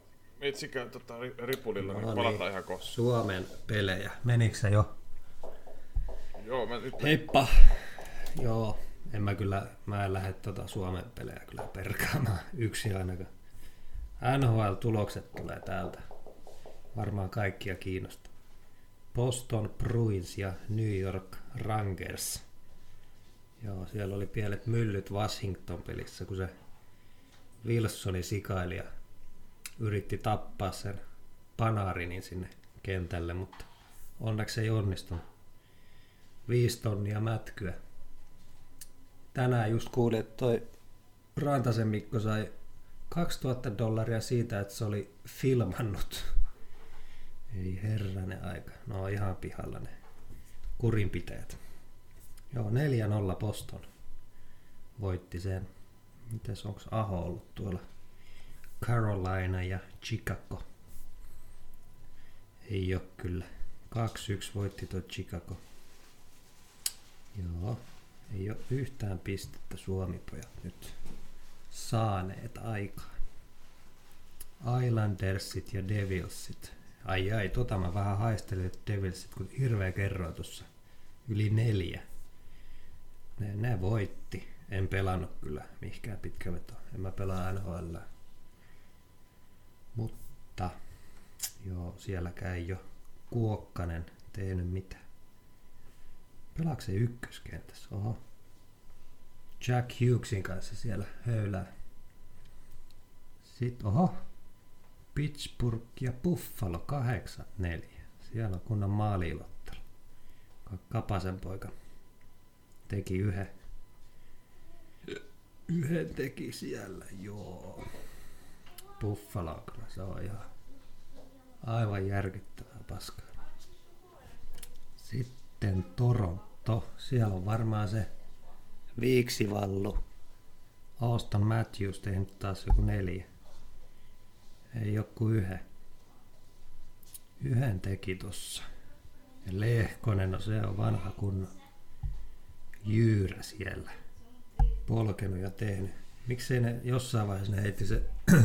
Speaker 1: Etsikää tota ri- ripulilla,
Speaker 2: No
Speaker 1: niin
Speaker 2: niin.
Speaker 1: palataan ihan kohta.
Speaker 2: Suomen pelejä. Menikö se jo?
Speaker 1: Joo, mä nyt
Speaker 2: Heippa! Joo, en mä kyllä, mä en lähde tota Suomen pelejä kyllä perkaamaan yksin ainakaan. NHL-tulokset tulee täältä. Varmaan kaikkia kiinnostaa. Boston Bruins ja New York Rangers. Joo, siellä oli pienet myllyt Washington-pelissä, kun se Wilsoni sikaili ja yritti tappaa sen panarinin sinne kentälle, mutta onneksi ei onnistunut viisi tonnia mätkyä. Tänään just kuulin, että toi Rantasen Mikko sai 2000 dollaria siitä, että se oli filmannut. Ei herranen aika. No on ihan pihalla ne kurinpiteet. Joo, 4-0 Poston voitti sen. Mites onks Aho ollut tuolla? Carolina ja Chicago. Ei oo kyllä. 2-1 voitti tuo Chicago. Joo, ei ole yhtään pistettä suomipojat nyt saaneet aikaan. Islandersit ja Devilsit. Ai ai, tota mä vähän haistelin, että Devilsit, kun hirveä kerroin tuossa. Yli neljä. Ne, ne voitti. En pelannut kyllä mihinkään pitkä veto. En mä pelaa NHL. Mutta joo, sielläkään ei ole Kuokkanen tehnyt mitään. Pelaako se ykköskentässä? Oho. Jack Hughesin kanssa siellä höylää. Sitten, oho. Pittsburgh ja Buffalo 8-4. Siellä on kunnon maaliilottelu. Kapasen poika teki yhden. Yhden teki siellä, joo. Buffalo on kyllä, se on ihan aivan järkyttävää paskaa. Sitten Toronto. Siellä on varmaan se viiksivallu. Austin Matthews tehnyt taas joku neljä. Ei joku yhden. Yhden teki tossa. Ja Lehkonen, no se on vanha kunnon jyyrä siellä. Polkenut ja tehnyt. Miksei ne jossain vaiheessa ne heitti se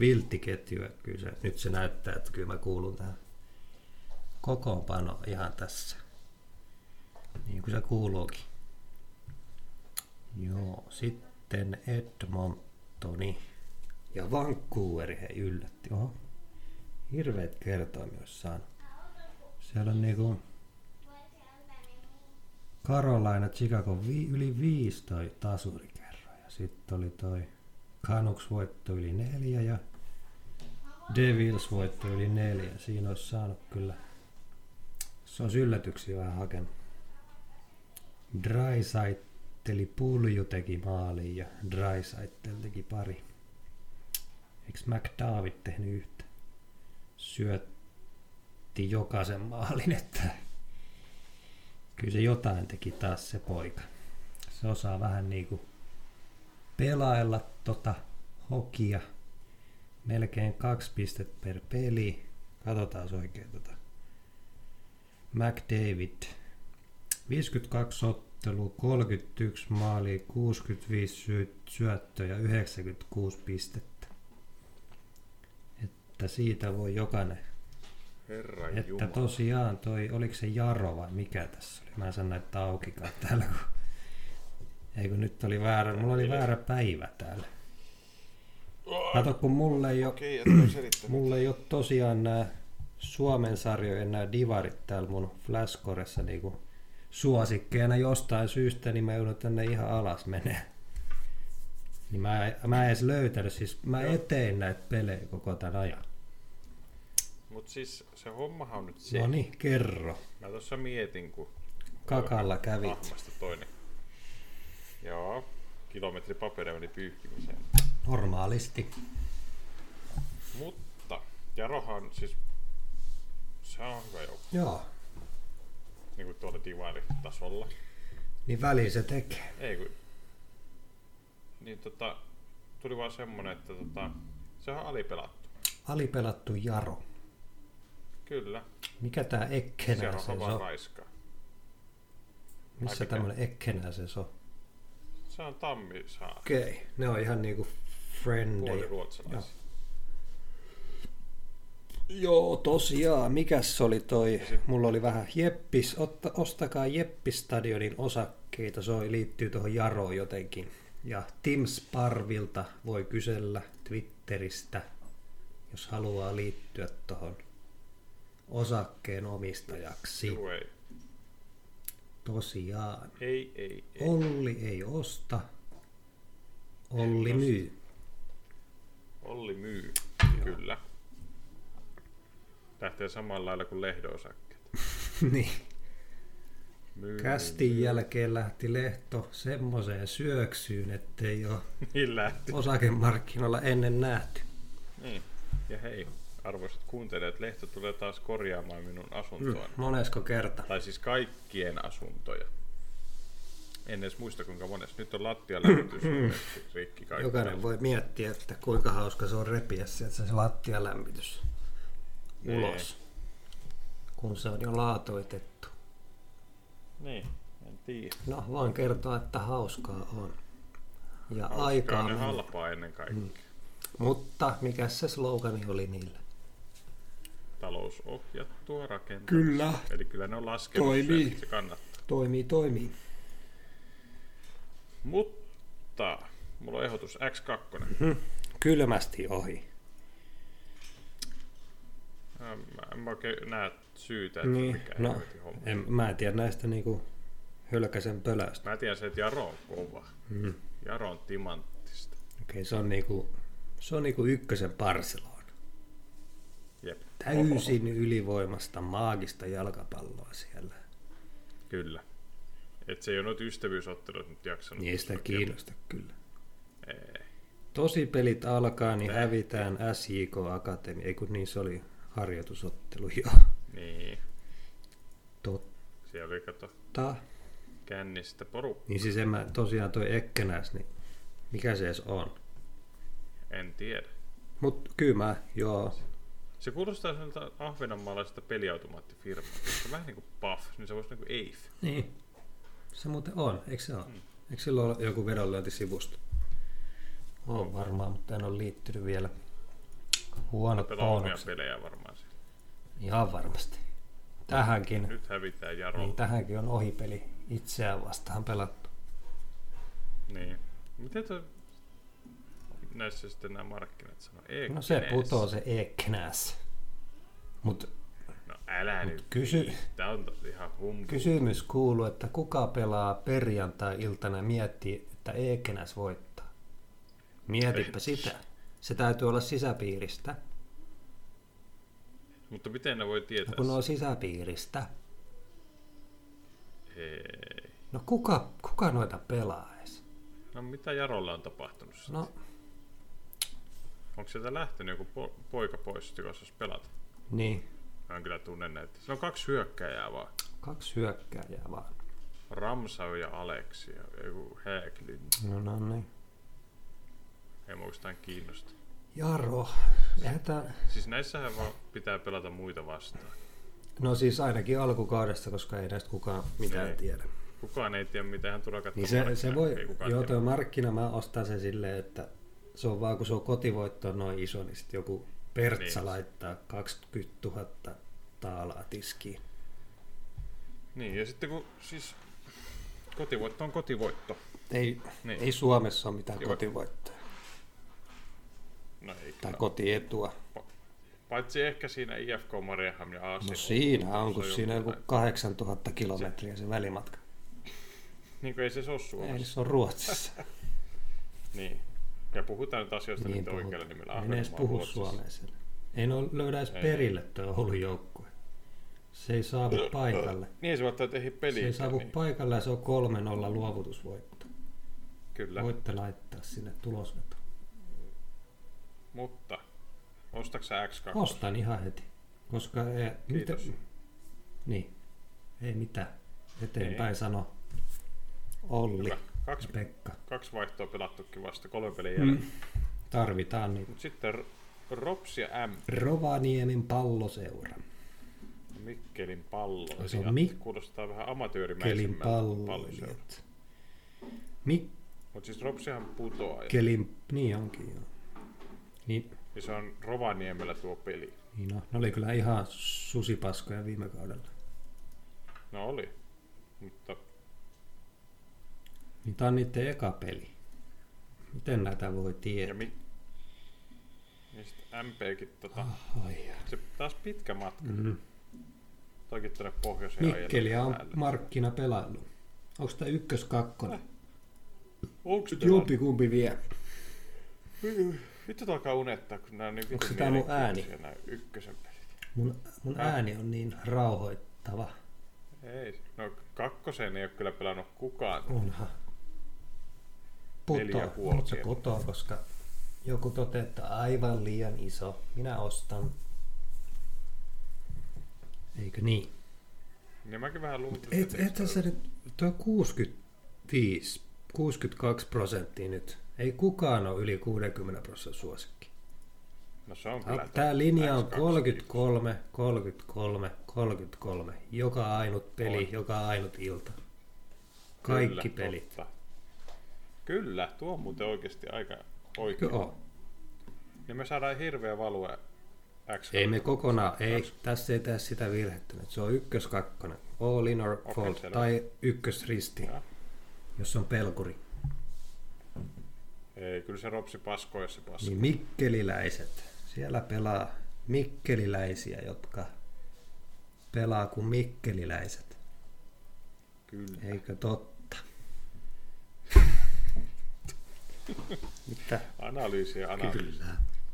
Speaker 2: vilttiketju, että kyllä se, nyt se näyttää, että kyllä mä kuulun tähän kokoonpano ihan tässä. Niin kuin se kuuluukin. Joo, sitten Edmontoni ja Vancouveri he yllätti. Oho. Hirveet kertoimia olisi saanut. Siellä on niinku Carolina, Chicago vi- yli viisi toi tasuri kerran. Ja sitten oli toi Canucks voitto yli neljä ja Devils voitto yli neljä. Siinä olisi saanut kyllä. Se on yllätyksiä vähän hakenut. Drysaitteli pulju teki maaliin ja Drysaitel teki pari. Eikö McDavid tehnyt yhtä? Syötti jokaisen maalin, että kyllä se jotain teki taas se poika. Se osaa vähän niinku pelailla tota hokia. Melkein kaksi pistettä per peli. Katsotaan oikein tota. McDavid. 52 ottelua, 31 maalia, 65 sy- syöttöä ja 96 pistettä. Että siitä voi jokainen
Speaker 1: Herra
Speaker 2: että
Speaker 1: Jumala.
Speaker 2: tosiaan toi, oliko se Jaro vai mikä tässä oli? Mä en sano näitä aukikaan täällä, kun... Ei kun nyt oli väärä, mulla oli väärä päivä täällä. Kato, kun mulle ei ole,
Speaker 1: Okei, okay, et selittänyt.
Speaker 2: mulle ei ole tosiaan nämä Suomen sarjojen nämä divarit täällä mun Flashcoressa niinku suosikkeena jostain syystä, niin mä joudun tänne ihan alas menee. Niin mä, mä en edes löytänyt, siis mä etein näitä pelejä koko tämän ajan.
Speaker 1: Mut siis se hommahan on nyt se.
Speaker 2: No niin, kerro.
Speaker 1: Mä tuossa mietin, kun
Speaker 2: Kakalla kävit.
Speaker 1: ahmasta toinen. Joo, kilometri paperia meni pyyhkimiseen.
Speaker 2: Normaalisti.
Speaker 1: Mutta Jarohan siis, se on hyvä joukko,
Speaker 2: Joo.
Speaker 1: niinku tuolla divaritasolla.
Speaker 2: Niin väliin se tekee.
Speaker 1: Ei kun, niin tota, tuli vaan semmonen, että tota, sehän on alipelattu.
Speaker 2: Alipelattu Jaro.
Speaker 1: Kyllä,
Speaker 2: Mikä tää
Speaker 1: Jarohan
Speaker 2: Ekkenäisen
Speaker 1: vaan
Speaker 2: on?
Speaker 1: raiskaa.
Speaker 2: Missä
Speaker 1: mikä?
Speaker 2: tämmönen Ekkenäisen on?
Speaker 1: Se on Tammisaari,
Speaker 2: Okei, okay. ne on ihan niinku
Speaker 1: puoli
Speaker 2: friendejä.
Speaker 1: ruotsalaisia.
Speaker 2: Joo, tosiaan. Mikäs se oli toi? Mulla oli vähän Jeppis. Otta, ostakaa Jeppis-stadionin osakkeita. Se on, liittyy tuohon Jaroon jotenkin. Ja Tim Sparvilta voi kysellä Twitteristä, jos haluaa liittyä tuohon osakkeen omistajaksi.
Speaker 1: Juu, ei,
Speaker 2: Tosiaan.
Speaker 1: ei, ei, ei.
Speaker 2: Olli ei osta. Olli
Speaker 1: Ei osta.
Speaker 2: myy.
Speaker 1: Olli myy, kyllä. Lähtee samalla lailla kuin lehdoosakkeet.
Speaker 2: niin.
Speaker 1: Myy.
Speaker 2: Kästin jälkeen lähti Lehto semmoiseen syöksyyn, ettei ole
Speaker 1: Niin lähti.
Speaker 2: osakemarkkinoilla ennen nähty.
Speaker 1: Niin. Ja hei, arvoisat kuuntelijat, Lehto tulee taas korjaamaan minun asuntoani. Mm.
Speaker 2: Monesko kerta?
Speaker 1: Tai siis kaikkien asuntoja. En edes muista kuinka monessa. Nyt on lattialämmitys lämmitys rikki kaikki.
Speaker 2: Mm. Jokainen voi miettiä, että kuinka hauska se on repiä sieltä se lattialämmitys ulos, kun se on jo laatoitettu.
Speaker 1: Niin, en tiedä.
Speaker 2: No, voin kertoa, että hauskaa on. Ja
Speaker 1: Aikaa
Speaker 2: aikaa
Speaker 1: on ne
Speaker 2: menee.
Speaker 1: halpaa ennen kaikkea. Mm.
Speaker 2: Mutta mikä se slogani oli niillä?
Speaker 1: Talousohjattua rakentamista.
Speaker 2: Kyllä. niin.
Speaker 1: Eli kyllä ne on laskenut
Speaker 2: Toimii.
Speaker 1: sen, että se kannattaa.
Speaker 2: Toimii, toimii.
Speaker 1: Mutta mulla on ehdotus X2.
Speaker 2: Kylmästi ohi.
Speaker 1: Mä, mä en oikein näe syytä, että
Speaker 2: Niin,
Speaker 1: mikä
Speaker 2: no,
Speaker 1: helvetin homma.
Speaker 2: en, mä en tiedä näistä niinku hölkäsen pölöstä.
Speaker 1: Mä tiedän sen, että Jaro on kova. Mm. Jaro on timanttista.
Speaker 2: Okei, se on niinku, se on niinku ykkösen Barcelona.
Speaker 1: Jep.
Speaker 2: Täysin ylivoimasta maagista jalkapalloa siellä.
Speaker 1: Kyllä. Et se ei ole noita ystävyysottelut nyt jaksanut.
Speaker 2: Niistä ei kiinnosta kyllä.
Speaker 1: Ei.
Speaker 2: Tosi pelit alkaa, niin hävitään SJK Akatemia. Ei kun niin se oli harjoitusottelu jo.
Speaker 1: Niin.
Speaker 2: Totta.
Speaker 1: Siellä oli kato kännistä poru.
Speaker 2: Niin siis en mä tosiaan toi Ekkenäs, niin mikä se edes on?
Speaker 1: En tiedä.
Speaker 2: Mut kymä, joo.
Speaker 1: Se kuulostaa sieltä ahvenanmaalaiselta peliautomaattifirmalta. Se on vähän niinku Puff, niin se voisi niinku Eif.
Speaker 2: Niin. Se muuten on, eikö se ole? Eikö sillä ole joku vedonlyöntisivusto? On varmaan, mutta en ole liittynyt vielä. Huonot
Speaker 1: Pelaa omia
Speaker 2: bonukset.
Speaker 1: pelejä varmaan siellä.
Speaker 2: Ihan varmasti. Tähänkin,
Speaker 1: Nyt hävitään Jaro.
Speaker 2: niin tähänkin on ohipeli itseään vastaan pelattu.
Speaker 1: Niin. Miten tuo näissä sitten nämä markkinat sanoo? Ei,
Speaker 2: No se
Speaker 1: kenees.
Speaker 2: putoo se Ekkenäs. Mut
Speaker 1: No älä nyt.
Speaker 2: kysy,
Speaker 1: Tää on tos ihan humpu.
Speaker 2: Kysymys kuuluu, että kuka pelaa perjantai-iltana ja miettii, että Ekenäs voittaa? Mietipä sitä. Se täytyy olla sisäpiiristä.
Speaker 1: Mutta miten ne voi tietää?
Speaker 2: No kun on sisäpiiristä.
Speaker 1: se? Hei.
Speaker 2: No kuka, kuka noita pelaa edes?
Speaker 1: No mitä Jarolla on tapahtunut? sitten?
Speaker 2: No,
Speaker 1: Onko sieltä lähtenyt joku po- poika pois, joka osaisi pelata?
Speaker 2: niin.
Speaker 1: Mä en kyllä tunne näitä. Sillä on kaksi hyökkäjää vaan.
Speaker 2: Kaksi hyökkääjää vaan.
Speaker 1: Ramsau ja Aleksi ja joku Häglin.
Speaker 2: No, no niin.
Speaker 1: Ei muistaan kiinnosta.
Speaker 2: Jaro. Eihän tää...
Speaker 1: Siis näissähän vaan pitää pelata muita vastaan.
Speaker 2: No siis ainakin alkukaudesta, koska ei näistä kukaan mitään
Speaker 1: Ei.
Speaker 2: ei. tiedä.
Speaker 1: Kukaan ei tiedä, mitä hän tulee
Speaker 2: Niin
Speaker 1: katsomaan.
Speaker 2: se, se
Speaker 1: Ei
Speaker 2: voi,
Speaker 1: kukaan
Speaker 2: joo
Speaker 1: tiedä.
Speaker 2: tuo markkina, mä ostan sen silleen, että se on vaan kun se on kotivoitto noin iso, niin sitten joku pertsa
Speaker 1: Niin.
Speaker 2: niin. laittaa 20 000 taalaa tiskiin.
Speaker 1: Niin, ja sitten kun siis kotivoitto on kotivoitto.
Speaker 2: Ei,
Speaker 1: Niin.
Speaker 2: niin. ei Suomessa ole mitään
Speaker 1: Joo.
Speaker 2: joo. kotivoittoa
Speaker 1: No ei
Speaker 2: tai
Speaker 1: kyllä.
Speaker 2: kotietua.
Speaker 1: Paitsi ehkä siinä IFK Mariehamn ja Aasin.
Speaker 2: No siinä on, kun
Speaker 1: se on
Speaker 2: siinä on joku
Speaker 1: jotain.
Speaker 2: 8000 kilometriä se välimatka.
Speaker 1: Niin kuin ei se ole
Speaker 2: Ei,
Speaker 1: Suomessa.
Speaker 2: se on Ruotsissa.
Speaker 1: Niin. Ja puhutaan nyt asioista niin,
Speaker 2: niin
Speaker 1: niitä oikealla
Speaker 2: puhutaan.
Speaker 1: nimellä.
Speaker 2: En edes
Speaker 1: Ahvenanmaa,
Speaker 2: puhu
Speaker 1: Ruotsissa.
Speaker 2: suomea siellä. Ei ne ole- löydä edes
Speaker 1: Ei.
Speaker 2: perille tuo Oulun joukkue. Se ei saavu paikalle.
Speaker 1: Niin, se voittaa tehdä
Speaker 2: Se ei
Speaker 1: peliä.
Speaker 2: saavu
Speaker 1: niin,
Speaker 2: paikalle ja se on 3-0 luovutusvoitto.
Speaker 1: kyllä.
Speaker 2: Voitte laittaa sinne tulosveto.
Speaker 1: Mutta ostaks sä X2?
Speaker 2: Ostan ihan heti, koska ei, mitä,
Speaker 1: Kiitos.
Speaker 2: niin, ei mitään. Eteenpäin
Speaker 1: Ei.
Speaker 2: ei. sano Olli
Speaker 1: Niin. Hyvä. Kaksi,
Speaker 2: ja Pekka.
Speaker 1: kaksi vaihtoa pelattukin vasta kolmen pelin jälkeen. Mm.
Speaker 2: Tarvitaan niin
Speaker 1: Mut sitten R- Rops ja M.
Speaker 2: Rovaniemen palloseura.
Speaker 1: Mikkelin pallo.
Speaker 2: Se on Mik-
Speaker 1: Kuulostaa vähän
Speaker 2: Kelin
Speaker 1: amatöörimäisemmältä palloseuralta.
Speaker 2: palloilijat. Mikkelin,
Speaker 1: Mutta siis Ropsihan putoaa. Ja
Speaker 2: niin onkin joo. Niin,
Speaker 1: ja se on Rovaniemellä tuo peli.
Speaker 2: niin no, ne oli kyllä ihan susipaskoja viime kaudella.
Speaker 1: No oli. Mutta
Speaker 2: Niin tää on niiden eka peli. Miten näitä voi
Speaker 1: ja
Speaker 2: tietää?
Speaker 1: mi... Ja sit MPkin tota...
Speaker 2: Ah. Ai, jaa.
Speaker 1: Se taas pitkä matka.
Speaker 2: mm.
Speaker 1: Toikin tuonne pohjoiseen
Speaker 2: Mikkeliä
Speaker 1: ajella
Speaker 2: on
Speaker 1: päälle.
Speaker 2: markkina pelannut. Onko tämä ykkös kakkonen?
Speaker 1: Onks tää-
Speaker 2: Jumpi kumpi vie.
Speaker 1: Vittu tää alkaa unettaa, kun nää on niin vittu
Speaker 2: se tää mun
Speaker 1: mielenkiintoisia Nää ykkösen pelit.
Speaker 2: Mun, mun ääni on niin rauhoittava.
Speaker 1: Ei. No kakkoseen ei oo kyllä pelannut kukaan.
Speaker 2: Onha.
Speaker 1: Neljä ja
Speaker 2: Putoa.
Speaker 1: puoli
Speaker 2: Mut se
Speaker 1: kertaa.
Speaker 2: putoaa, koska joku toteaa, että aivan liian iso. Minä ostan. Eikö niin?
Speaker 1: Niin mäkin vähän luulin,
Speaker 2: Et, et sä nyt, tuo 65, 62 prosenttia nyt. Ei kukaan ole yli 60 prosentin suosikki.
Speaker 1: No se on
Speaker 2: Tää-
Speaker 1: kyllä.
Speaker 2: Tää linja on
Speaker 1: X2.
Speaker 2: 33, 33, 33. Joka ainut peli,
Speaker 1: On.
Speaker 2: joka ainut ilta. Kaikki
Speaker 1: Kyllä,
Speaker 2: pelit.
Speaker 1: totta. Kyllä, tuo on muuten oikeesti aika oikein.
Speaker 2: Joo.
Speaker 1: Niin me saadaan hirveä value X.
Speaker 2: Ei me kokonaan, ei, tässä ei tee sitä virhettä. nyt. Se on ykkös kakkonen. All in or
Speaker 1: Okei,
Speaker 2: fall.
Speaker 1: selvä.
Speaker 2: Tai ykkösristi,
Speaker 1: Joo.
Speaker 2: jos on pelkuri.
Speaker 1: Ei, kyllä se ropsi paskoo, jos se paskoo.
Speaker 2: Niin mikkeliläiset. Siellä pelaa mikkeliläisiä, jotka pelaa kuin mikkeliläiset. Niin.
Speaker 1: Kyllä.
Speaker 2: Eikö totta? Mitä?
Speaker 1: Analyysi ja analyysi.
Speaker 2: Kyllä.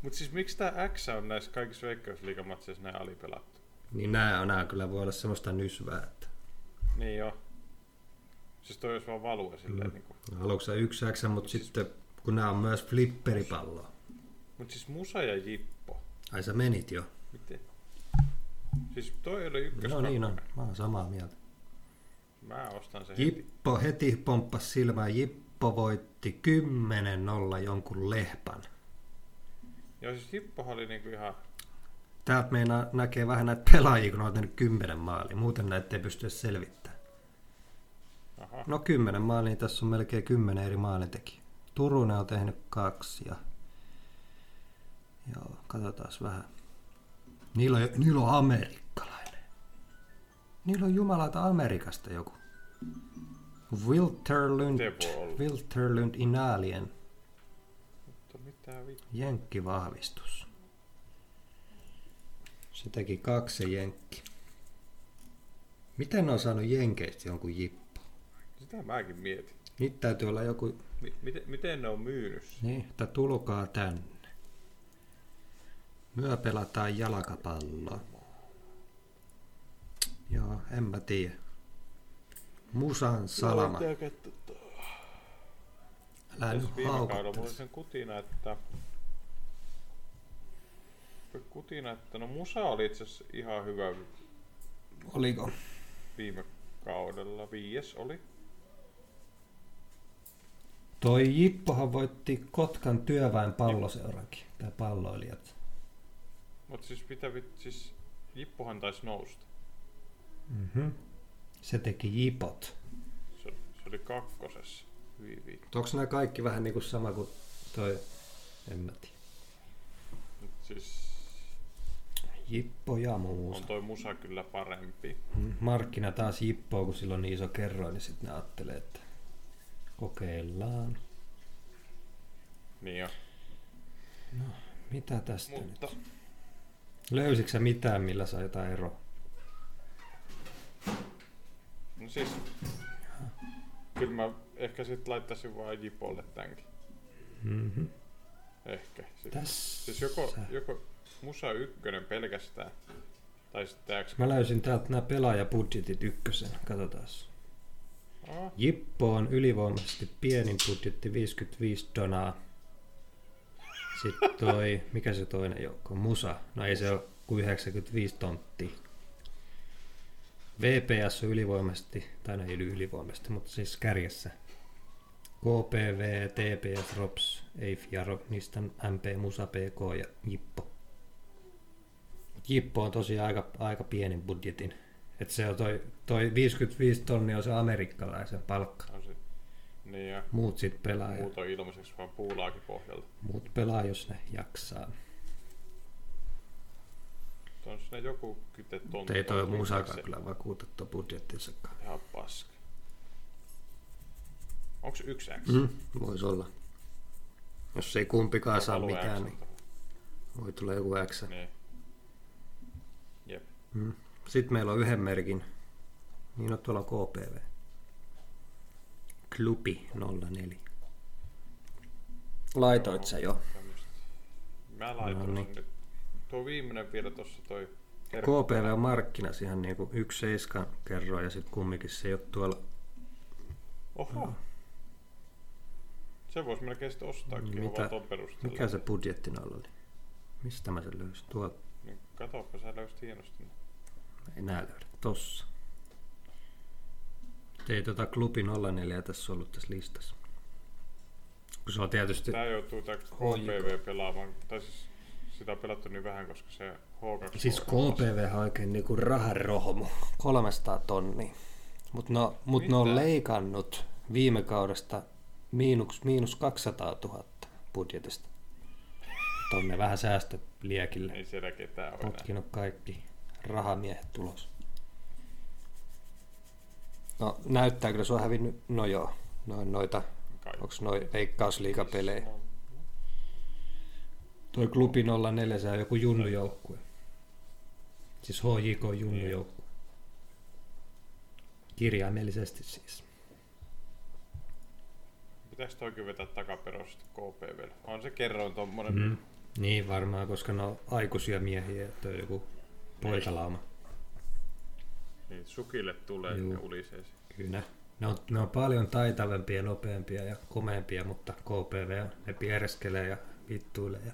Speaker 1: Mutta siis miksi tämä X on näissä kaikissa veikkausliikamatseissa näin alipelattu?
Speaker 2: Niin nämä, nämä kyllä voi olla semmoista nysvää, että
Speaker 1: Niin joo. Siis toi olisi vaan value silleen mm. niinku.
Speaker 2: aluksi on yksi X, mutta sitten kun nämä on myös flipperipalloa.
Speaker 1: Mut siis Musa ja Jippo.
Speaker 2: Ai sä menit jo.
Speaker 1: Miten? Siis toi oli ykkös.
Speaker 2: No niin on, mä oon samaa mieltä.
Speaker 1: Mä ostan sen. heti.
Speaker 2: Jippo heti pomppas silmään, Jippo voitti 10-0 jonkun lehpan.
Speaker 1: Joo siis Jippohan oli niinku ihan...
Speaker 2: Täältä meinaa näkee vähän näitä pelaajia, kun ne on tehnyt 10 maalia. Muuten näitä ei pysty edes selvittämään.
Speaker 1: Aha.
Speaker 2: No 10 maalia, niin tässä on melkein 10 eri maalintekijä. Turunen on tehnyt kaksi ja... Joo, katsotaan vähän. Niillä on, niillä on amerikkalainen. Niillä on jumalata Amerikasta joku. Wilterlund,
Speaker 1: Miten voi olla?
Speaker 2: Wilterlund Inalien,
Speaker 1: Mutta mitä vittu.
Speaker 2: jenkkivahvistus. Se teki kaksi jenkki. Miten ne on saanut jenkeistä jonkun jippo?
Speaker 1: Sitä mäkin mietin.
Speaker 2: Nyt täytyy olla joku
Speaker 1: M- miten, miten ne on myynyt sen?
Speaker 2: Niin, että tulkaa tänne. Myö pelataan jalkapalloa. Joo, en mä tiedä. Musan salama.
Speaker 1: Joo, pitää katsoa tuo.
Speaker 2: Älä
Speaker 1: Tässä
Speaker 2: nyt
Speaker 1: viime kaudella mulla oli
Speaker 2: haukottele.
Speaker 1: sen kutina, että... Kutina, että no Musa oli itse asiassa ihan hyvä
Speaker 2: Oliko?
Speaker 1: viime kaudella. Viies oli.
Speaker 3: Toi Jippohan voitti Kotkan työväen palloseurankin, tai palloilijat.
Speaker 1: Mutta siis mitä vit... Siis Jippohan taisi nousta.
Speaker 3: Mm-hmm. Se teki Jipot.
Speaker 1: Se, se oli kakkosessa. Hyvin viikko.
Speaker 2: Onko nämä kaikki vähän niinku sama kuin toi? En mä tiedä.
Speaker 1: Mut siis
Speaker 3: Jippo ja muusa.
Speaker 1: on toi Musa kyllä parempi.
Speaker 3: Mm, Markkina taas Jippoa, kun silloin niin iso kerroin, niin sitten ne ajattelee, että kokeillaan.
Speaker 1: Niin jo.
Speaker 3: Mitä tästä nyt?
Speaker 1: Mutta
Speaker 3: Löysitkö sä mitään, millä saa jotain eroa?
Speaker 1: no siis... Kyllä mä ehkä sit laittaisin vaan Jipolle tämänkin.
Speaker 3: Mm-hmm.
Speaker 1: Ehkä. Sit.
Speaker 3: Tässä.
Speaker 1: Siis joko, joko Musa ykkönen pelkästään, tai sitten X.
Speaker 3: Mä löysin täältä nämä pelaajabudjetit ykkösen, katsotaan.
Speaker 1: Ah,
Speaker 3: Jippo on ylivoimaisesti pienin budjetti, 55 donaa. Sitten toi, mikä se toinen joukko, on? Musa. No ei se ole kuin 95 tontti. VPS on ylivoimaisesti, tai no ei yli- ylivoimaisesti, mutta siis kärjessä. KPV, TPS, ROPS, EIF ja ROP, niistä on MP, Musa, PK ja Jippo. Mut Jippo on tosiaan aika, aika pienin budjetin. Et se on toi, toi 55 tonnia on se amerikkalaisen palkka.
Speaker 1: on se. Niin ja
Speaker 3: Muut sit pelaa, ja
Speaker 1: muut on ilmaiseksi vaan puulaakin pohjalta.
Speaker 3: muut pelaa jos ne jaksaa.
Speaker 1: Mutta on siinä joku kyte tontti.
Speaker 2: Mut ei toi
Speaker 1: tontti,
Speaker 2: musakaan
Speaker 1: se
Speaker 2: kyllä vakuutettu budjettinsakaan.
Speaker 1: Ihan paska. Onks yksi X?
Speaker 3: Mm-hmm.
Speaker 2: Mm, voisi olla. Jos ei kumpikaan saa
Speaker 1: Alue
Speaker 2: mitään,
Speaker 1: X
Speaker 2: niin
Speaker 1: on
Speaker 2: voi tulla joku X.
Speaker 1: tuo. Niin. Jep.
Speaker 2: Sitten meillä on yhden merkin. Niin on tuolla KPV. Klubi 04. Laitoit sä jo.
Speaker 1: Tämmöstä. Mä laitoin sen nyt. Tuo viimeinen vielä tossa toi. Terve.
Speaker 2: KPV on markkinas ihan niinku yksi seiska kerroin ja sitten kumminkin se ei ole tuolla.
Speaker 1: Oho.
Speaker 2: Mm.
Speaker 1: Se vois melkein sit ostaakin ihan
Speaker 2: Mitä-
Speaker 1: vaan ton perusteella.
Speaker 2: Mikä se budjettina oli? Mistä mä sen löysin? Tuolta
Speaker 1: Niin katoppa, sä löysit hienosti. ne.
Speaker 2: ei nää löydä. Tossa. Mut Ei tota klubi 04 tässä ollut tässä listassa. Kun se on tietysti...
Speaker 1: Tää joutuu tää KPV pelaamaan, tai siis sitä on pelattu niin vähän, koska se H2...
Speaker 2: Siis KPV on oikein niinku rahan rohmu. 300 tonnia. Mutta no, mut ne on
Speaker 1: Mitä?
Speaker 2: leikannut viime kaudesta miinus, miinus 200 000 budjetista. Tonne vähän säästö liekille.
Speaker 1: Ei siellä ketään ole enää.
Speaker 2: Potkinut kaikki rahamiehet tulos. No näyttää kyllä, se on hävinnyt, no joo, noin noita,
Speaker 1: Kaikki.
Speaker 2: onks noi veikkausliikapelejä. Toi klubi 04, se on joku junnujoukkue.
Speaker 3: Siis HJK junnujoukkue. Kirjaimellisesti siis.
Speaker 1: Pitäis toikin vetää takaperoisesti KPVlle? On se kerroin tommonen mm.
Speaker 2: Niin varmaan, koska ne on aikuisia miehiä, että on joku poikalauma.
Speaker 1: Niin, sukille tulee
Speaker 2: Juu.
Speaker 1: ja ulisee se.
Speaker 2: Kyllä. Ne on, ne on paljon taitavampia, nopeampia ja komeampia, mutta KPV on, ne piereskelee ja vittuilee ja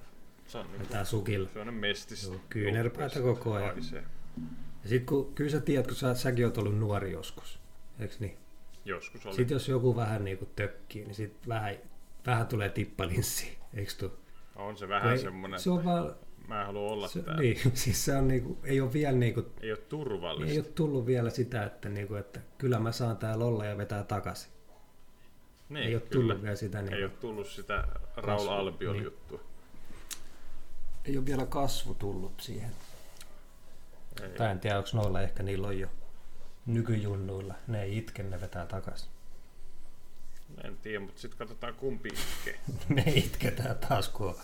Speaker 1: Se on niinku
Speaker 2: vetää sukilla.
Speaker 1: sellainen mestis.
Speaker 2: Joo, kyynärpäätä koko ajan.
Speaker 1: Haisee.
Speaker 2: Ja sit kun, kyllä sä tiedät, kun sä, säkin oot ollut nuori joskus, eiks niin?
Speaker 1: Joskus oli.
Speaker 2: Sitten jos joku vähän niinku tökkii, niin sit vähän, vähän tulee tippalinssi, eiks tuu?
Speaker 1: On se vähän
Speaker 2: Ei,
Speaker 1: semmonen,
Speaker 2: Se on vaan,
Speaker 1: mä en halua olla
Speaker 2: se,
Speaker 1: täällä.
Speaker 2: niin, siis se on niinku, ei ole vielä niinku,
Speaker 1: Ei ole turvallista.
Speaker 2: ei ole tullut vielä sitä, että, niinku, että kyllä mä saan täällä olla ja vetää takaisin.
Speaker 1: niin,
Speaker 2: ei ole
Speaker 1: kyllä.
Speaker 2: tullut vielä sitä, niin
Speaker 1: Ei ole tullut sitä Raul
Speaker 2: Kasvu,
Speaker 1: Albion
Speaker 2: niin.
Speaker 1: juttua.
Speaker 2: ei ole vielä kasvu tullut siihen.
Speaker 1: Ei.
Speaker 2: Tai en tiedä, onko noilla ehkä niillä on jo nykyjunnuilla. Ne ei itke, ne vetää takaisin.
Speaker 1: En tiedä, mutta sitten katsotaan kumpi iskee.
Speaker 2: ne itketään taas, kun on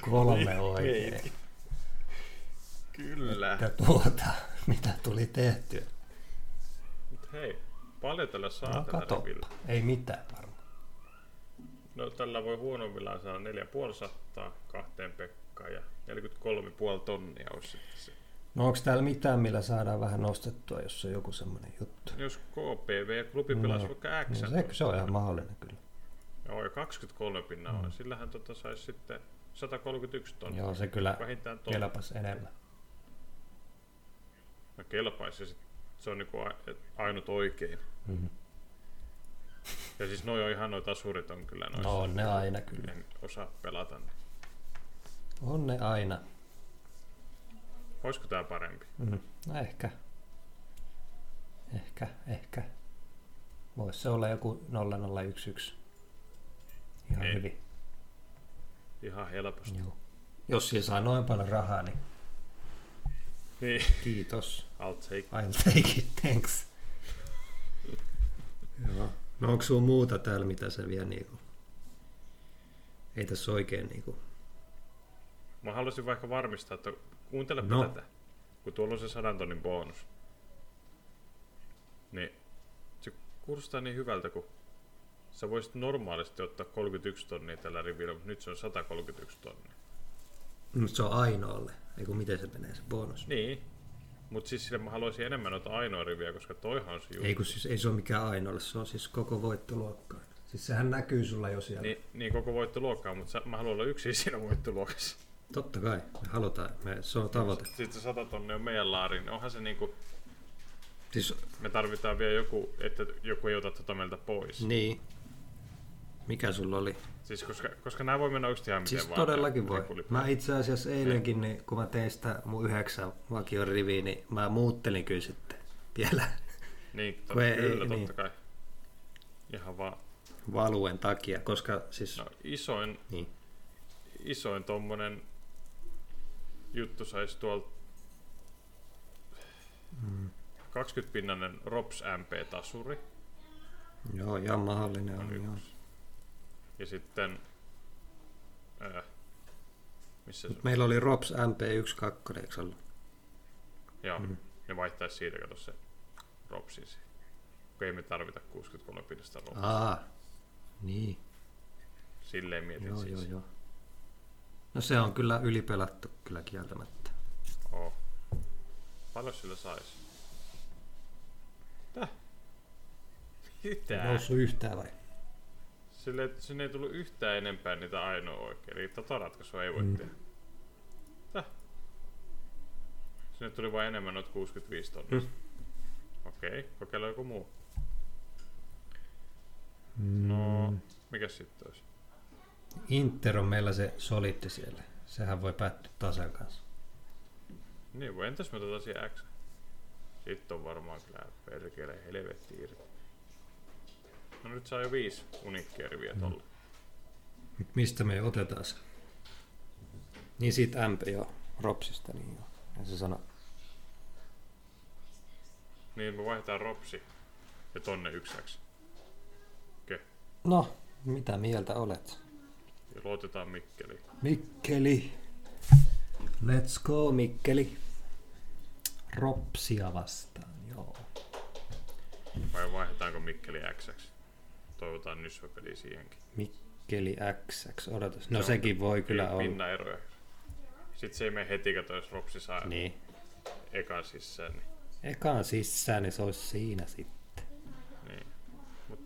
Speaker 2: kolme
Speaker 1: ei.
Speaker 2: oikein.
Speaker 1: Kyllä.
Speaker 2: Ja tuota, mitä tuli tehtyä?
Speaker 1: Mut hei, paljon tällä saa
Speaker 2: No
Speaker 1: tällä
Speaker 2: kato,
Speaker 1: rivillä?
Speaker 2: ei mitään varmaan.
Speaker 1: No tällä voi huonommillaan saada 4500 kahteen Pekkaan ja 43,5 tonnia olisi sitten se.
Speaker 2: No onko täällä mitään, millä saadaan vähän nostettua, jos on joku semmoinen juttu?
Speaker 1: Jos KPV ja klubi pelasi
Speaker 2: No,
Speaker 1: vaikka X.
Speaker 2: No, se, se on ihan mahdollinen kyllä.
Speaker 1: Joo, ja 23 pinnaa on. Sillähän tota saisi sitten 131 tonnia.
Speaker 2: Mm. Joo, se kyllä
Speaker 1: Vähintään tonni.
Speaker 2: kelpas enemmän.
Speaker 1: No kelpaisi ja sit se on niinku a- ainut oikein.
Speaker 2: Mhm.
Speaker 1: Ja siis noi on ihan noita asurit on kyllä noissa.
Speaker 2: No on ne aina kyllä.
Speaker 1: En osaa pelata.
Speaker 2: On ne aina.
Speaker 1: Olisiko tää parempi?
Speaker 2: Mm. No ehkä. Ehkä, ehkä. Voisi se olla joku 0011. Ihan
Speaker 1: Ei.
Speaker 2: hyvin.
Speaker 1: Ihan helposti.
Speaker 2: Joo. Jos siellä saa noin paljon rahaa, niin
Speaker 1: Niin,
Speaker 2: kiitos.
Speaker 1: I'll take.
Speaker 2: I'll take it, thanks. Joo. No onko sulla muuta täällä, mitä sä vielä niinku... Ei tässä oikein niinku...
Speaker 1: Mä haluaisin vaikka varmistaa, että kuuntelepa
Speaker 2: No.
Speaker 1: tätä. Kun tuolla on se sadan tonnin bonus. Niin se kuulostaa niin hyvältä, kun sä voisit normaalisti ottaa 31 tonnia tällä rivillä, mutta nyt se on 131 tonnia.
Speaker 2: Mut no, se on ainoalle. Eiku miten se menee se bonus?
Speaker 1: Niin. Mutta siis sille mä haluaisin enemmän noita ainoa riviä, koska toihan on se juttu.
Speaker 2: Ei kun siis ei se ole mikään ainoalle, se on siis koko voittoluokkaan. Siis sehän näkyy sulla jo siellä.
Speaker 1: Niin, niin koko voittoluokkaa, mutta mä haluan olla yksin siinä voittoluokassa.
Speaker 2: Totta kai, me halutaan. Me, se on tavoite.
Speaker 1: Sitten se 100 tonnia on meidän laariin. Onhan se niinku,
Speaker 2: Siis,
Speaker 1: me tarvitaan vielä joku, että joku ei ota tota meiltä pois.
Speaker 2: niin. Mikä sulla oli?
Speaker 1: Siis koska, koska nämä voi mennä oikeasti ihan miten
Speaker 2: Siis
Speaker 1: vaan.
Speaker 2: todellakin voi.
Speaker 1: Ripuli-
Speaker 2: Mä itse asiassa eilenkin, niin, kun mä tein sitä mun yhdeksän vakion riviä, niin mä muuttelin kyllä sitten vielä
Speaker 1: Niin, to,
Speaker 2: kun ei-
Speaker 1: kyllä,
Speaker 2: ei-
Speaker 1: totta
Speaker 2: niin.
Speaker 1: kai. Ihan vaan.
Speaker 2: valuen takia, koska siis...
Speaker 1: No, isoin,
Speaker 2: Niin.
Speaker 1: isoin tommonen juttu saisi tuolta
Speaker 2: Mm.
Speaker 1: 20-pinnanen Rops MP-tasuri.
Speaker 2: Joo, ihan mahdollinen on. Joo.
Speaker 1: Ja sitten... Ää, missä se
Speaker 2: Mut meillä oli Rops MP12, eikö ollut?
Speaker 1: Joo,
Speaker 2: Mm-hmm.
Speaker 1: mm. ne vaihtaisi siitä, kato se Ropsin siihen. Kun ei me tarvita 63 pinnasta Ropsia.
Speaker 2: Aa, niin.
Speaker 1: Silleen mietin
Speaker 2: Joo,
Speaker 1: siis.
Speaker 2: joo, joo. No se on kyllä ylipelattu kyllä kieltämättä.
Speaker 1: Oh. Paljon sillä saisi? Täh? Mitä?
Speaker 2: Noussut yhtään vai?
Speaker 1: Sille, sinne ei tullut yhtään enempää niitä ainoa oikein. Eli tota ratkaisua ei voi mm. tehdä. Täh? Sinne tuli vain enemmän noita 65 tonnia. Mm. Okei, okay, kokeillaan joku muu. No, mikä sitten olisi?
Speaker 2: Inter on meillä se solitti siellä. Sehän voi päättyä tasan kanssa.
Speaker 1: Niin voi, entäs me tota siihen X? Sitten on varmaan kyllä perkele helvetti irti. No nyt saa jo viisi unikkerviä tolle.
Speaker 2: Mut mistä me otetaan se? Niin siitä MP joo, Ropsista niin joo. Ja se sano,
Speaker 1: Niin me vaihdetaan ropsi ja tonne yksäksi.
Speaker 2: no mitä mieltä olet?
Speaker 1: Ja luotetaan Mikkeli.
Speaker 2: Mikkeli. Let's go Mikkeli. Ropsia vastaan, joo.
Speaker 1: Vai vaihdetaanko Mikkeli X? Toivotaan nysväpeliä siihenkin.
Speaker 2: Mikkeli XX, odotus. No
Speaker 1: on
Speaker 2: sekin voi kyllä
Speaker 1: Pin-
Speaker 2: olla.
Speaker 1: Pinnaeroja. Sitten se ei mene heti, kato, jos Ropsi saa niin.
Speaker 2: Niin.
Speaker 1: ekan sisään. Niin.
Speaker 2: Ekaan sisään, niin se olisi siinä sitten.
Speaker 1: niin. Mut,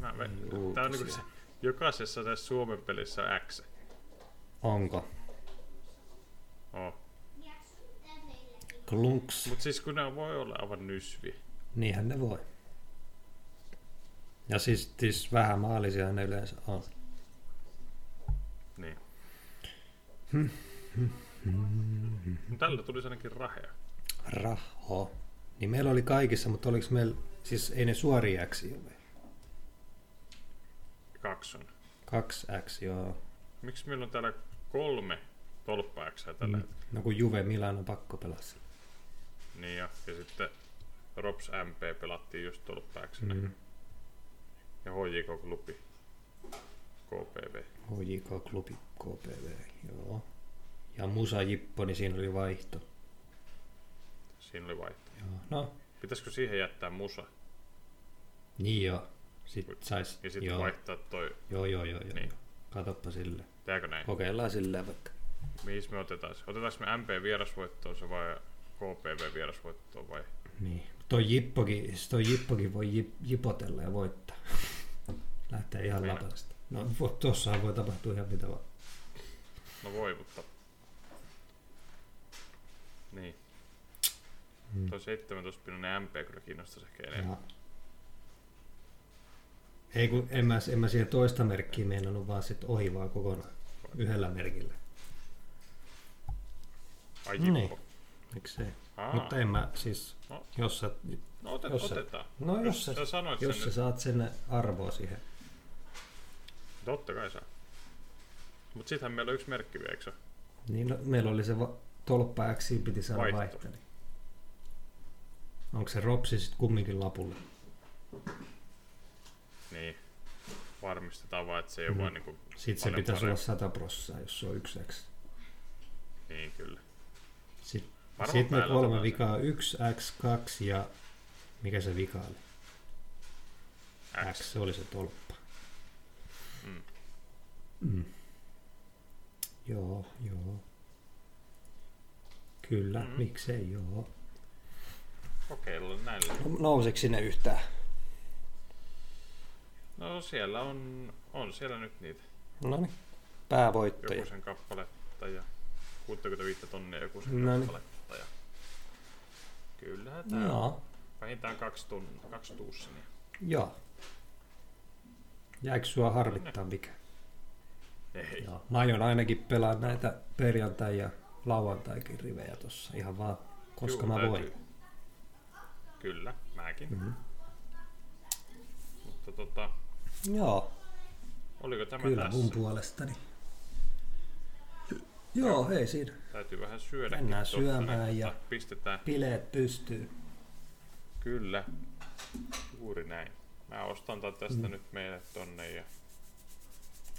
Speaker 1: mä, mä,
Speaker 2: Ei
Speaker 1: tää on niinku se,
Speaker 2: uutisia.
Speaker 1: jokaisessa tässä Suomen pelissä on X.
Speaker 2: Onko?
Speaker 1: Oh.
Speaker 2: Klunks.
Speaker 1: Mut siis kun ne voi olla aivan nysviä.
Speaker 2: Niinhän ne voi. Ja siis, siis vähän maalisia ne yleensä on.
Speaker 1: Niin. Mut Tällä tuli ainakin rahea.
Speaker 2: Raho. Niin meillä oli kaikissa, mutta oliko meillä, siis ei ne suoria X ole.
Speaker 1: Kakson.
Speaker 2: Kaksi X, joo.
Speaker 1: Miksi meillä on täällä kolme tolppa X tällä
Speaker 2: Mm. No kun Juve Milan on pakko pelata.
Speaker 1: Niin ja, ja sitten Rops MP pelattiin just tolppääksenä. Mm.
Speaker 2: Mm.
Speaker 1: Ja HJK Klubi. KPV.
Speaker 2: HJK Klubi KPV, joo. Ja Musa Jippo, niin siinä oli vaihto.
Speaker 1: Siinä oli vaihto.
Speaker 2: Joo. No,
Speaker 1: Pitäisikö siihen jättää musa?
Speaker 2: niin joo. Sitten sais,
Speaker 1: Ja sitten
Speaker 2: joo.
Speaker 1: vaihtaa toi.
Speaker 2: joo, joo, joo,
Speaker 1: Niin.
Speaker 2: joo. Niin. Katoppa sille.
Speaker 1: Tehdäänkö näin?
Speaker 2: Kokeillaan silleen vaikka.
Speaker 1: Mihin me otetaan se? Otetaanko me MP vierasvoittoonsa vai KPV vierasvoittoon vai?
Speaker 2: Niin. Toi Jippokin, siis toi Jippokin voi jip, jipotella ja voittaa. Lähtee ihan
Speaker 1: Niin.
Speaker 2: lapasta. No vo- tossahan voi tapahtua ihan mitä vaan.
Speaker 1: No voi, mutta... Niin.
Speaker 2: Mm.
Speaker 1: Toi 17 pinnanen MP kyllä kiinnostaisi ehkä enemmän.
Speaker 2: Ja... Ei kun en mä, en mä siihen toista merkkiä meinannut vaan sit ohi vaan kokonaan. Yhdellä merkillä.
Speaker 1: Ai
Speaker 2: Niin.
Speaker 1: jippo.
Speaker 2: Miksei?
Speaker 1: Aa,
Speaker 2: Mutta en mä siis,
Speaker 1: Ah. No.
Speaker 2: jos sä,
Speaker 1: no otet,
Speaker 2: jos sä-
Speaker 1: otetaan.
Speaker 2: no
Speaker 1: Jos
Speaker 2: jos sä,
Speaker 1: sä sanoit sen
Speaker 2: jos sä
Speaker 1: nyt.
Speaker 2: saat sen arvoa siihen.
Speaker 1: niin Totta kai saa. Mut sittenhän meillä on yksi merkki vielä, eikö se?
Speaker 2: Niin no, meillä oli se va- tolppa X, siinä piti saada
Speaker 1: Vaihto.
Speaker 2: vaihteli. Onko se ropsi sitten kumminkin lapulle?
Speaker 1: Niin. Varmistetaan vaan, että se ei mm.
Speaker 2: Mm.
Speaker 1: vaan niinku...
Speaker 2: Sitten se
Speaker 1: paljon
Speaker 2: pitäisi olla
Speaker 1: parempi.
Speaker 2: 100 prossaa, jos se on 1 X.
Speaker 1: Niin kyllä.
Speaker 2: Sitten
Speaker 1: Varmaan
Speaker 2: sit ne
Speaker 1: päällä
Speaker 2: kolme
Speaker 1: otetaan se.
Speaker 2: vikaa, 1 X, 2 ja mikä se vika oli? X, se oli se tolppa.
Speaker 1: Mm.
Speaker 2: Mm. Joo, joo. Kyllä,
Speaker 1: Mm.
Speaker 2: mm. miksei joo.
Speaker 1: Kokeillaan näillä.
Speaker 2: Nouseeko No, sinne yhtään?
Speaker 1: No siellä on, on siellä nyt niitä.
Speaker 2: No niin, päävoittaja.
Speaker 1: Joku sen kappaletta ja 65 tonnia joku sen
Speaker 2: No niin.
Speaker 1: kappaletta. Ja... Kyllähän tää on.
Speaker 2: Joo,
Speaker 1: Vähintään kaksi, tunn, kaksi niin tuussinia.
Speaker 2: joo. Jääkö sua harmittaa mikä?
Speaker 1: Ei.
Speaker 2: Joo. Mä aion ainakin pelaa näitä perjantai- ja lauantaikin rivejä tossa ihan vaan, koska
Speaker 1: Juu,
Speaker 2: mä
Speaker 1: täytyy.
Speaker 2: voin.
Speaker 1: Kyllä, mäkin.
Speaker 2: Mhm.
Speaker 1: Mutta tota,
Speaker 2: Joo,
Speaker 1: oliko tämä
Speaker 2: kyllä
Speaker 1: tässä?
Speaker 2: mun puolestani. Joo, hei siinä.
Speaker 1: Täytyy vähän syödä.
Speaker 2: Mennään syömään ja-
Speaker 1: Pistetään.
Speaker 2: Bileet pystyy.
Speaker 1: Kyllä. Juuri näin. Mä ostan tän tästä mm. nyt meille tonne ja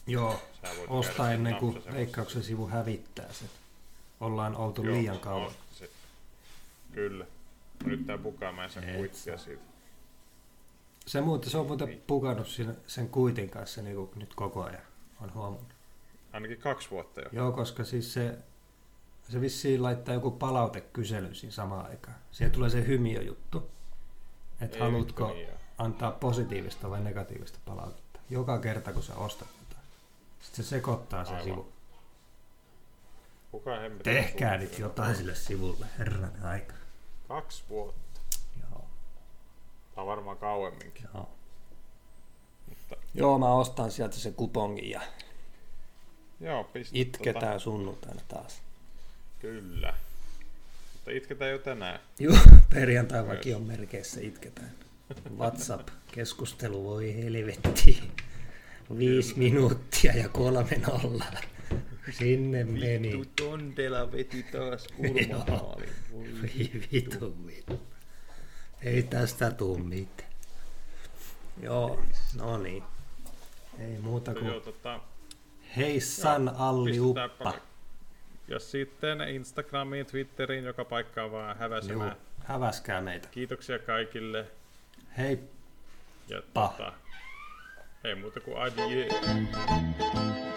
Speaker 2: Joo,
Speaker 1: sä voit
Speaker 2: osta
Speaker 1: käydä
Speaker 2: ennen
Speaker 1: sen
Speaker 2: kuin
Speaker 1: napsasen.
Speaker 2: veikkauksen sivu hävittää sen. Ollaan oltu
Speaker 1: Joo, no.
Speaker 2: liian
Speaker 1: mä
Speaker 2: kauan.
Speaker 1: ostin sen. Kyllä. No Nyt tää bukaa, mä en saa
Speaker 2: Et
Speaker 1: kuittia siitä.
Speaker 2: Se, muuten, se on muuten pukannut siinä, sen kuitin kanssa niin kuin nyt koko ajan. On huomannut.
Speaker 1: Ainakin kaksi vuotta jo.
Speaker 2: Joo, koska siis se, se vissiin laittaa joku palautekysely siinä samaan aikaan. Siihen tulee se hymiöjuttu, että
Speaker 1: Ei
Speaker 2: haluatko
Speaker 1: vittu niin, joo.
Speaker 2: antaa positiivista vai negatiivista palautetta. Joka kerta, kun sä ostat jotain. Sitten se sekoittaa sen
Speaker 1: Aivan.
Speaker 2: sivun.
Speaker 1: Kuka hemmetti?
Speaker 2: Tehkää
Speaker 1: suunnittelee?
Speaker 2: nyt jotain sille sivulle, herran aika.
Speaker 1: Kaksi vuotta.
Speaker 2: Joo,
Speaker 1: Tai varmaan kauemminkin.
Speaker 2: joo.
Speaker 1: Mutta,
Speaker 2: Joo, mä ostan sieltä se kupongi ja
Speaker 1: joo, pistä, Tota,
Speaker 2: itketään sunnuntaina taas.
Speaker 1: kyllä. Mutta itketään jo tänään.
Speaker 2: Joo, perjantai vakion merkeissä itketään. WhatsApp-keskustelu, voi helvetti. Viisi minuuttia ja kolme nolla. Sinne meni.
Speaker 1: tondela veti taas
Speaker 2: kulmamaalin. Voi vitu vittu. Ei tästä tuu mitään. Joo, no niin. Ei muuta
Speaker 1: Joo,
Speaker 2: kuin
Speaker 1: tota,
Speaker 2: hei san alli
Speaker 1: pistetään
Speaker 2: uppa.
Speaker 1: pala- Ja sitten Instagramiin, Twitteriin, joka paikkaan vaan
Speaker 2: Juu,
Speaker 1: häväsemään.
Speaker 2: häväskää meitä.
Speaker 1: Kiitoksia kaikille.
Speaker 2: Hei
Speaker 1: Ja
Speaker 2: Pa.
Speaker 1: tota, ei muuta kuin adieu.